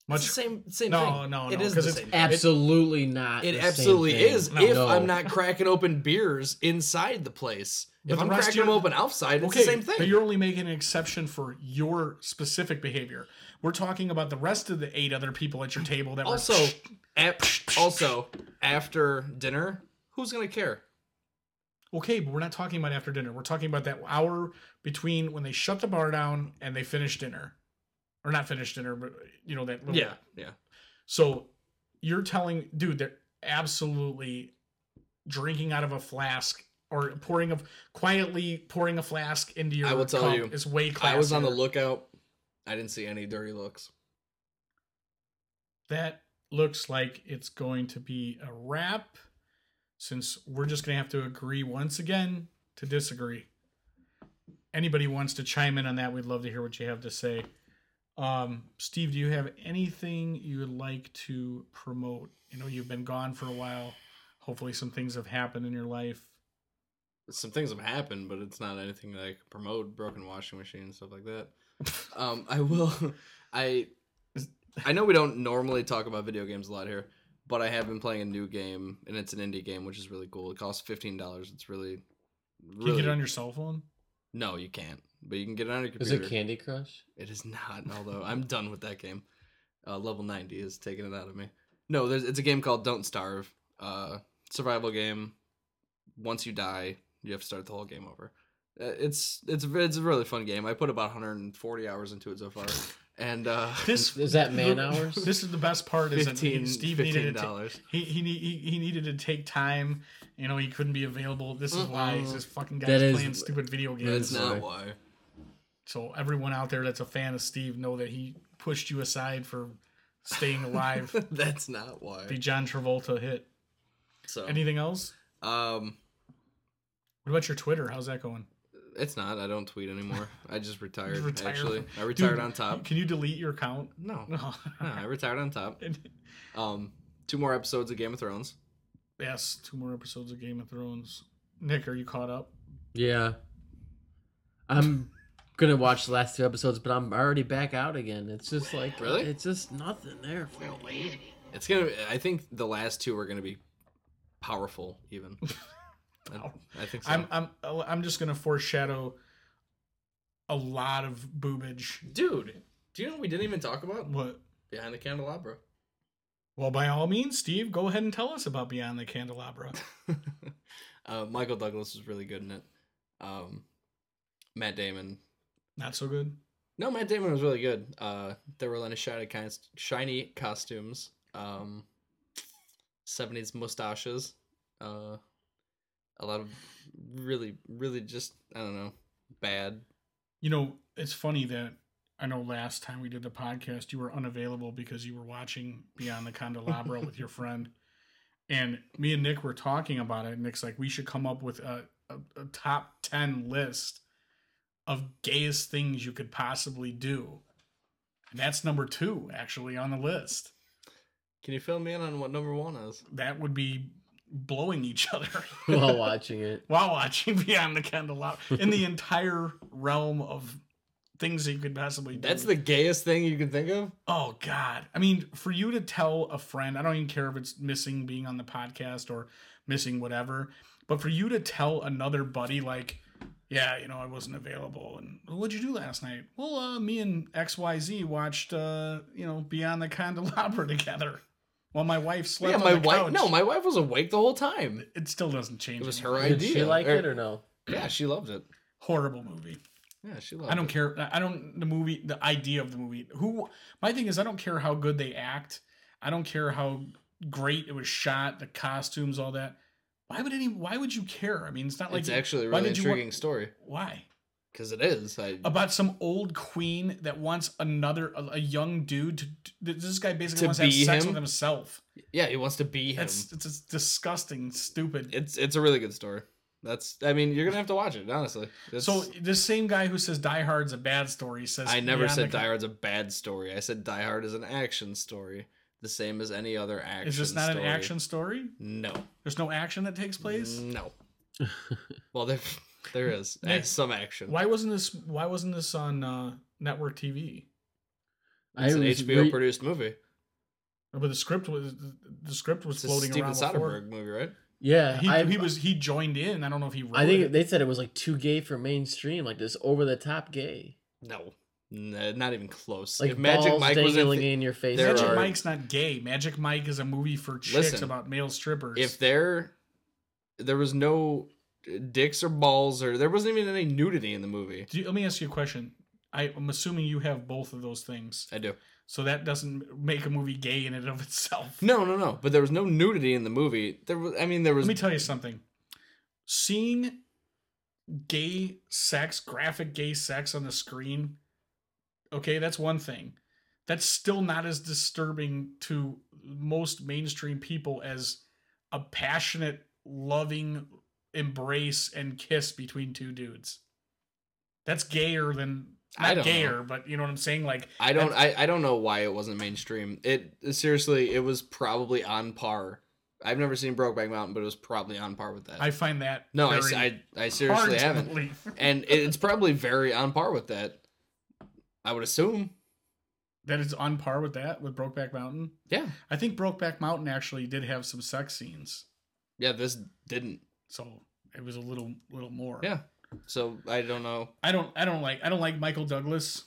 [SPEAKER 3] It's
[SPEAKER 1] Much
[SPEAKER 3] the same same
[SPEAKER 1] No,
[SPEAKER 3] thing.
[SPEAKER 1] no,
[SPEAKER 3] It
[SPEAKER 1] no,
[SPEAKER 3] is
[SPEAKER 1] 'cause
[SPEAKER 3] the
[SPEAKER 1] it's
[SPEAKER 3] same. thing.
[SPEAKER 2] Absolutely not.
[SPEAKER 3] It
[SPEAKER 2] the same
[SPEAKER 3] absolutely
[SPEAKER 2] thing.
[SPEAKER 3] is.
[SPEAKER 1] No.
[SPEAKER 3] If
[SPEAKER 2] No.
[SPEAKER 3] I'm not cracking open beers inside the place,
[SPEAKER 1] But
[SPEAKER 3] if
[SPEAKER 1] the
[SPEAKER 3] I'm
[SPEAKER 1] rest
[SPEAKER 3] cracking them
[SPEAKER 1] you're-
[SPEAKER 3] open outside, it's
[SPEAKER 1] okay,
[SPEAKER 3] the same thing.
[SPEAKER 1] but you're only making an exception for your specific behavior. We're talking about the rest of the eight other people at your table that
[SPEAKER 3] also,
[SPEAKER 1] were
[SPEAKER 3] ap- also after dinner, Who's gonna care?
[SPEAKER 1] Okay, but we're not talking about after dinner. We're talking about that hour between when they shut the bar down and they finish dinner, or not finish dinner, but you know that. Little
[SPEAKER 3] Yeah, yeah.
[SPEAKER 1] So you're telling, dude, they're absolutely drinking out of a flask or pouring of quietly pouring a flask into your.
[SPEAKER 3] I will tell
[SPEAKER 1] cup
[SPEAKER 3] you,
[SPEAKER 1] is way classier.
[SPEAKER 3] I was on the lookout. I didn't see any dirty looks.
[SPEAKER 1] That looks like it's going to be a wrap, since we're just gonna have to agree once again to disagree. Anybody wants to chime in on that? We'd love to hear what you have to say. Um, Steve, do you have anything you would like to promote? You know, you've been gone for a while. Hopefully, some things have happened in your life.
[SPEAKER 3] Some things have happened, but it's not anything that I can promote. Broken washing machine, stuff like that. um, I will. I I know we don't normally talk about video games a lot here, but I have been playing a new game, and it's an indie game, which is really cool. It costs fifteen dollars. It's really,
[SPEAKER 1] Can
[SPEAKER 3] really
[SPEAKER 1] you get it on your cell phone?
[SPEAKER 3] no, you can't. But you can get it on your
[SPEAKER 2] Is
[SPEAKER 3] computer.
[SPEAKER 2] it Candy Crush?
[SPEAKER 3] It is not, although I'm done with that game. Uh, level 90 is taking it out of me. No, there's, it's a game called Don't Starve. Uh, survival game. Once you die, you have to start the whole game over. Uh, It's it's it's a really fun game. I put about 140 hours into it so far, and uh,
[SPEAKER 1] This
[SPEAKER 2] Is that man hours?
[SPEAKER 1] This is the best part. Is that he-
[SPEAKER 3] 15
[SPEAKER 1] Steve
[SPEAKER 3] fifteen
[SPEAKER 1] needed to ta-
[SPEAKER 3] dollars.
[SPEAKER 1] he, he need- he he needed to take time. You know, he couldn't be available. This is why is this fucking guy's
[SPEAKER 2] That is-
[SPEAKER 1] playing stupid video
[SPEAKER 3] That's
[SPEAKER 1] games.
[SPEAKER 2] is-
[SPEAKER 3] not
[SPEAKER 2] sorry.
[SPEAKER 3] why.
[SPEAKER 1] So everyone out there that's a fan of Steve know that he pushed you aside for staying alive.
[SPEAKER 3] That's not why.
[SPEAKER 1] the John Travolta hit.
[SPEAKER 3] So
[SPEAKER 1] Anything else?
[SPEAKER 3] um,
[SPEAKER 1] What about your Twitter? How's that going?
[SPEAKER 3] it's not. I don't tweet anymore. I just retired.
[SPEAKER 1] retired
[SPEAKER 3] Actually,
[SPEAKER 1] from-
[SPEAKER 3] I retired
[SPEAKER 1] Dude,
[SPEAKER 3] on top.
[SPEAKER 1] Can you delete your account?
[SPEAKER 3] No, no,
[SPEAKER 1] No.
[SPEAKER 3] Uh, I retired on top. Um, two more episodes of Game of Thrones.
[SPEAKER 1] yes, two more episodes of Game of Thrones. Nick, are you caught up?
[SPEAKER 2] Yeah. I'm gonna watch the last two episodes, but I'm already back out again. It's just like
[SPEAKER 3] Really?
[SPEAKER 2] it's just nothing there for me.
[SPEAKER 3] It's gonna. I think the last two are gonna be powerful. Even. I, I think so.
[SPEAKER 1] I'm I'm I'm just gonna foreshadow a lot of boobage.
[SPEAKER 3] Dude, do you know what we didn't even talk about
[SPEAKER 1] What?
[SPEAKER 3] behind the candelabra?
[SPEAKER 1] Well, by all means, Steve, go ahead and tell us about Beyond the Candelabra.
[SPEAKER 3] uh, Michael Douglas was really good in it. Um, Matt Damon.
[SPEAKER 1] Not so good.
[SPEAKER 3] No, Matt Damon was really good. Uh, there were a lot of shiny, cos- shiny costumes, um, 70s mustaches, uh, a lot of really, really just, I don't know, bad
[SPEAKER 1] You know, it's funny that I know last time we did the podcast, you were unavailable because you were watching Beyond the Candelabra with your friend. And me and Nick were talking about it. and Nick's like, we should come up with a, a, a top 10 list of gayest things you could possibly do. And that's number two, actually, on the list.
[SPEAKER 3] Can you fill me in on what number one is?
[SPEAKER 1] That would be blowing each other.
[SPEAKER 2] While watching it.
[SPEAKER 1] while watching Beyond the Candelabra in the entire realm of things that you could possibly do.
[SPEAKER 3] That's the gayest thing you can think of?
[SPEAKER 1] oh god. I mean, for you to tell a friend, I don't even care if it's missing being on the podcast or missing whatever, but for you to tell another buddy like, yeah, you know, I wasn't available, and "Well, what'd you do last night? Well, uh, me and X Y Z watched, uh, you know, Beyond the Candelabra together. While my wife slept.
[SPEAKER 3] yeah,
[SPEAKER 1] on
[SPEAKER 3] my
[SPEAKER 1] the
[SPEAKER 3] wife.
[SPEAKER 1] couch."
[SPEAKER 3] No, my wife was awake the whole time.
[SPEAKER 1] It still doesn't change.
[SPEAKER 3] It was
[SPEAKER 1] anything.
[SPEAKER 3] her idea. Er,
[SPEAKER 2] Did she like
[SPEAKER 3] Or-
[SPEAKER 2] it or no?
[SPEAKER 3] Yeah, she loved it.
[SPEAKER 1] horrible movie.
[SPEAKER 3] Yeah, she loved it.
[SPEAKER 1] I don't care. I don't the movie, the idea of the movie. Who? My thing is, I don't care how good they act. I don't care how great it was shot, the costumes, all that. Why would any? Why would you care? I mean, it's not like
[SPEAKER 3] it's actually a
[SPEAKER 1] why
[SPEAKER 3] really
[SPEAKER 1] did you want-
[SPEAKER 3] intriguing story.
[SPEAKER 1] why
[SPEAKER 3] Because it is. I,
[SPEAKER 1] about some old queen that wants another a, a young dude to. This guy basically
[SPEAKER 3] To
[SPEAKER 1] wants to have
[SPEAKER 3] be
[SPEAKER 1] sex
[SPEAKER 3] him?
[SPEAKER 1] with himself.
[SPEAKER 3] yeah, he wants to be him.
[SPEAKER 1] That's it's just disgusting, stupid.
[SPEAKER 3] It's it's a really good story. That's. I mean, you're gonna have to watch it. Honestly. It's-
[SPEAKER 1] so this same guy who says Die Hard's a bad story says
[SPEAKER 3] I never
[SPEAKER 1] Beyond
[SPEAKER 3] said
[SPEAKER 1] the-
[SPEAKER 3] Die Hard's a bad story. I said Die Hard is an action story, the same as any other action.
[SPEAKER 1] Is this not
[SPEAKER 3] story.
[SPEAKER 1] an action story?
[SPEAKER 3] No.
[SPEAKER 1] There's no action that takes place.
[SPEAKER 3] No. well, there there is
[SPEAKER 1] Nick,
[SPEAKER 3] some action.
[SPEAKER 1] Why wasn't this? Why wasn't this on uh, network TV?
[SPEAKER 2] I
[SPEAKER 3] It's an
[SPEAKER 2] was
[SPEAKER 3] HBO
[SPEAKER 2] re-
[SPEAKER 3] produced movie.
[SPEAKER 1] But the script was the script was
[SPEAKER 3] It's a
[SPEAKER 1] floating
[SPEAKER 3] Steven
[SPEAKER 1] around. before.
[SPEAKER 3] Soderbergh movie, right?
[SPEAKER 2] Yeah,
[SPEAKER 1] He,
[SPEAKER 2] I,
[SPEAKER 1] he was he joined in. I don't know if he. Wrote
[SPEAKER 2] I think
[SPEAKER 1] it.
[SPEAKER 2] they said it was like too gay for mainstream, like this over the top gay,
[SPEAKER 3] No, N- not even close.
[SPEAKER 2] like
[SPEAKER 3] if Magic
[SPEAKER 2] balls
[SPEAKER 3] Mike was in,
[SPEAKER 2] dangling
[SPEAKER 3] thi-
[SPEAKER 2] in your face.
[SPEAKER 3] there
[SPEAKER 1] Magic
[SPEAKER 3] are-
[SPEAKER 1] Mike's not gay. Magic Mike is a movie for chicks
[SPEAKER 3] Listen,
[SPEAKER 1] about male strippers.
[SPEAKER 3] if they're there was no dicks or balls or there wasn't even any nudity in the movie.
[SPEAKER 1] Do you, let me ask you a question. I, I'm assuming you have both of those things,
[SPEAKER 3] I do.
[SPEAKER 1] so that doesn't make a movie gay in and of itself.
[SPEAKER 3] No, no, no. But there was no nudity in the movie. There was. I mean, there was.
[SPEAKER 1] Let me tell you something. Seeing gay sex, graphic gay sex on the screen, okay, that's one thing. That's still not as disturbing to most mainstream people as a passionate, loving embrace and kiss between two dudes. That's gayer than not
[SPEAKER 3] I don't know.
[SPEAKER 1] gayer, but you know what I'm saying? Like
[SPEAKER 3] I don't. I, I don't know why it wasn't mainstream. It seriously, it was probably on par. I've never seen Brokeback Mountain, but it was probably on par with that.
[SPEAKER 1] I find that
[SPEAKER 3] no, I,
[SPEAKER 1] very
[SPEAKER 3] I, I
[SPEAKER 1] hard
[SPEAKER 3] seriously
[SPEAKER 1] to
[SPEAKER 3] haven't.
[SPEAKER 1] believe.
[SPEAKER 3] And it- it's probably very on par with that. I would assume.
[SPEAKER 1] That is on par with that with Brokeback Mountain.
[SPEAKER 3] Yeah.
[SPEAKER 1] I think Brokeback Mountain actually did have some sex scenes,
[SPEAKER 3] Yeah. This didn't.
[SPEAKER 1] so it was a little little more.
[SPEAKER 3] Yeah. So I don't know.
[SPEAKER 1] I don't I don't like I don't like Michael Douglas.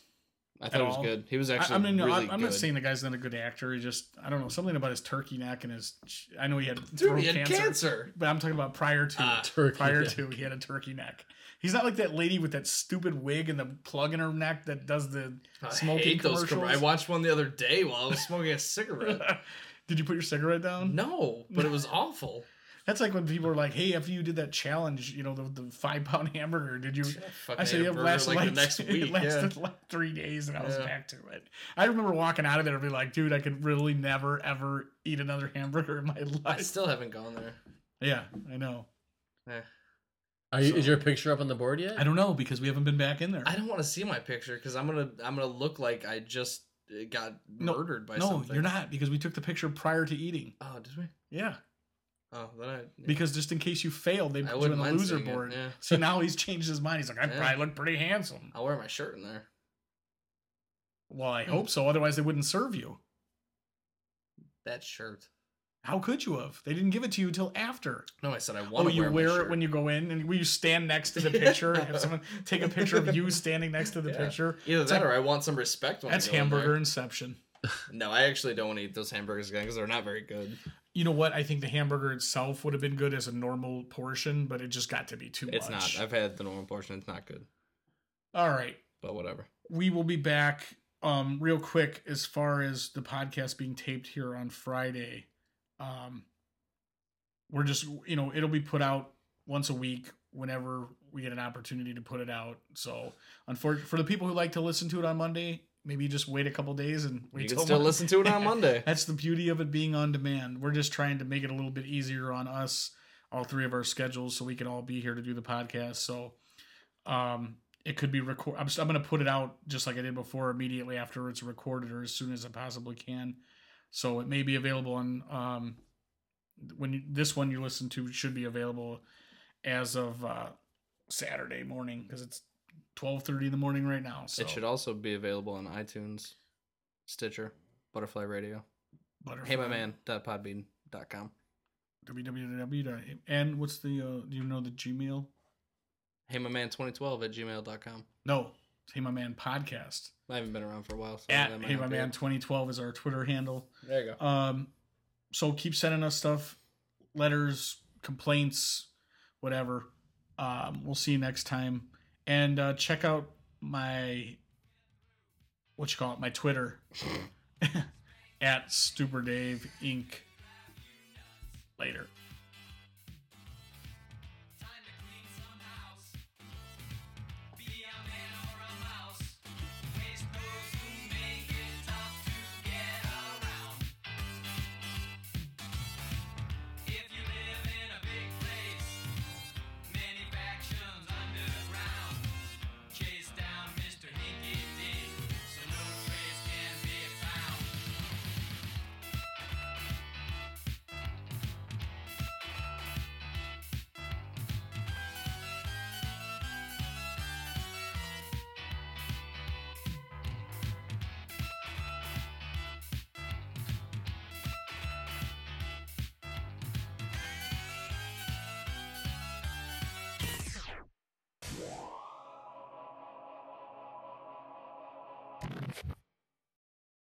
[SPEAKER 3] I thought it was
[SPEAKER 1] all.
[SPEAKER 3] good. He was
[SPEAKER 1] I,
[SPEAKER 3] actually
[SPEAKER 1] I mean, no,
[SPEAKER 3] really
[SPEAKER 1] I'm, I'm
[SPEAKER 3] good.
[SPEAKER 1] not saying the guy's not a good actor. He just I don't know something about his turkey neck and his. I know he had
[SPEAKER 3] Dude,
[SPEAKER 1] throat
[SPEAKER 3] he had cancer.
[SPEAKER 1] but I'm talking about prior to
[SPEAKER 3] Ah,
[SPEAKER 2] Turkey
[SPEAKER 1] prior
[SPEAKER 2] neck.
[SPEAKER 1] to he had a turkey neck. He's not like that lady with that stupid wig and the plug in her neck that does the smoking commercials.
[SPEAKER 3] comm- watched one the other day while I was smoking a cigarette.
[SPEAKER 1] Did you put your cigarette down?
[SPEAKER 3] No, but it was awful.
[SPEAKER 1] That's like when people are like, "Hey, after you did that challenge, you know, the, the five pound hamburger, did you?" I said, "It lasted like, it lasted like three days, and I was
[SPEAKER 3] Yeah.
[SPEAKER 1] back to it." I remember walking out of there and be like, "Dude, I could really never ever eat another hamburger in my life."
[SPEAKER 3] still haven't gone there.
[SPEAKER 1] yeah, I know.
[SPEAKER 2] Are you, is
[SPEAKER 3] So-
[SPEAKER 2] your picture up on the board yet?
[SPEAKER 1] I don't know because we haven't been back in there.
[SPEAKER 3] I don't want to see my picture because I'm gonna I'm gonna look like I just uh, got
[SPEAKER 1] No,
[SPEAKER 3] murdered by
[SPEAKER 1] no,
[SPEAKER 3] something.
[SPEAKER 1] you're not because we took the picture prior to eating.
[SPEAKER 3] Oh, did we?
[SPEAKER 1] Yeah,
[SPEAKER 3] Oh, then I.
[SPEAKER 1] because just in case you failed, they
[SPEAKER 3] I
[SPEAKER 1] put you
[SPEAKER 3] wouldn't
[SPEAKER 1] on the
[SPEAKER 3] mind
[SPEAKER 1] loser
[SPEAKER 3] seeing it,
[SPEAKER 1] board.
[SPEAKER 3] yeah.
[SPEAKER 1] See, now he's changed his mind. He's like, "I
[SPEAKER 3] Yeah.
[SPEAKER 1] probably look pretty handsome."
[SPEAKER 3] I'll Hmm. wear my shirt in there.
[SPEAKER 1] Well, I hope so. Otherwise, they wouldn't serve you.
[SPEAKER 3] That shirt.
[SPEAKER 1] How could you have? They didn't give it to you till after.
[SPEAKER 3] No, I said I want
[SPEAKER 1] Oh,
[SPEAKER 3] to
[SPEAKER 1] you
[SPEAKER 3] wear,
[SPEAKER 1] wear
[SPEAKER 3] my shirt.
[SPEAKER 1] it when you go in, and will you stand next to the picture? Have someone take a picture of you standing next to the
[SPEAKER 3] Yeah.
[SPEAKER 1] picture?
[SPEAKER 3] Either
[SPEAKER 1] It's
[SPEAKER 3] that
[SPEAKER 1] like-
[SPEAKER 3] or I want some respect when
[SPEAKER 1] That's
[SPEAKER 3] I go in there.
[SPEAKER 1] hamburger inception.
[SPEAKER 3] No, I actually don't want to eat those hamburgers again because they're not very good.
[SPEAKER 1] You know what? I think the hamburger itself would have been good as a normal portion, but it just got to be too
[SPEAKER 3] It's
[SPEAKER 1] much.
[SPEAKER 3] not. I've had the normal portion. It's not good.
[SPEAKER 1] All right,
[SPEAKER 3] But whatever.
[SPEAKER 1] we will be back um, real quick as far as the podcast being taped here on Friday. Um, we're just, you know, it'll be put out once a week whenever we get an opportunity to put it out. So, unfortunately, for the people who like to listen to it on Monday, maybe just wait a couple days and wait
[SPEAKER 3] you can
[SPEAKER 1] till
[SPEAKER 3] still
[SPEAKER 1] Mon-
[SPEAKER 3] listen to it on Monday.
[SPEAKER 1] That's the beauty of it being on demand. We're just trying to make it a little bit easier on us, all three of our schedules, so we can all be here to do the podcast. So, um, it could be record. I'm, just- I'm going to put it out just like I did before, immediately after it's recorded or as soon as I possibly can. So it may be available on um, when you, this one you listen to should be available as of uh, Saturday morning because it's 12:30 in the morning right now. So
[SPEAKER 3] It should also be available on iTunes, Stitcher, Butterfly Radio,
[SPEAKER 1] Butterfly-
[SPEAKER 3] Hey My Man, podbean.com.
[SPEAKER 1] www. And what's the uh, do you know the Gmail?
[SPEAKER 3] Hey My Man 2012 at gmail.com.
[SPEAKER 1] No, it's Hey My Man podcast
[SPEAKER 3] I haven't been around for a while. So
[SPEAKER 1] at
[SPEAKER 3] that might
[SPEAKER 1] Hey
[SPEAKER 3] not
[SPEAKER 1] My
[SPEAKER 3] be
[SPEAKER 1] Man
[SPEAKER 3] it.
[SPEAKER 1] 2012 is our Twitter handle.
[SPEAKER 3] There you go.
[SPEAKER 1] Um, so keep sending us stuff, letters, complaints, whatever. Um, we'll see you next time, and uh, check out my what you call it, my Twitter at Stuper Dave Inc. Later.
[SPEAKER 4] Time to clean some house. Be a man or a mouse. Face those who make it tough to get around. If you live in a big place, many factions underground chase down Mr. Hinky Dink, so no trace can be found.